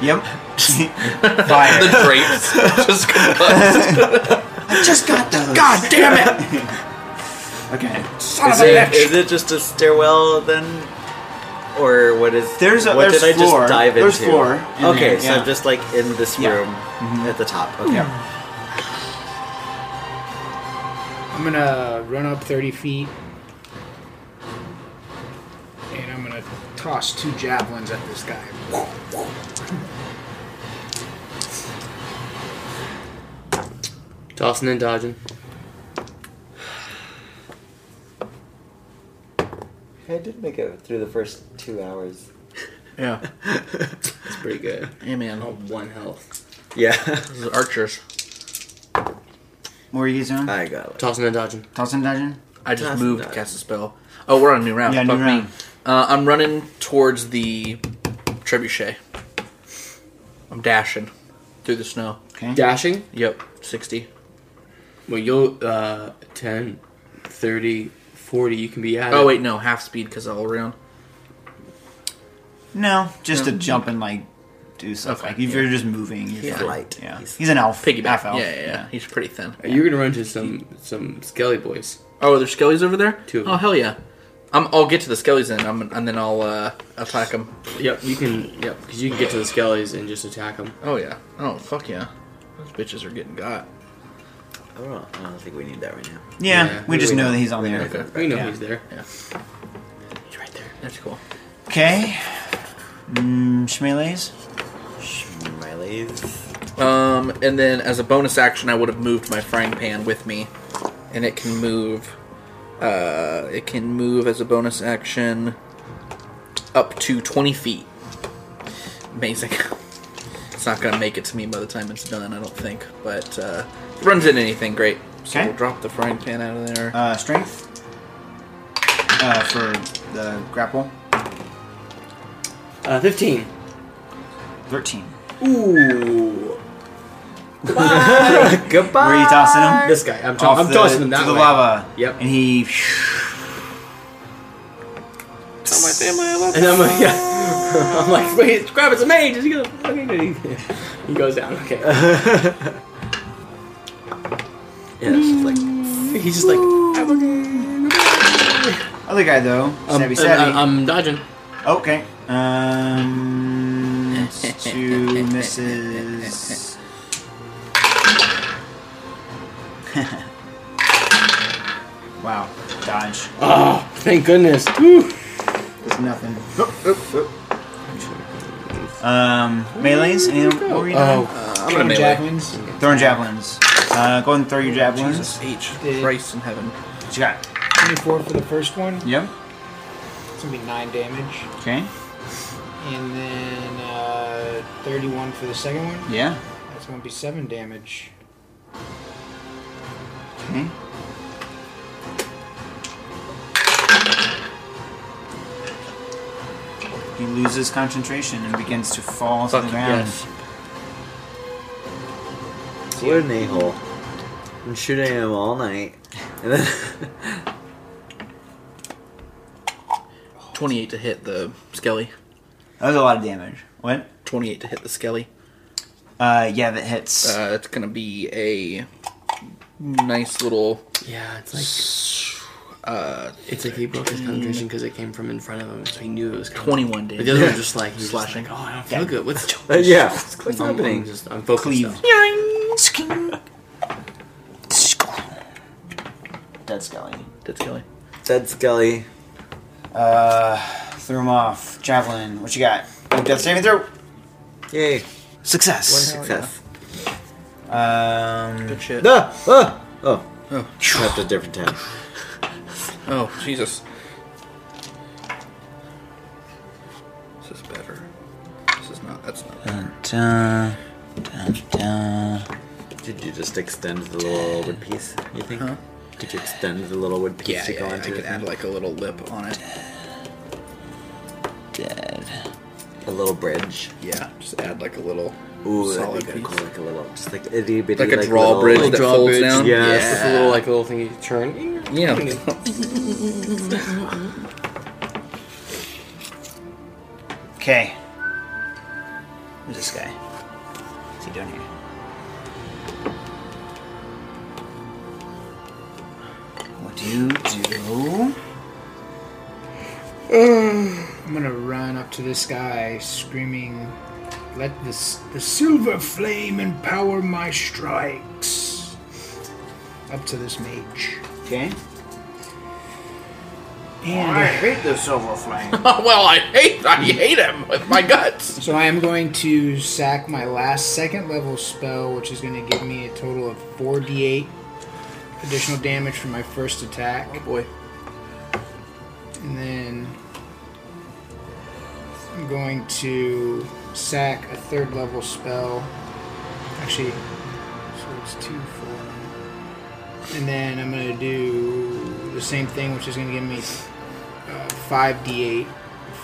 Yep. [LAUGHS] the Fire. drapes just combust. I just got those. God damn it! Okay. Son Is of a it, [LAUGHS] bitch! is it just a stairwell then, or what is? There's a- what there's did I floor. just dive There's into? floor in Okay, there, so yeah. I'm just like in this Yeah. Mm-hmm. room at the top. Okay. I'm gonna run up 30 feet. And I'm gonna toss two javelins at this guy. Tossing and dodging. I did make it through the first two hours. Yeah. It's pretty good. Hey, man. One health. Yeah. [LAUGHS] This is archers. What are you guys doing? I got it. Tossing and dodging. Toss and dungeon? I just Toss moved and to die. cast a spell. Oh, we're on a new round. Yeah, Fuck new me. round. Uh, I'm running towards the trebuchet. I'm dashing through the snow. Okay. Dashing. Yep, 60. Well, you'll uh, 10, 30, 40. You can be at. Oh, it. wait, no, half speed because all around. No, just to jump and like do stuff. Okay, like if yeah. you're just moving, you're Yeah. fine. Light. Yeah, He's- he's an elf. Piggyback. Half Yeah, elf. yeah, yeah. He's pretty thin. You're gonna run into some some skelly boys. Oh, are there skellies over there? Two of Oh, them. hell yeah. I'm, I'll get to the skellies then, I'm, and then I'll uh, attack them. Yep, you can. Yep, because you can get to the skellies and just attack them. Oh, yeah. Oh, fuck yeah. Those bitches are getting got. I don't, I don't think we need that right now. Yeah, Yeah, we we just know know. that he's on there. Okay. We know Yeah. he's there. Yeah. He's right there. That's cool. Okay. Mm, Schmele's. Mm, Smileys. Um, and then as a bonus action, I would have moved my frying pan with me, and it can move. Uh, it can move as a bonus action up to twenty feet. Amazing. [LAUGHS] It's not gonna make it to me by the time it's done, I don't think. But uh, it runs in anything great. So Okay. we'll drop the frying pan out of there. Uh, strength. Uh, for the grapple. Uh, Fifteen. Thirteen. Ooh. Goodbye. Where are you tossing him? This guy. I'm, to- Off I'm the- tossing him that to the way. lava. Yep. And he. And I'm like, [LAUGHS] yeah. I'm like, wait, crap, it's a mage. Is he gonna? Okay, no, [LAUGHS] he- he goes down. Okay. Yeah, it's just like He's just like, I'm okay. Other guy though. Um, Savvy, and I- savvy. I'm dodging. okay. Um. Two misses. [LAUGHS] wow. Dodge. Oh, thank goodness. Woo. There's nothing. Um, melee's? Any, what were you doing? Oh, Uh, I'm gonna melee. javelins. Throwing javelins. Uh, go ahead and throw your javelins. Oh, Jesus H. Did- Christ in heaven. What you got? Twenty-four for the first one. Yep. It's gonna be nine damage, Okay. and then uh, thirty-one for the second one. Yeah. That's gonna be seven damage. Okay. He loses concentration and begins to fall to Fuck the ground. yes. what an a hole. I'm shooting him all night, and then [LAUGHS] Twenty-eight to hit the skelly. That was a lot of damage. What? Twenty-eight to hit the skelly. Uh, yeah, that hits. Uh, it's gonna be a nice little yeah. It's like uh, It's like he broke his concentration because it came from in front of him, so he knew it was coming. But 21 damage. the other [LAUGHS] one's just like he's Slashing. Just like, oh, I don't feel good. What's Uh, yeah, what's I'm, I'm happening? just I'm focused. Cleave. though. Dead Skelly. That's killing. Dead Skelly. Uh, threw him off. Javelin. What you got? Death saving throw. Yay! One Success. success. Um, Good shit. Ah! Ah! Oh, Oh. that's a different time. Oh, Jesus. This is better. This is not. That's not. better. dun, dun, dun, dun. Did you just extend the little wood piece? You think? Did you extend the little wood piece Yeah, to go yeah, I into could it? add like a little lip on it. Dead. a little bridge? Yeah, just add like a little Ooh, solid that'd be piece. kinda cool. Like a little, just like itty bitty, Like a little- drawbridge Little that folds drawbridge. down. Yeah. It's just a little like little thing you turn. Yeah. Okay. Who's this guy? What's he doing here? What do you do? I'm gonna run up to this guy, screaming, "Let the s- the silver flame empower my strikes!" Up to this mage. Okay. I And hate the silver flame. [LAUGHS] well, I hate I hate him with my guts. so I am going to sack my last second level spell, which is going to give me a total of 4d8 additional damage from my first attack. Boy, And then I'm going to sack a third level spell. Actually, so it's two, four. And then I'm going to do the same thing, which is going to give me uh, 5d8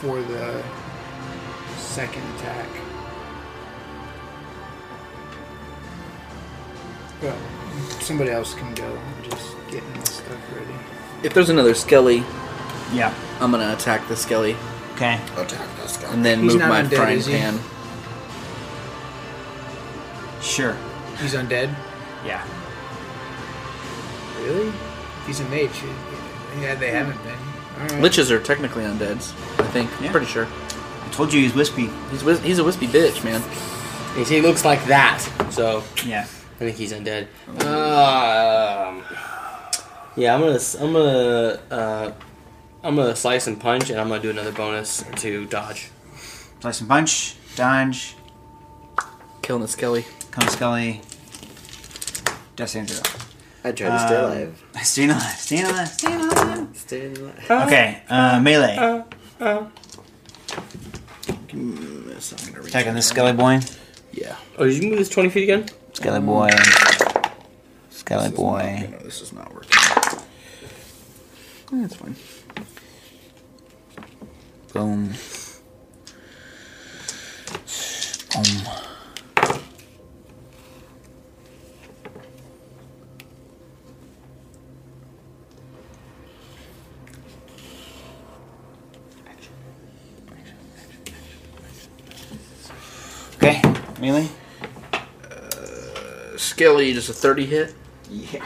for the second attack. But somebody else can go. I'm just getting my stuff ready. if there's another Skelly, [LAUGHS] yeah. I'm gonna attack the Skelly Okay. Attack this guy. and then He's move not my undead, frying is he? pan. Sure. He's undead. Yeah. Really? If he's a mage, he- yeah, they haven't been. All right. Liches are technically undeads, I think. Yeah. Pretty sure. I told you he's wispy. He's whis- he's a wispy bitch, man. He- He looks like that, so Yeah. I think he's undead. Um, yeah, I'm gonna, s- I'm gonna, uh, I'm gonna slice and punch, and I'm gonna do another bonus to dodge. Slice and punch. Dodge. Killing the Skelly. Come Scully. Death saving throw. I tried to stay Um, alive. Staying alive. Staying alive. Staying alive. Stay alive. Okay. Uh, melee. Attacking this Skelly boy. Yeah. Oh, did you move this 20 feet again? Skelly boy. Skelly boy. No, this is not working. That's fine. Boom. Boom. Okay, melee. Skelly just a 30 hit. Yeah.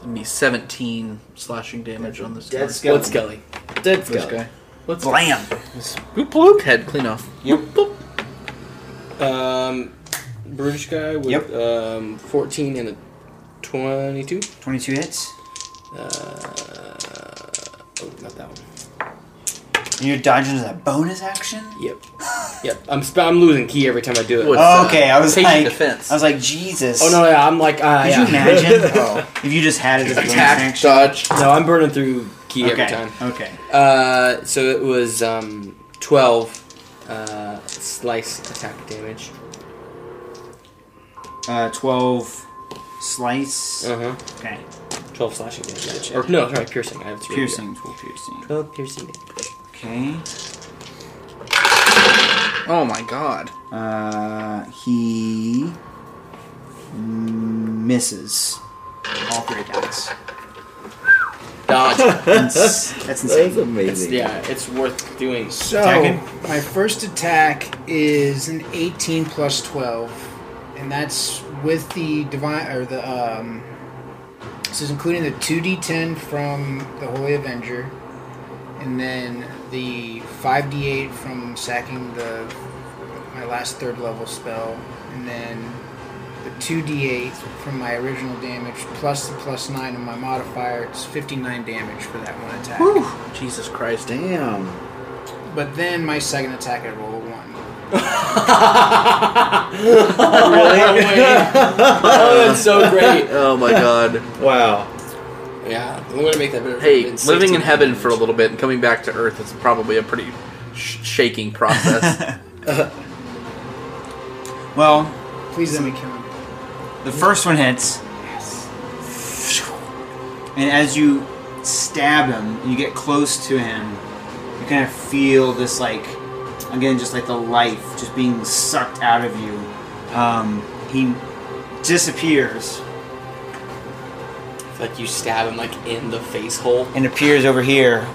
It'd be 17 slashing damage on this guy. What Skelly? Let's This go. guy. Blam. Boop, bloop. Head clean off. Yep. Um, British guy with Yep. um, 14 and a 22. Twenty-two hits. Uh, oh, not that one. And you're dodging as a bonus action. Yep. Yep. I'm sp- I'm losing key every time I do it. What? Oh, uh, okay, I was patient like, defense. I was like, Jesus. Oh no, yeah, I'm like, uh, Could yeah. you imagine if you just had it as a bonus Attack, action? [LAUGHS] dodge. No, I'm burning through key Okay. every time. Okay. Uh, so it was um 12 uh slice attack damage. Uh, twelve slice. Uh huh. Okay. 12 slashing damage. Or no, sorry, piercing. I have to Piercing. Twelve piercing. 12 piercing damage. Okay. Oh my god. Uh, he misses all three attacks. [LAUGHS] Dodge. That's, that's That's insane. amazing. yeah, it's worth doing. So Attacking? my first attack is an 18 plus 12, and that's with the divine or the um. This is including the 2d10 from the Holy Avenger, and then the 5d8 from sacking the my last third level spell, and then the 2d8 from my original damage plus the plus nine of my modifier. It's 59 damage for that one attack. Jesus Christ. Damn. But then my second attack, I roll a one. oh, that's [LAUGHS] so great. Oh my god. Wow. Yeah, I'm gonna make that better. Hey, living in heaven for a little bit and coming back to earth is probably a pretty sh- shaking [LAUGHS] process. [LAUGHS] Well, Please let me kill him. the first one hits, Yes. and as you stab him and you get close to him, you kind of feel this like, again, just like the life just being sucked out of you. Um, he disappears like you stab him like in the face hole. and appears over here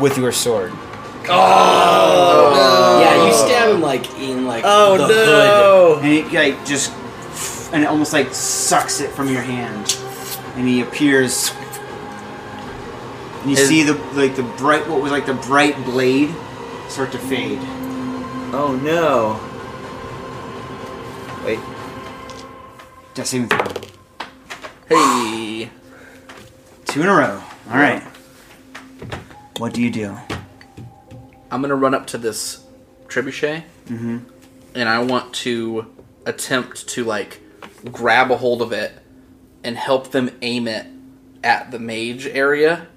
with your sword. Yeah, you stab him like in like Oh the hood. no! and it like just and it almost like sucks it from your hand and he appears and you Is- see the like the bright what was like the bright blade start to fade Oh no! Wait. death saving throw hey. two in a row All right. What do you do? I'm gonna run up to this trebuchet, Mm-hmm. and I want to attempt to like grab a hold of it and help them aim it at the mage area,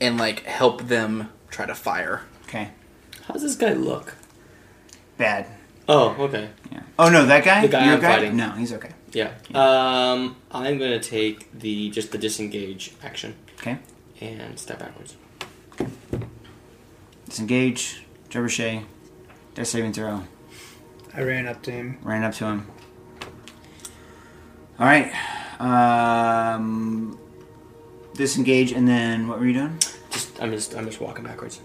and like help them try to fire. Okay. How's this guy look? Bad. Oh, okay. Yeah. Oh no, that guy. The guy Your I'm fighting. No, he's okay. Yeah. Um, I'm gonna take the just the disengage action Okay. and step backwards. Disengage. Trebuchet. Death saving throw. I ran up to him. Ran up to him. All right. Um, disengage, and then what were you doing? Just I'm just I'm just walking backwards.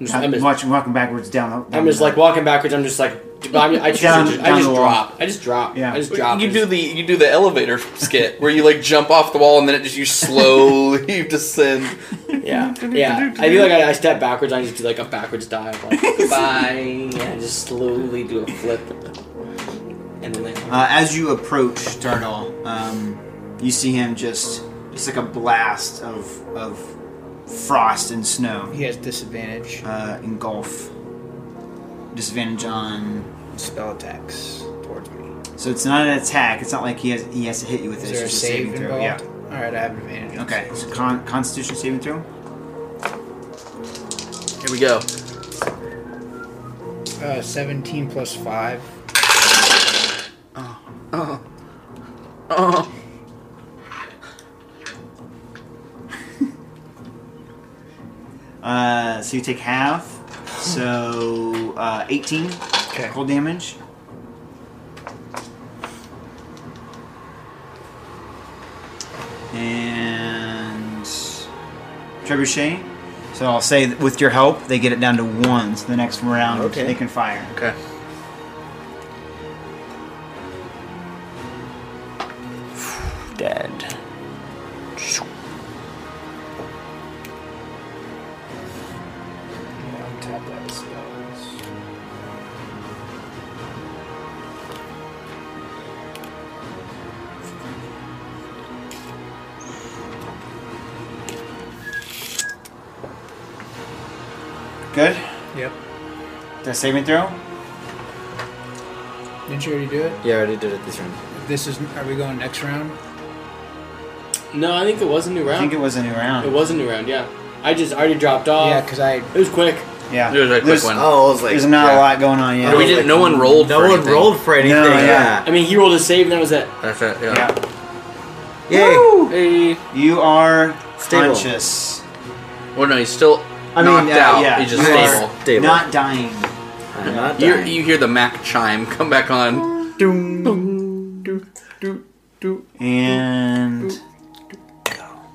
I'm just, I'm I'm just, watching, walking backwards down. the- down I'm just the- like walking backwards. I'm just like I'm, I just, Down- I just, down the wall. drop. I just drop. Yeah. I just drop. You do the you do the elevator skit where you like jump off the wall and then it just you [LAUGHS] slowly descend. Yeah, yeah. I feel like I, I step backwards. I just do like a backwards dive, [LAUGHS] like goodbye, and I just slowly do a flip, and then I, Uh, as you approach Tardal, um, you see him just just like a blast of of frost and snow He has disadvantage. uh, engulf disadvantage on. Spell attacks towards me. So it's not an attack. It's not like he has he has to hit you with Is this. there a it's just save saving throw. involved? All right, I have advantage. Yeah. on Okay. So con- Constitution saving throw. Here we go. save. Uh, 17 plus 5. Oh, Uh, so you take half. So uh, 18 Okay. cold damage. And trebuchet. So I'll say that with your help, they get it down to one. So the next round, Okay. they can fire. okay. Dead. Yeah, I'll tap that spell. Good. Yep. The saving throw. Didn't you already do it? Yeah, I already did it this round. This is. Are we going next round? no, I think it was a new I think round. it was a new round. it, was a new round. Yeah, I just I already dropped off. yeah, because I. it was quick. Yeah. It was a quick there's, one. Oh, I was like, there's not yeah. a lot going on yet. we didn't. No one rolled. No for one anything. rolled for anything. yeah. yeah. I mean, he rolled a save, and that was it. That's it. Yeah. Yeah. Yay. Hey, You are Stable. conscious. Well, no, he's still I mean, knocked uh, out. yeah. He's just You are- stable. Stable. Not dying. I'm not You dying. you hear the Mac chime come back on. And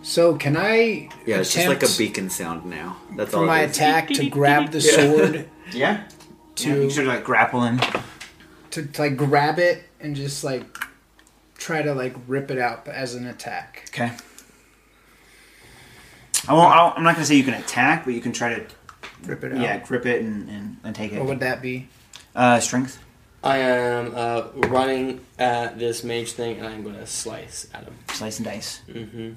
So can I? yeah, it's just like a attempt beacon sound now. That's For all. my it is. attack to grab the sword, yeah, To- yeah, you should like grappling. to, to like grab it and just like try to like rip it out as an attack. Okay. I won't. I'll, I'm not gonna say you can attack, but you can try to Rip it out. yeah grip it and, and, and take What it. would that be? Uh, strength. I am uh, running at this mage thing, and I'm gonna slice at him. Slice and dice. Mm-hmm.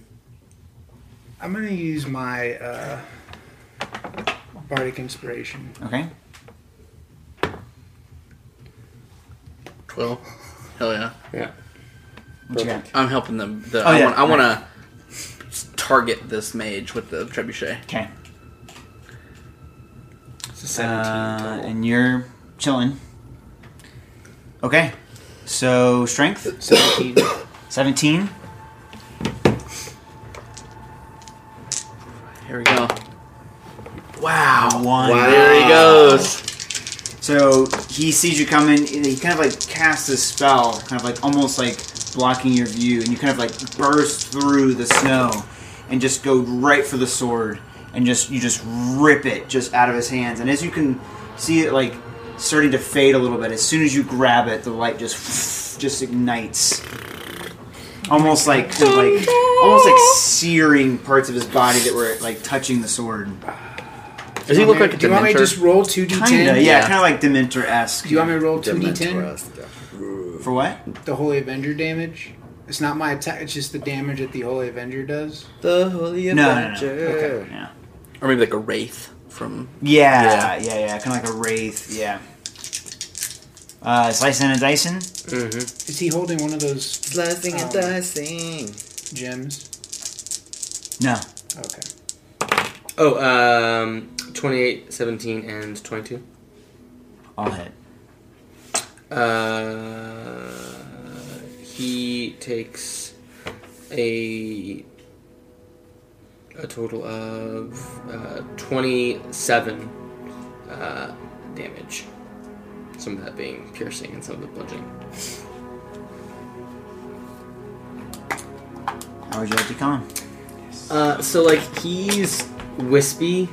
I'm gonna use my uh, bardic inspiration. Okay. Twelve. Hell yeah. What you got? I'm helping them. The, Oh, I yeah, want. I want to target this mage with the trebuchet. Okay. It's a Uh, 17. and you're chilling. Okay. So strength 17. 17. Here we go. Wow. One. There he goes. So he sees you coming, and he kind of like casts this spell, kind of like almost like blocking your view, and you kind of like burst through the snow and just go right for the sword, and just you just rip it just out of his hands. And as you can see it like starting to fade a little bit, as soon as you grab it, the light just [SNIFFS] just ignites. Almost like kind of like almost like searing parts of his body that were like touching the sword. Does he look like a Do you want me to dementor? just roll 2d10? Kinda, yeah, Yeah. kind of like Dementor esque. Do you want me to roll Dementor 2d10? us. for what? The Holy Avenger damage? It's not my attack. It's just the damage that the Holy Avenger does. The Holy No, no, no. Avenger. Okay. Yeah. Or maybe like a wraith from. Yeah, yeah, yeah, Kind of like a wraith. Yeah. Uh, slicing and dicing. Mm-hmm. Is he holding one of those Slicing Um, and dicing. gems? No. Okay. Oh, um, 28, 17, and 22. All hit. Uh, he takes a a total of uh, 27 uh, damage. Some of that being piercing and some of it bludgeoning. How would you like to come? Uh, so like he's wispy.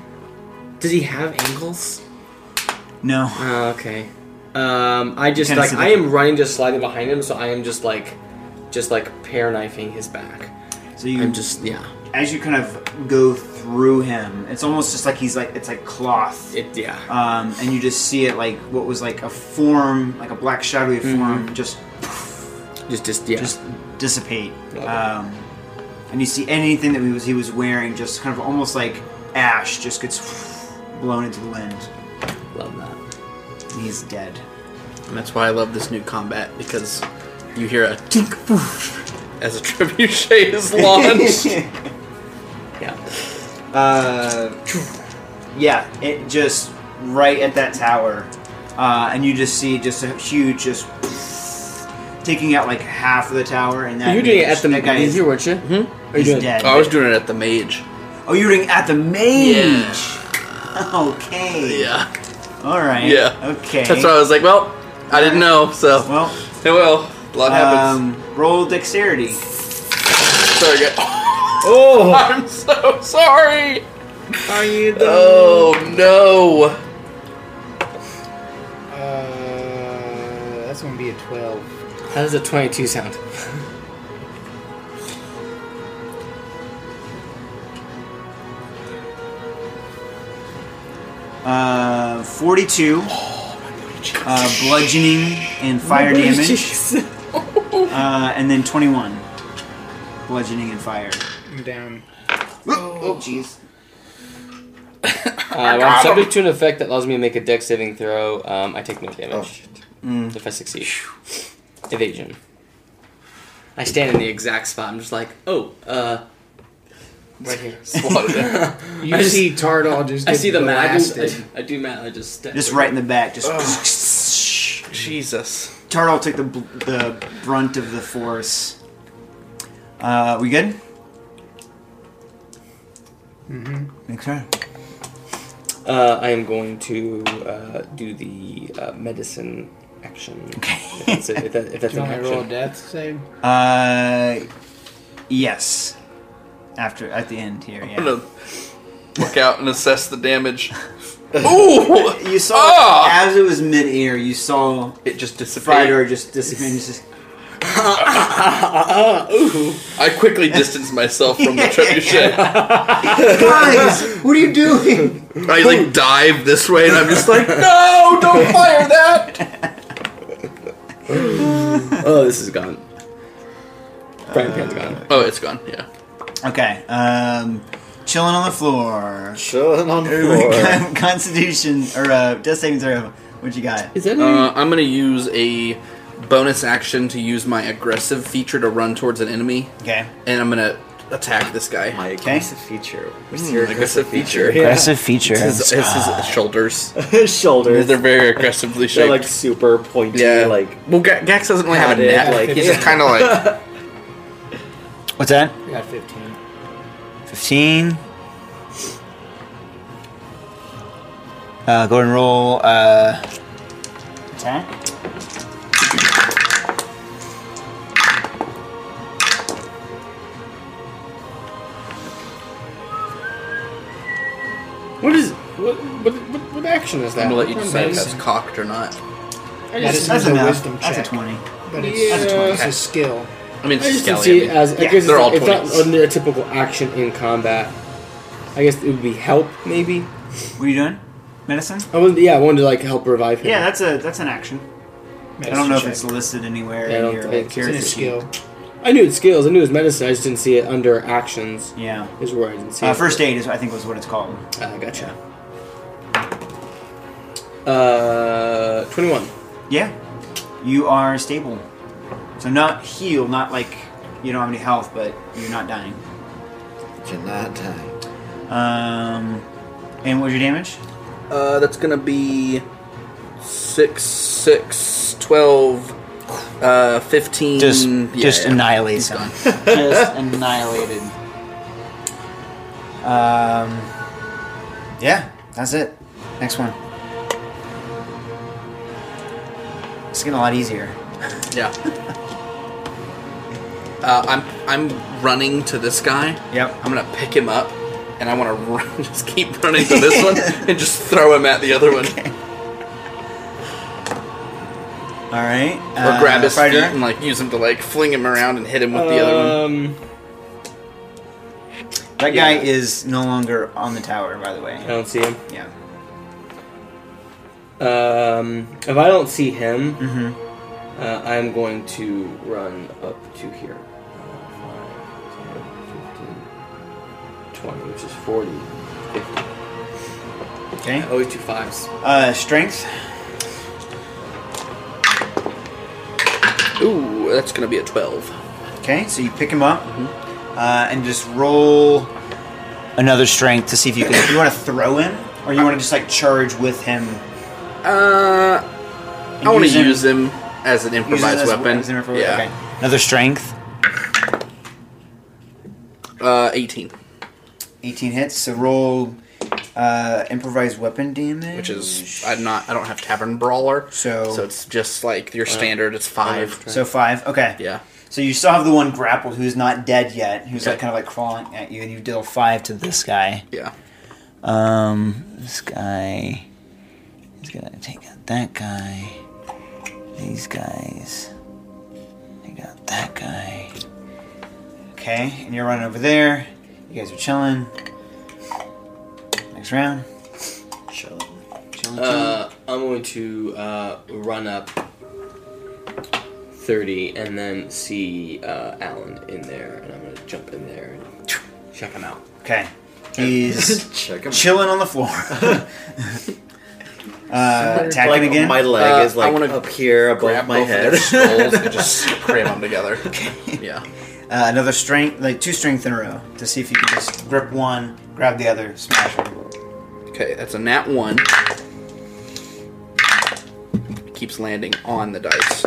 Does he have ankles? No. Oh, okay. Um, I just Kinda like see I the- am running just slightly behind him, so I am just like, just like pear knifing his back. So you I'm just yeah. as you kind of go through him, it's almost just like he's like it's like cloth, It yeah. um, and you just see it like what was like a form, like a black shadowy Mm-hmm. form, just Just just yeah. just dissipate. Okay. Um, and you see anything that he was he was wearing, just kind of almost like ash, just gets blown into the wind, love that. and he's dead. And that's why I love this new combat because you hear a tink poof as a [LAUGHS] trebuchet [LAUGHS] is [LAUGHS] launched. Yeah. Uh, yeah, it just right at that tower, uh, and you just see just a huge just taking out like half of the tower, and that You're doing it mage- at the that guy mage is, here, weren't you? Mm-hmm. Are you is doing? dead. Oh, I was doing it at the mage. Oh, you're doing it at the mage. Yeah. [LAUGHS] Okay. Yeah. All right. Yeah. Okay. That's why I was like, well, I didn't know, so. Well, Hey, well, a lot happens. um, roll dexterity. Sorry, guys. [LAUGHS] Oh. I'm so sorry. Are you the? Oh no. Uh, that's gonna be a twelve. How does a 22 [LAUGHS] sound? Uh, forty-two. Uh, bludgeoning and fire damage, uh, and then twenty-one. Bludgeoning and fire. I'm down. Oh, jeez. Uh, when I'm subject to an effect that allows me to make a deck saving throw, um, I take no damage if I succeed. Evasion. I stand in the exact spot. I'm just like, [LAUGHS] oh, uh, right [LAUGHS] here. Swatted it. You I just- see Tardal just. I get see the map. I do, blasted. [LAUGHS] I, I do math. I just step. Just right in the back. Just Jesus. Tardal took the bl- the brunt of the force. Uh, we good? Mm-hmm. Okay. Uh, I am going to uh, do the uh, medicine [LAUGHS] action. If that's, a, if that, if that's Do you an want me to roll a action. death save? Uh, yes. After at the end here, yeah. I'm gonna look out and assess the damage. Ooh! You saw Ah! as it was mid air, you saw It just dissipated. Fridor just disappear. and Just, I quickly distanced myself from the trebuchet. Guys, what are you doing? I like dive this way, and I'm just like, no, don't fire that. Oh, this is gone. Uh, Frying pan's gone. Oh, it's gone. Yeah. [LAUGHS] Okay. Um, chilling on the floor. [LAUGHS] Chilling on the floor. Con- [LAUGHS] Constitution or uh, death saving throw. What you got? Is that Uh, I'm gonna use a bonus action to use my aggressive feature to run towards an enemy, Okay. and I'm gonna attack this guy. My Okay. aggressive feature. What's Hmm, your aggressive feature? Aggressive feature. His, his, his shoulders. His shoulders. [LAUGHS] They're They're, very aggressively shaped. like super pointy. yeah. Like well, Ga- Gax doesn't really have a padded, neck. like- He's just kind of [LAUGHS] like What's that? I got fifteen. Fifteen. Uh, go ahead and roll. Uh, Attack. What is what what, what, what action is that? I'm gonna let you What decide if is- that's cocked or not. I That just, is- I That's a enough. wisdom That's a check. twenty. But it's, that's a Yeah. 20. it's a skill. I mean, it's just didn't scally. see it as I Yeah, guess they're it's, all it's not 20s. under a typical action in combat. I guess it would be help maybe. What are you doing? Medicine? I wanted yeah I wanted to like help revive him. Yeah, that's a that's an action. I don't know if it's listed anywhere Yeah, I in don't your think like, it's- it's character a sheet. skill. I knew his skills. I knew his medicine. I just didn't see it under actions. Yeah. Is where I didn't see Uh, it. first aid is I think was what it's called. Uh, gotcha. Uh, twenty-one. Yeah. You are stable. So not heal, not like you don't have any health, but you're not dying. Cannot die. Um, and what was your damage? Uh, that's gonna be six, six, twelve, uh, fifteen. Mm, yeah, yeah. annihilates him. [LAUGHS] just annihilated. Um, yeah, that's it. Next one. It's getting a lot easier. Yeah. Uh, I'm I'm running to this guy. Yep. I'm gonna pick him up, and I want to [LAUGHS] run, just keep running to this [LAUGHS] one and just throw him at the other one, All right. or grab his feet Uh, fighter. and like use him to like fling him around and hit him with the other one. Um, That yeah. guy is no longer on the tower, by the I way. Oh. don't see him. Yeah. Um, if I don't see him, Mm-hmm. uh, I'm going to run up to here. Uh, 5, 10, 15, 20, which is 40. 50. Okay. I always do Oh, fives. Uh, strength. Ooh, that's gonna be a twelve. Okay, so you pick him up uh, and just roll another strength to see if you can. you want to throw him, or you want to just like charge with him? Uh, and I want him- to use him as an use him improvised as- weapon. as an improvised- yeah. okay. Another strength. Uh, eighteen, 18 hits. So roll uh, improvised weapon damage, which is I'm not. I don't have tavern brawler, So- so it's just like your standard. It's five. so five. Okay. Yeah. So you still have the one grappled who's not dead yet, who's like Okay. kind of like crawling at you, and you deal five to this guy. Yeah. Um, this guy is gonna take out that guy. These guys. Take out that guy. Okay, and you're running over there. You guys are chilling. Next round. Chilling. Chilling. Uh, I'm going to uh, run up 30 and then see uh, Alan in there, and I'm going to jump in there and check him out. okay. [LAUGHS] He's Check him. chilling on the floor. [LAUGHS] uh, attacking Like, again. My leg Uh, is like I wanna up here above Grab my both of head. their [LAUGHS] skulls and just cram them together. Yeah. Uh, another strength, like two strength in a row, to see if you can just grip one, grab the other, smash them. Okay, that's a nat one. Keeps landing on the dice.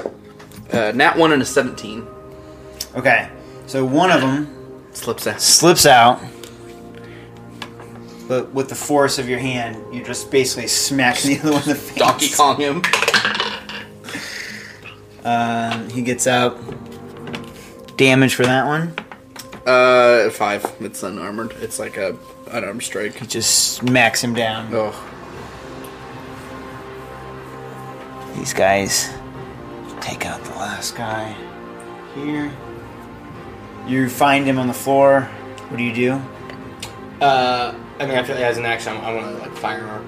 Uh, nat one and a seventeen Okay, so one of them slips out. slips out, but with the force of your hand, you just basically smack the other one in the face. Donkey Kong him. Um, he gets out. Damage for that one. Uh, five. It's unarmored. It's like a unarmed strike. He just smacks him down. Oh, These guys take out the last guy here. You find him on the floor. What do you do? Uh, I mean, after, as an action, I'm, I want to like fire,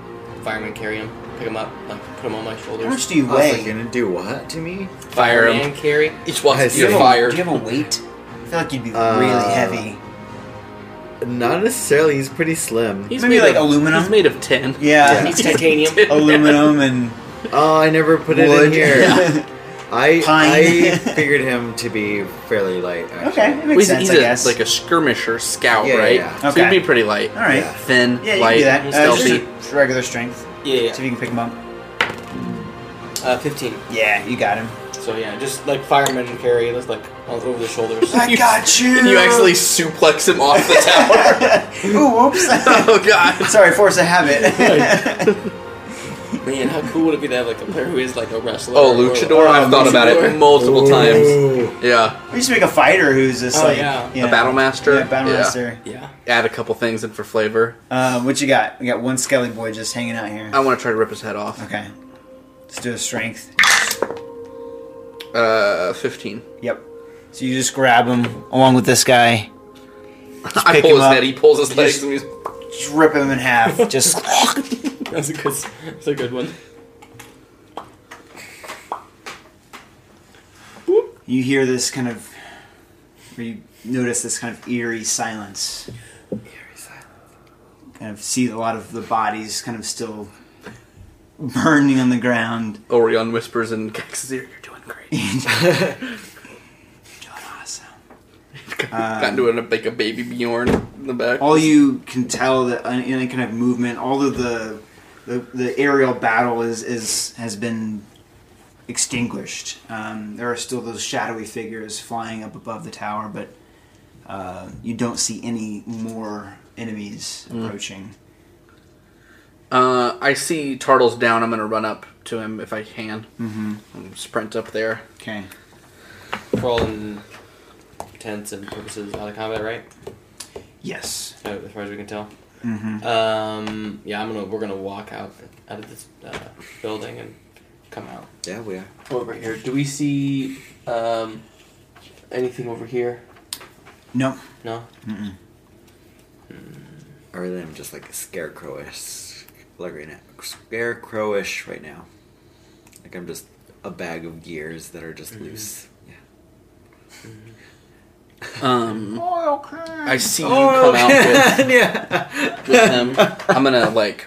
fireman carry him, pick him up, like put him on my How much shoulders. do you I was like, weigh? gonna do what to me? fire him. Fireman carry. Each one Yes, you're you- Do fired. you have a weight? I feel like you'd be Uh, really heavy. Not necessarily. He's pretty slim. He's Maybe made like aluminum? He's made of tin. Yeah, It's titanium. [LAUGHS] aluminum and Oh, I never put it in wood. here. [LAUGHS] I Pine. I figured him to be fairly light. Actually. [LAUGHS] okay, it Well, makes he's sense. he's I a- guess. like a skirmisher scout, Yeah, yeah, right? yeah. So Okay. he'd be pretty light. All right. Yeah. Thin, Yeah, you light, can do that. Uh, stealthy. just a regular strength. Yeah, yeah. See if you can pick him up. Uh, 15. Yeah, you got him. So yeah, just like fireman carry, just like all over the shoulders. I You- got you. And you actually suplex him off the tower. [LAUGHS] Ooh, whoops. [LAUGHS] oh god. Sorry, force of habit. [LAUGHS] Man, how cool would it be to have like a player who is like a wrestler? Oh, or- luchador! or- I've thought about luchador. it multiple times. Ooh. Yeah, we should make a fighter who's just Oh, like yeah. you a know, battle master. Yeah, battle master. Yeah. Add a couple things in for flavor. Uh, what you got? We got one skelly boy just hanging out here. I want to try to rip his head off. Okay, let's do a strength. Uh, fifteen. Yep. So you just grab him along with this guy. [LAUGHS] I pick pull him his up. head. He pulls his legs. Just- and he's, Just rip him in half. Just That's a good. That's a good one. you hear this kind of where you notice this kind of eerie silence. Eerie silence. Kind of see a lot of the bodies kind of still burning on the ground. Orion whispers in Gax's ear, "You're doing great." Doing awesome. [LAUGHS] Got into a, like a baby Bjorn in the back. all you can tell that uh, any kind of movement, all of the the, the aerial battle is, is has been extinguished. Um, there are still those shadowy figures flying up above the tower, but uh, you don't see any more enemies approaching. Uh, I see Tartle's down. I'm gonna run up to him if I can. Mm-hmm. And sprint up there. Okay. We're all in intents and purposes out of combat, right? Yes. Uh, As far as we can tell. hmm Um, yeah, I'm gonna. We're gonna walk out out of this uh, building and come out Yeah, we are. over here. Do we see um, anything over here? No. No. Mm-mm. Or I'm just like scarecrowish, like right now, scarecrowish right now. Like I'm just a bag of gears that are Mm-hmm. just loose. Yeah. Um, Okay. I see you come out with, yeah. [LAUGHS] with him. I'm gonna like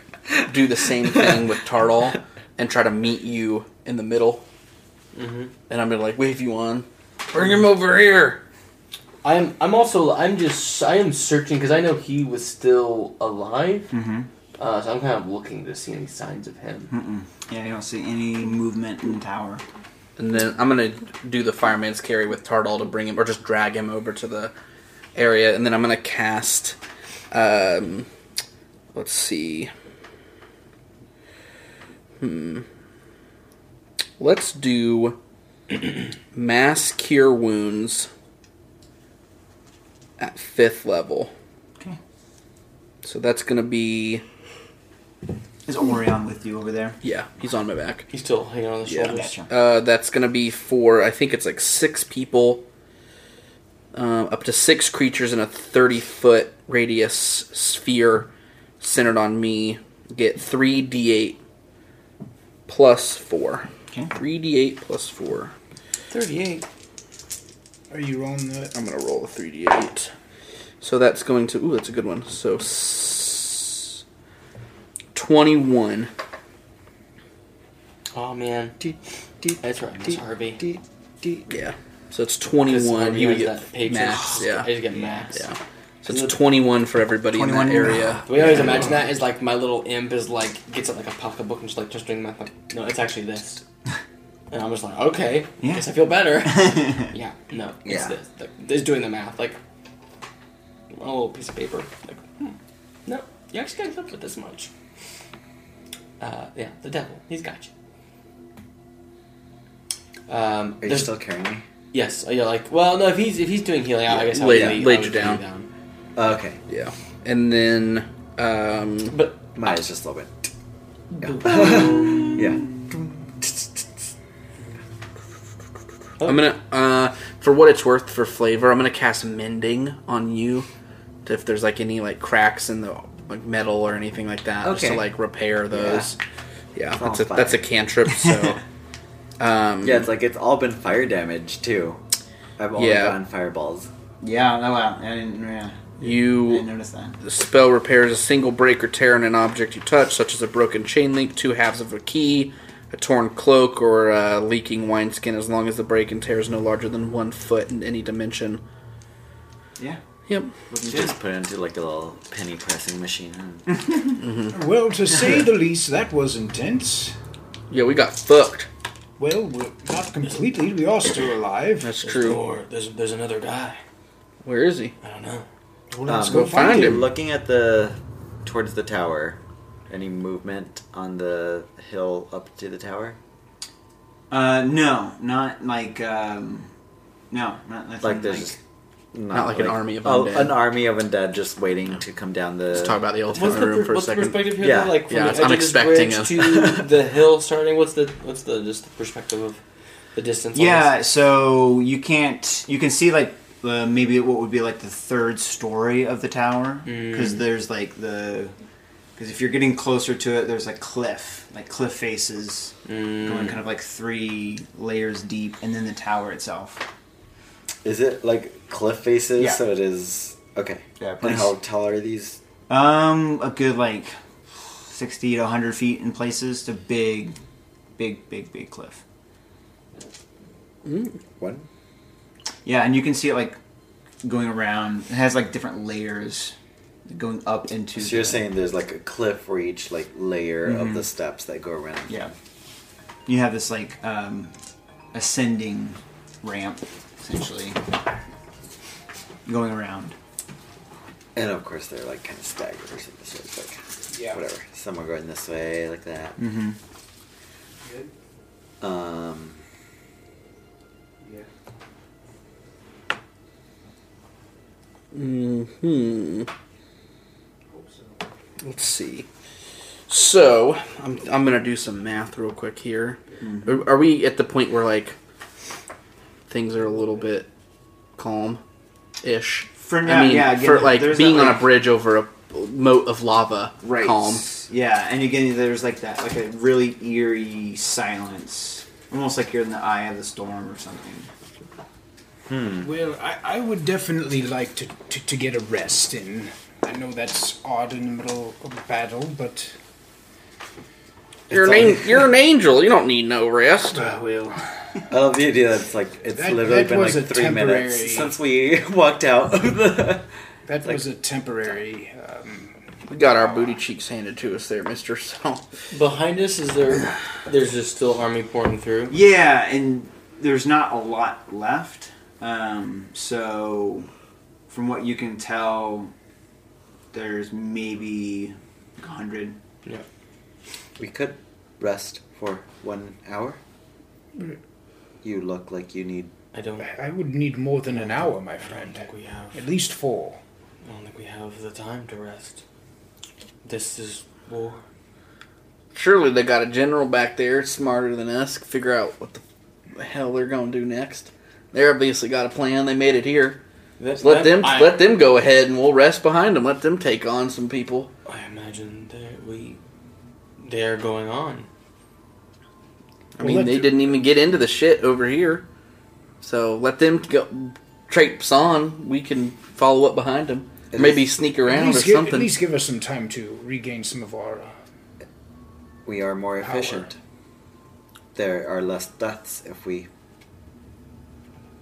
do the same thing with Tartle and try to meet you in the middle. Mhm. And I'm gonna like wave you on. Bring him over here. I'm. I'm also. I'm just. I am searching because I know he was still alive. hmm Uh, so I'm kind of looking to see any signs of him. Yeah, you don't see any movement in the tower. And then I'm gonna do the fireman's carry with Tartle to bring him, or just drag him over to the area. And then I'm gonna cast. Um, let's see. Hmm. Let's do [CLEARS THROAT] mass cure wounds at fifth level. Okay. So that's gonna be Is Orion with you over there? yeah. He's on my back. He's still hanging on the Yeah. shoulders. Gotcha. Uh, that's going to be for, I think it's like six people, um, up to six creatures in a 30 foot radius sphere centered on me. Get 3d8 plus 4. Okay. 3d8 plus 4. Thirty-eight. Are you uh, rolling the? I'm going to roll a 3d8. So that's going to, ooh, that's a good one. So s- 21. Oh man. That's right. Miss Harvey. Yeah. So it's Because 21. Harvey You would has get that patron- max. Yeah. I just get max. Yeah. So it's 21 for everybody in 21. that area. We always imagine that is like my little imp is like gets up like a pocketbook and just like just doing math like no, it's actually [LAUGHS] this. And I'm just like, okay, Yeah. guess I feel better. yeah, no, it's Yeah. this. Like, it's doing the math, like on a little piece of paper. Like, hmm, no, you actually got up with this much. Uh, yeah, the devil, he's got you. Um, Are you there's- still carrying me? yes, you're like, well, no, if he's if he's doing healing, I guess I would Laid- lay- I laid would you lay down. Oh, okay. Yeah. And then um But Mine is just a little bit. [LAUGHS] Yeah. I'm going to uh for what it's worth for flavor, I'm going to cast mending on you to- if there's like any like cracks in the like metal or anything like that just to Okay. like repair those. Yeah, all that's a that's a fine. [LAUGHS] cantrip, so um Yeah, it's like it's all been fire damage too. I've only Yeah. gotten fireballs. [LAUGHS] Yeah. Oh wow. I didn't. Yeah. I you didn't notice that. The spell repairs a single break or tear in an object you touch, such as a broken chain link, two halves of a key, a torn cloak, or a leaking wineskin, as long as the break and tear is no larger than one foot in any dimension. Yeah. Yep. You just put it into like a little penny pressing machine. and- Well, to say the least, that was intense. Yeah, we got fucked. Well, we're not completely. We are still alive. That's true. Or there's there's another guy. Where is he? I don't know. Well, let's Um, go find, find him. him. Looking at the towards the tower, any movement on the hill up to the tower? Uh, no, not like um, no, not nothing Like there's like just not, like an army of oh, undead. an army of undead just waiting to come down the. Let's talk about the elephant What's in the, the room per- for a what's the second. perspective here? Yeah. though? Like from Yeah, the it's edge unexpecting of us. this bridge to [LAUGHS] the hill starting. What's the what's the just the perspective of the distance? on yeah. this? So you can't you can see like uh, maybe what would be like the third story of the tower because there's like the because if you're getting closer to it, there's a cliff like cliff Mm. faces going kind of like three layers deep, and then the tower itself. Is it like cliff faces? Yeah. So it is. Okay. Yeah, And pretty- how tall are these? Um, a good like sixty to hundred feet in places to big, big, big, big cliff. One. Yeah, and you can see it like going around. It has like different layers going up into. So you're the- Mm-hmm. saying there's like a cliff for each like layer of the steps that go around. Yeah. You have this like um, ascending ramp, essentially, going around. And of course they're like kind of staggered or something. So it's like Yeah. whatever. Some are going this way like that. Mm-hmm. Um. Hmm. Mm-hmm. Let's see. So I'm I'm gonna do some math real quick here. Are, are we at the point where like things are a little bit calm, ish? For now, I mean, yeah. Again, for like there's being that, on like- a bridge over a moat of lava, right. calm. Yeah, and again, there's like that, like a really eerie silence, almost like you're in the eye of the storm or something. Well, I, I would definitely like to, to, to get a rest in. I know that's odd in the middle of a battle, but. You're an an, you're an angel. You don't need no rest. Uh, well, I love the idea that it's like it's That- literally that been like was a three temporary- minutes since we [LAUGHS] walked out of the. [LAUGHS] that was a temporary. Um, We got our booty cheeks handed to us there, Mister. So Behind us is there. There's just still army pouring through. Yeah, and there's not a lot left. Um, so, from what you can tell, there's maybe a hundred. We could rest for one hour. You look like you need. I don't. I I would need more than an hour, my friend. don't think we have. At least four. I don't think we have the time to rest. This is war. surely they got a general back there smarter than us. Figure out what the hell they're gonna do next. They obviously got a plan. They made it here. That, that- Let them I, let them go ahead, and we'll rest behind them. Let them take on some people. I imagine that we. They are going on. I Well, mean, let they the- didn't even get into the shit over here, so let them go traipse on. We can follow up behind them, At maybe least- sneak At around or least, give, at something. least give us some time to regain some of our. Uh, We are more Power. efficient. There are less deaths if we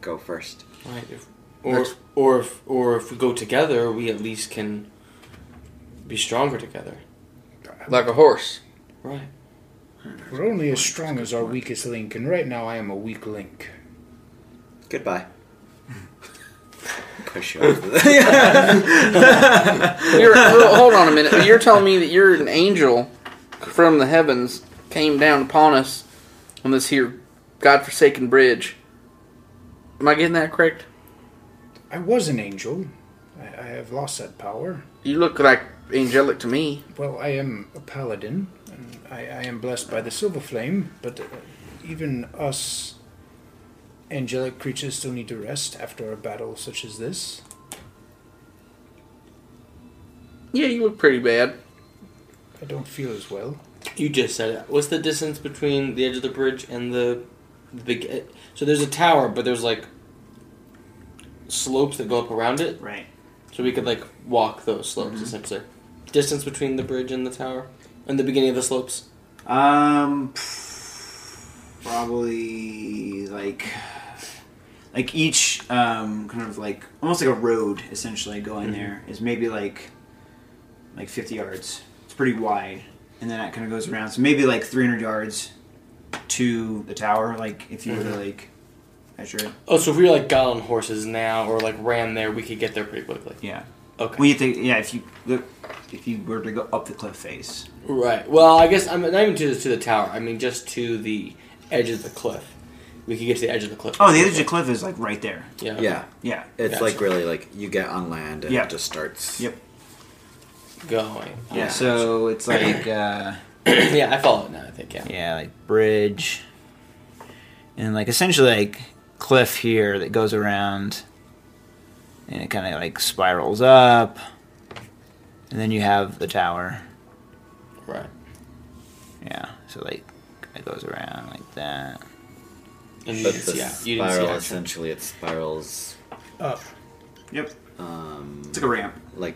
go first. Right. If, or or if, or if we go together, we at least can be stronger together. like a horse. Right. we're only as strong as our weakest link, and right now I am a weak link. Goodbye. [LAUGHS] Push [LAUGHS] you over the. You're, well, hold on a minute. You're telling me that you're an angel from the heavens came down upon us on this here godforsaken bridge. Am I getting that correct? I was an angel. I, I have lost that power. You look like angelic to me. Well, I am a paladin, and I, I am blessed by the silver flame, but uh, even us angelic creatures still need to rest after a battle such as this. Yeah, you look pretty bad. I don't feel as well. You just said it. What's the distance between the edge of the bridge and the, the big? eh, So there's a tower, but there's like slopes that go up around it. Right. So we could like walk those slopes Mm-hmm. essentially. Distance between the bridge and the tower, and the beginning of the slopes. Um, probably like like each um, kind of like almost like a road essentially going there is maybe like like 50 yards. It's pretty wide, and then that kind of goes around. So maybe like 300 yards to the tower. Like if you were to like measure it. Oh, so if we like got on horses now or like ran there, we could get there pretty quickly. Yeah. Okay. Well, you think yeah if you look if you were to go up the cliff face. Right. Well, I guess I'm not even to the, to the tower. I mean, just to the edge of the cliff. We could get to the edge of the cliff. Oh, the edge of the cliff is like right there. Yeah. yeah, Yeah. it's Gotcha. like really like you get on land and Yeah. it just starts. Yep. Going. [CLEARS THROAT] Yeah. So it's like. Uh, yeah, I follow it now. I think. Yeah. Yeah, like bridge. And like essentially like cliff here that goes around and it kind of like spirals up. And then you have the tower. Right. Yeah. So like it goes around like that. And you But didn't the see, yeah, you didn't see spiral action. essentially it spirals Up. Yep. um It's like a ramp. like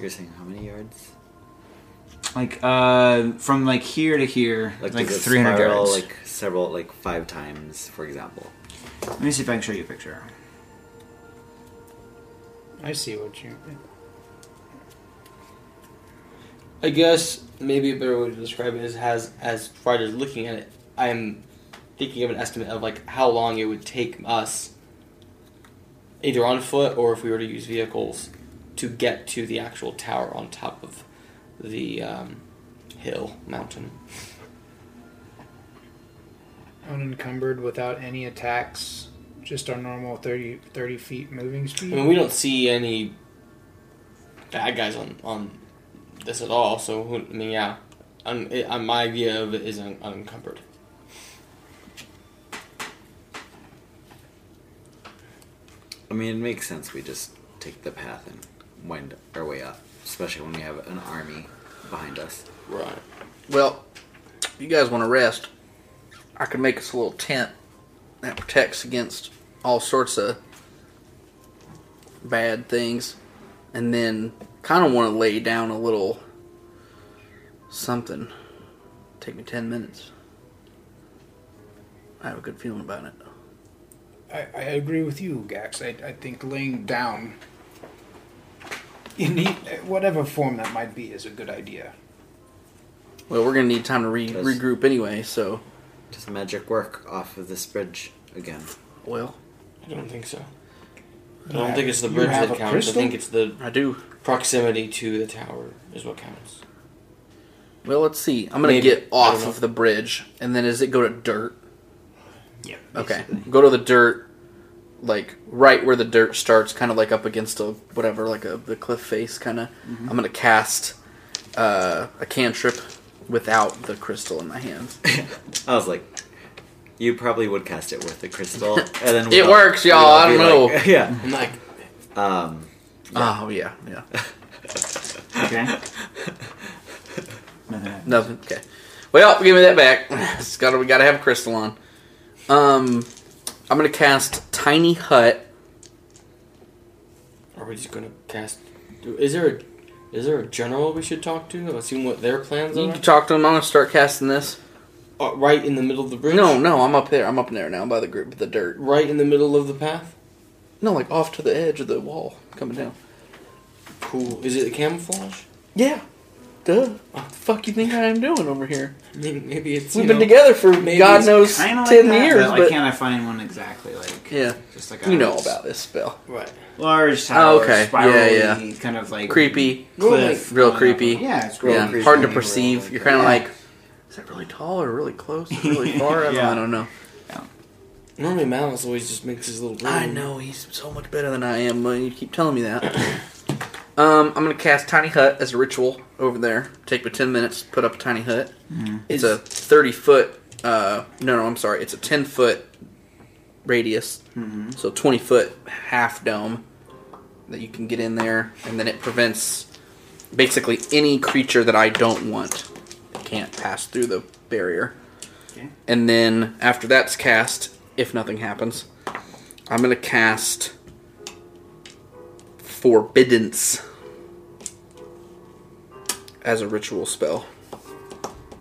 you're saying how many yards? Like uh, from like here to here, like, does it 300 spiral, yards. like several like five times, for example. Let me see if I can show you a picture. I see what you. I guess maybe a better way to describe it is has as Ryder's looking at it, I'm thinking of an estimate of like how long it would take us either on foot or if we were to use vehicles to get to the actual tower on top of the um, hill mountain. Unencumbered without any attacks, just our normal 30, 30 feet moving speed. I mean, we don't see any bad guys on on this at all. So who, I mean, yeah, un, it, uh, my idea of it is un, unencumbered. I mean, it makes sense. We just take the path and wind our way up, especially when we have an army behind us. Right. Well, if you guys want to rest, I can make us a little tent that protects against all sorts of bad things. And then kind of want to lay down a little something. Take me 10 minutes. I have a good feeling about it. I, I agree with you, Gax. I, I think laying down in e- whatever form that might be is a good idea. Well, we're going to need time to re- Does- regroup anyway, so, Does magic work off of this bridge again? well, I don't think so. I You don't have- think it's the you bridge have that a counts. I crystal? think it's the I do. proximity to the tower is what counts. Well, let's see. I'm going to Maybe. get I off don't of the bridge, and then does it go to dirt? Yep. Okay. basically. Go to the dirt, like right where the dirt starts, kind of like up against a whatever, like a the cliff face, kind of. I'm gonna cast uh, a cantrip without the crystal in my hand. I was like, you probably would cast it with the crystal, and [LAUGHS] then It we'll- works, y'all, I we'll don't be like- [LAUGHS] yeah. I'm like, Um, [LAUGHS] Oh yeah, yeah. Okay. [LAUGHS] Nothing happened. Nothing. Okay. Well, give me that back. [LAUGHS] It's gotta we gotta have a crystal on. Um, I'm gonna cast tiny hut. are we just gonna cast? Is there a is there a general we should talk to? Let's see what their plans You are. can talk to him. I'm gonna start casting this. Uh, right in the middle of the bridge. No, no, I'm up there. I'm up there now by the group, the dirt. Right in the middle of the path. No, like off to the edge of the wall, coming down. Cool. Is it a camouflage? [LAUGHS] Yeah. Duh. What the fuck you think I am doing over here? I mean, maybe it's. We've you been know, together for maybe God it's knows Kinda like ten that, years, but, but, like, can't I find one exactly like yeah, just like you a know about this spell. Right. large tower, Oh, okay. spirally Yeah, kind of like Creepy, cliff, Real going creepy. up. Yeah, it's real yeah, creepy. hard to perceive. You're kind of Yeah. like, is that really tall or really close, or [LAUGHS] really far? I don't- Yeah. I don't know. Normally, Malice always just makes his little. I know he's so much better than I am, but you keep telling me that. Um, I'm gonna cast Tiny Hut as a ritual over there. Take me ten minutes. Put up a tiny hut. It's a thirty foot. Uh, no, no, I'm sorry. It's a ten foot radius. So twenty foot half dome that you can get in there, and then it prevents basically any creature that I don't want can't pass through the barrier. Okay. And then after that's cast, if nothing happens, I'm gonna cast Forbiddance as a ritual spell.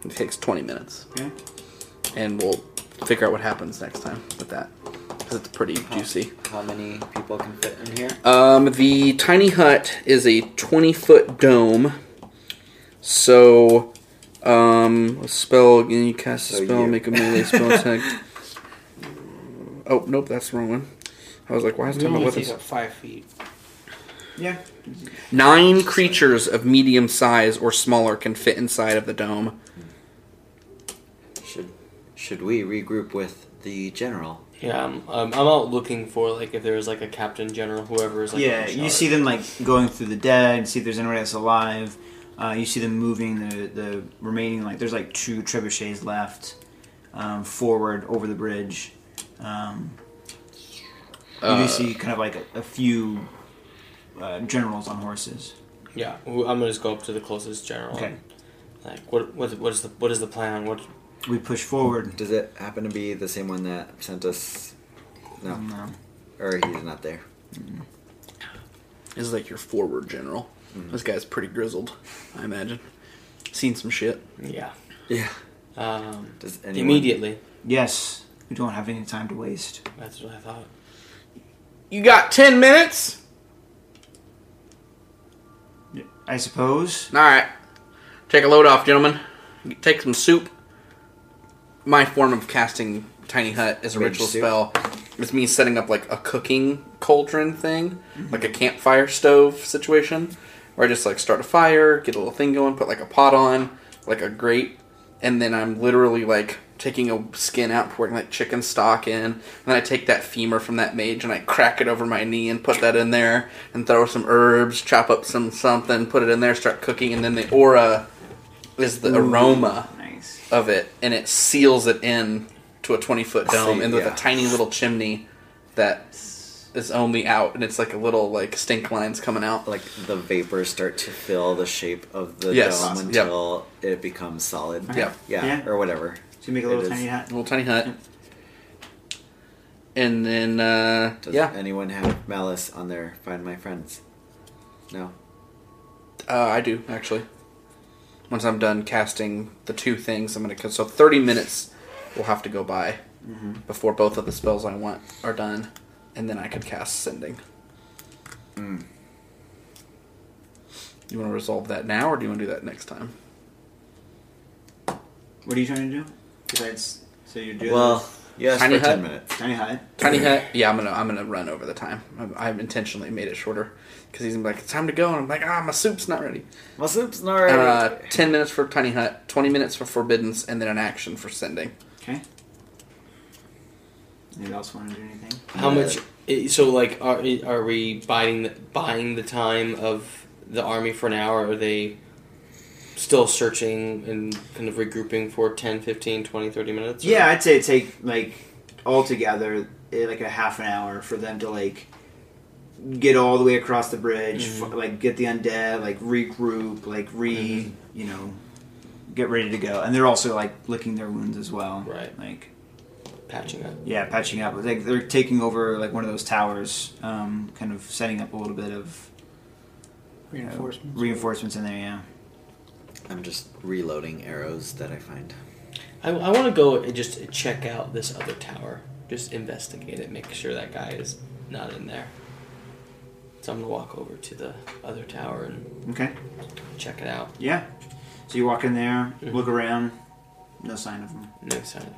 It takes 20 minutes, Okay. and we'll figure out what happens next time with that because it's pretty juicy. how many people can fit in here? Um, the tiny hut is a 20 foot dome, so um, a spell again. You cast a So spell, you. make a melee spell attack. Oh nope, that's the wrong one. I was like, why is it We talking about only weapons? take up five feet. Yeah. Nine creatures of medium size or smaller can fit inside of the dome. Should should we regroup with the general? Yeah, I'm, um, I'm out looking for like if there's like a captain general, whoever is like. yeah, in you charge. see them like going through the dead and see if there's anybody else alive. Uh, you see them moving the the remaining like there's like two trebuchets left um, forward over the bridge. Um, you Uh, do see kind of like a, a few uh, generals on horses. Yeah, who- I'm gonna just go up to the closest general. Okay. And, like, what what what is the what is the plan? What We push forward. Does it happen to be the same one that sent us? No, No. or he's not there. Is like your forward general. This guy's pretty grizzled, I imagine. Seen some shit. Yeah. Yeah. Um, Does anyone, immediately. Yes, we don't have any time to waste. That's what I thought. You got ten minutes. I suppose. All right, take a load off, gentlemen. Take some soup. My form of casting tiny hut as a Made ritual soup. spell is me setting up like a cooking cauldron thing, like a campfire stove situation, where I just like start a fire, get a little thing going, put like a pot on, like a grate, and then I'm literally like taking a skin out, pouring like chicken stock in, and then I take that femur from that mage and I crack it over my knee and put that in there, and throw some herbs, chop up some something, put it in there, start cooking, and then the aura is the aroma Nice. of it, and it seals it in to a twenty foot dome, See, and with yeah. a tiny little chimney that is only out, and it's like a little like stink lines coming out. like the vapors start to fill the shape of the Yes. dome Awesome. until it becomes solid? Yeah. Yeah, Yeah. or whatever. So you make a It little is. tiny hat. little tiny Hmm. hut, and then uh, Does yeah, anyone have malice on their find my friends? No. uh, I do actually. Once I'm done casting the two things, I'm gonna co- so thirty minutes will have to go by before both of the spells I want are done, and then I could cast sending. You want to resolve that now, or do you want to do that next time? What are you trying to do? Besides, so you're doing Well, yes, Tiny for ten hut? minutes. tiny hat. Tiny Hut. Yeah, I'm gonna I'm gonna run over the time. I've, I've intentionally made it shorter because he's gonna be like, it's time to go, and I'm like, ah, my soup's not ready. Well, soup's not ready. Uh, Ten minutes for Tiny Hut, twenty minutes for Forbiddance, and then an action for sending. Okay. Anybody else want to do anything? How Yeah. much? i- So like, are are we buying the, buying the time of the army for an hour? Are they still searching and kind of regrouping for 10, 15, 20, 30 minutes? or- Yeah, I'd say it take like altogether eh, like a half an hour for them to like get all the way across the bridge, Mm-hmm. f- like get the undead, like regroup, like re, Mm-hmm. you know, get ready to go. And they're also like licking their wounds as well. Right. Like patching up. yeah, patching up. Like they're taking over like one of those towers, um, kind of setting up a little bit of you know, Reinforcements. reinforcements in there. Yeah. I'm just reloading arrows that I find. I, I want to go and just check out this other tower. Just investigate it. Make sure that guy is not in there. So I'm gonna walk over to the other tower and Okay. check it out. Yeah. So you walk in there, Mhm. look around, no sign of them. No sign.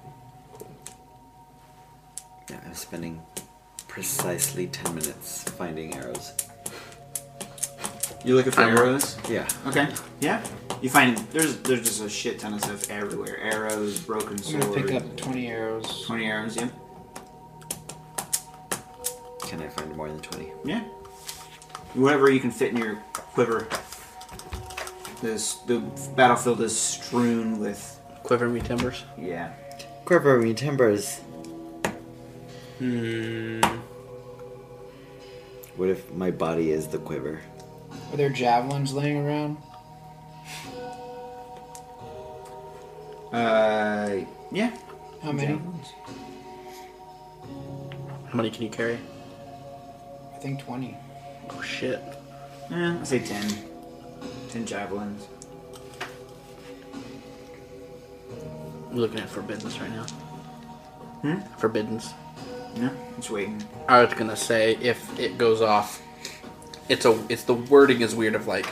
Yeah, I'm spending precisely ten minutes finding arrows. You looking for I'm- arrows? Yeah. Okay. Yeah. You find there's there's just a shit ton of stuff everywhere. Arrows, broken I'm sword. gonna pick up 20 arrows. twenty arrows. Yeah. Can I find more than twenty? Yeah. Whatever you can fit in your quiver. This the battlefield is strewn with Quiver me timbers. yeah. Corporal me timbers. Hmm. What if my body is the quiver? Are there javelins laying around? Uh yeah. How many? How many can you carry? I think 20. Oh shit! Yeah, I'd say ten. Ten javelins. I'm looking at Forbiddance right now. Hmm? Forbiddance. Yeah. Just waiting. I was gonna say if it goes off, it's a it's the wording is weird of like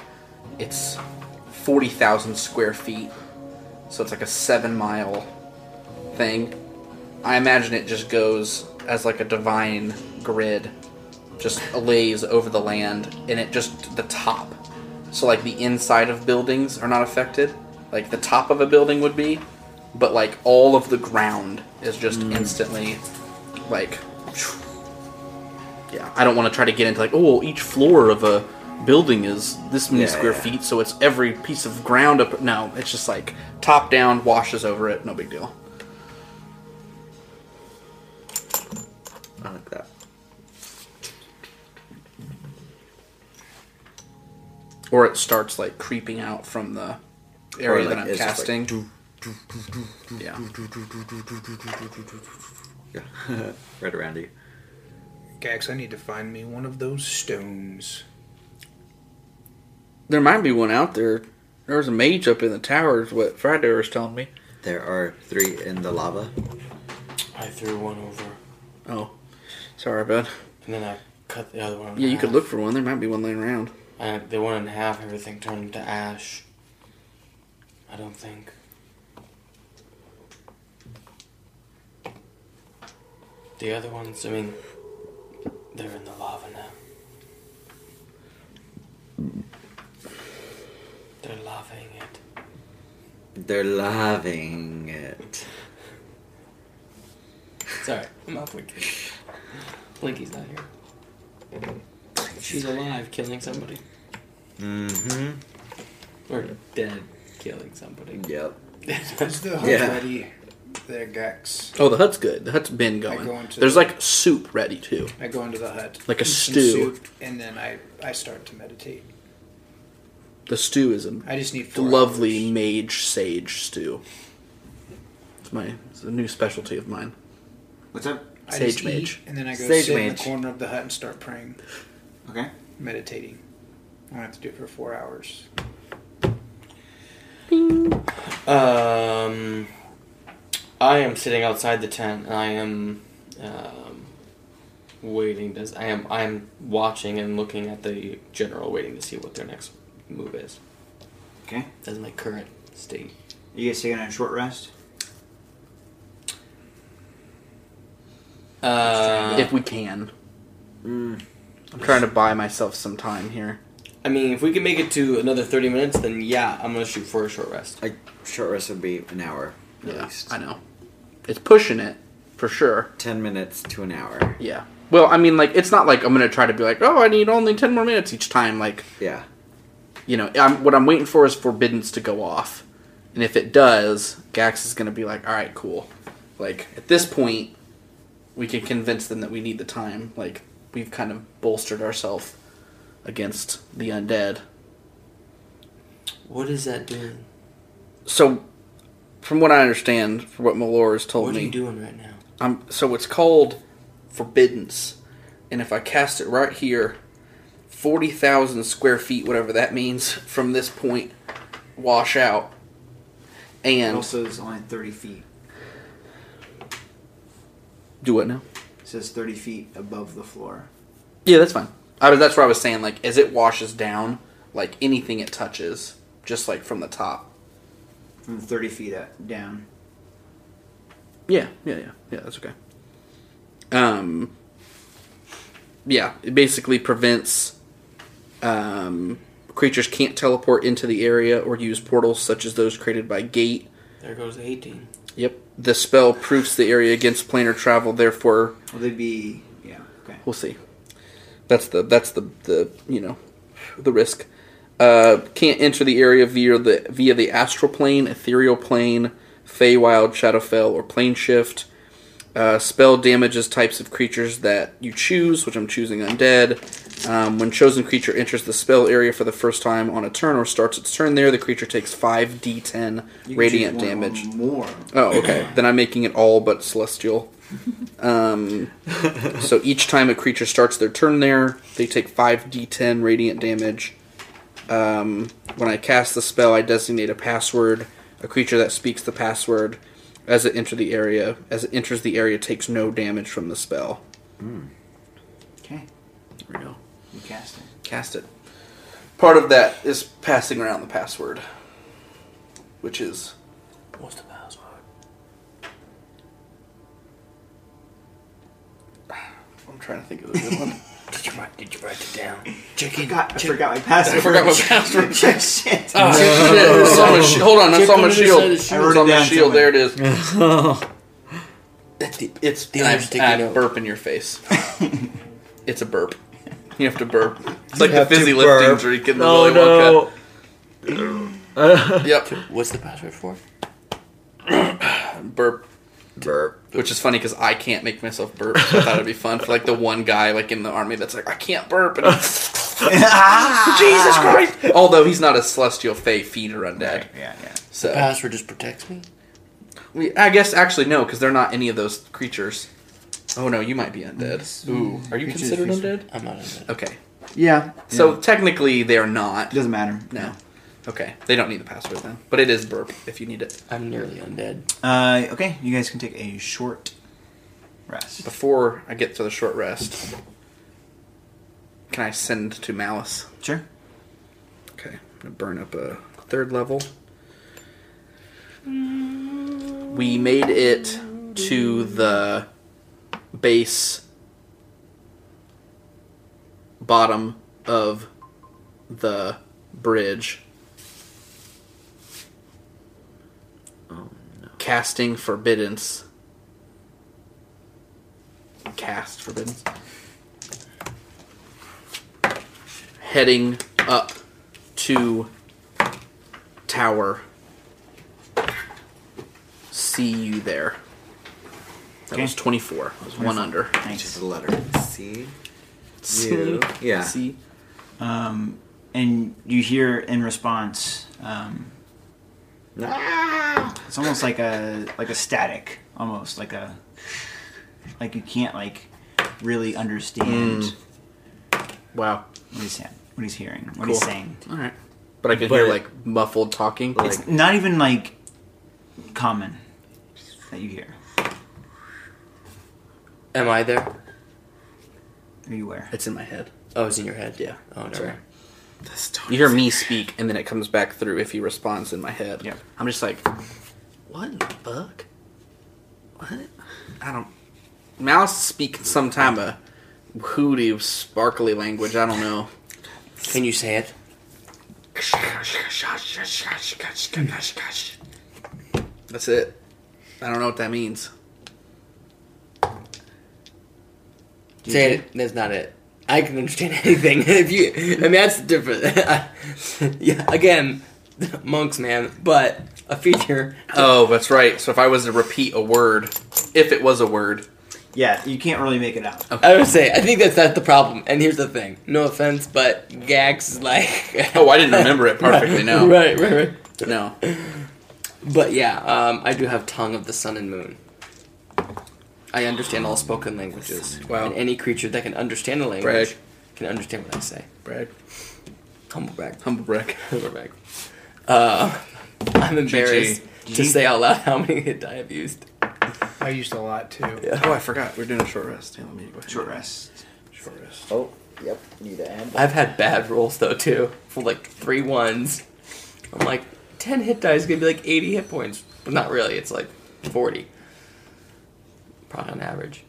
it's forty thousand square feet, so it's like a seven mile thing. I imagine it just goes as like a divine grid, just lays over the land, and it just the top. So like the inside of buildings are not affected, like the top of a building would be, but like all of the ground is just Mm. instantly like yeah i don't want to try to get into like oh each floor of a building is this many Yeah, square yeah. feet so it's every piece of ground up no it's just like top down washes over it no big deal I like that. or it starts like creeping out from the area like, that i'm it's just like, [LAUGHS] casting Yeah. [LAUGHS] right around you. Gax, I need to find me one of those stones. There might be one out there. There was a mage up in the towers, what Friday was telling me. There are three in the lava. I threw one over, Oh, sorry, bud. and then I cut the other one. in Yeah, you could half. look for one. There might be one laying around. I, the one and a half, everything turned to ash. I don't think. The other ones, I mean, they're in the lava now. They're loving it. They're loving it. Sorry, I'm not blinking. Blinky's not here. She's alive, killing somebody. Mm-hmm. Or dead, killing [LAUGHS] somebody. Yep. Is the hut Yeah. ready there, Gax? Oh, the hut's good. The hut's been I going. go into There's the- like soup ready too. I go into the hut. Like a eat some stew. soup, and then I, I start to meditate. The stew is a I just need four lovely hours. mage sage stew. It's my it's a new specialty of mine. What's up? I Sage just mage. eat, and then I go Sage sit in mage. the corner of the hut and start praying, Okay. meditating. I don't have to do it for four hours. Um, I am sitting outside the tent, and I am um, waiting. To, I am I am watching and looking at the general, waiting to see what their next move is. Okay. That's my current state. You guys taking a short rest? Uh, Uh, if we can, Mm. I'm trying to buy myself some time here. I mean, if we can make it to another thirty minutes, then yeah, I'm gonna shoot for a short rest. A short rest would be an hour at Yeah, least. I know. It's pushing it for sure. Ten minutes to an hour. Yeah. Well, I mean, like it's not like I'm gonna try to be like, oh, I need only ten more minutes each time. Like Yeah. you know, I'm, what I'm waiting for is forbiddance to go off, and if it does, Gax is gonna be like, all right, cool. Like at this point, we can convince them that we need the time. Like we've kind of bolstered ourselves against the undead. What is that doing? So, from what I understand, from what Malor has told What are me, you doing right now? I'm so it's called forbiddance, and if I cast it right here, forty thousand square feet, whatever that means, [LAUGHS] from this point, wash out, It and also is only 30 feet. do what now? It says 30 feet above the floor. Yeah, that's fine. I was that's what I was saying. Like as it washes down, like anything it touches, just like from the top. From 30 feet up, down. Yeah, yeah, yeah, yeah. That's okay. Um, yeah, it basically prevents um, creatures can't teleport into the area or use portals such as those created by gate. There goes eighteen. Yep. The spell proofs the area against planar travel. Therefore, Will they be. Yeah, okay. we'll see. That's the that's the the you know the risk. Uh, can't enter the area via the via the astral plane, ethereal plane, Feywild, Shadowfell, or plane shift. Uh, spell damages types of creatures that you choose, which I'm choosing undead. Um, when chosen creature enters the spell area for the first time on a turn or starts its turn there, the creature takes five d10 You can radiant choose one or damage. More. Oh, okay. then I'm making it all but celestial. Um, so each time a creature starts their turn there, they take 5d10 radiant damage. Um, when I cast the spell, I designate a password. A creature that speaks the password as it enters the area. As it enters the area, takes no damage from the spell. Okay. There we go. You cast it. Cast it. Part of that is passing around the password, which is What's the password? I'm trying to think of a good one. Did you write? Did you write it down? I forgot, I forgot my password. [LAUGHS] [LAUGHS] forgot my password. Shit. Shit, it's on my shi- hold on, that's Chip on my under the shield. side of the It's shield. I wrote it on my down shield. There somewhere. it is. It's The other I- sticky I note. burp in your face. it's a burp. You have to burp. It's like the have to fizzy lifting burp. drink in the Oh Willy no. [LAUGHS] Wonka. Yep, What's the password for? burp. Burp. Which is funny because I can't make myself burp. So I thought it'd be fun for like the one guy like in the army that's like I can't burp and Jesus Christ! Although he's not a celestial fae fiend or undead, Yeah, yeah. so Password just protects me. We- I guess actually no, because they're not any of those creatures. Oh no, you might be undead. Ooh, are you Creatures, considered creatures. undead? I'm not in it. Okay, Yeah. so technically they're not. it doesn't matter. No. Okay, they don't need the password then, but it is burp if you need it I'm nearly undead. Uh, okay, you guys can take a short rest. before I get to the short rest. Can I send to malice? Sure. Okay, I'm gonna burn up a third level. We made it to the base bottom of the bridge. Oh, Casting forbiddance. Cast forbiddance. Heading up to tower. See you there. That Okay. was 24. That was one under. Which is Nice. the letter C. See? Yeah. See? Um, and you hear in response, um, it's almost like a like a static, almost like a like you can't like really understand Wow. what he's saying, what he's hearing, what he's Cool. saying. All right. But I could But- hear like muffled talking. Like- It's not even like common that you hear. Am I there? Are you aware? it's in my head. Oh, it's in your head. Yeah. Oh, never mind. You hear me speak, and then it comes back through if he responds in my head. Yep. I'm just like, what in the fuck? What? I don't. Mouse speak some time a hooty sparkly language. I don't know. Can you say it? That's it. I don't know what that means. Say it. That's not it. I can understand [LAUGHS] anything. if you, I mean, that's different. [LAUGHS] yeah. Again, [LAUGHS] monks, man. But a feature. Oh, that's right. So if I was to repeat a word, if it was a word, Yeah, you can't really make it out. I would say I think that's that's the problem. And here's the thing. No offense, but Gax is like. [LAUGHS] oh, I didn't remember it perfectly. [LAUGHS] No, Right. Right. Right. no. But yeah, um, I do have tongue of the sun and moon. I understand all spoken languages. Wow. And any creature that can understand a language Brag. can understand what I say. Brag, Humble brag. humble brag. Humble brag. Uh, I'm embarrassed to GG. say out loud how many hit die I've used. I used a lot too. Oh, I forgot. We're doing a short rest. Yeah, let me go ahead. Short rest. Short rest. Oh, yep. Need to add. I've had bad rolls though too, for like three ones. I'm like, ten hit die is gonna be like eighty hit points, but not really. It's like forty, probably on average.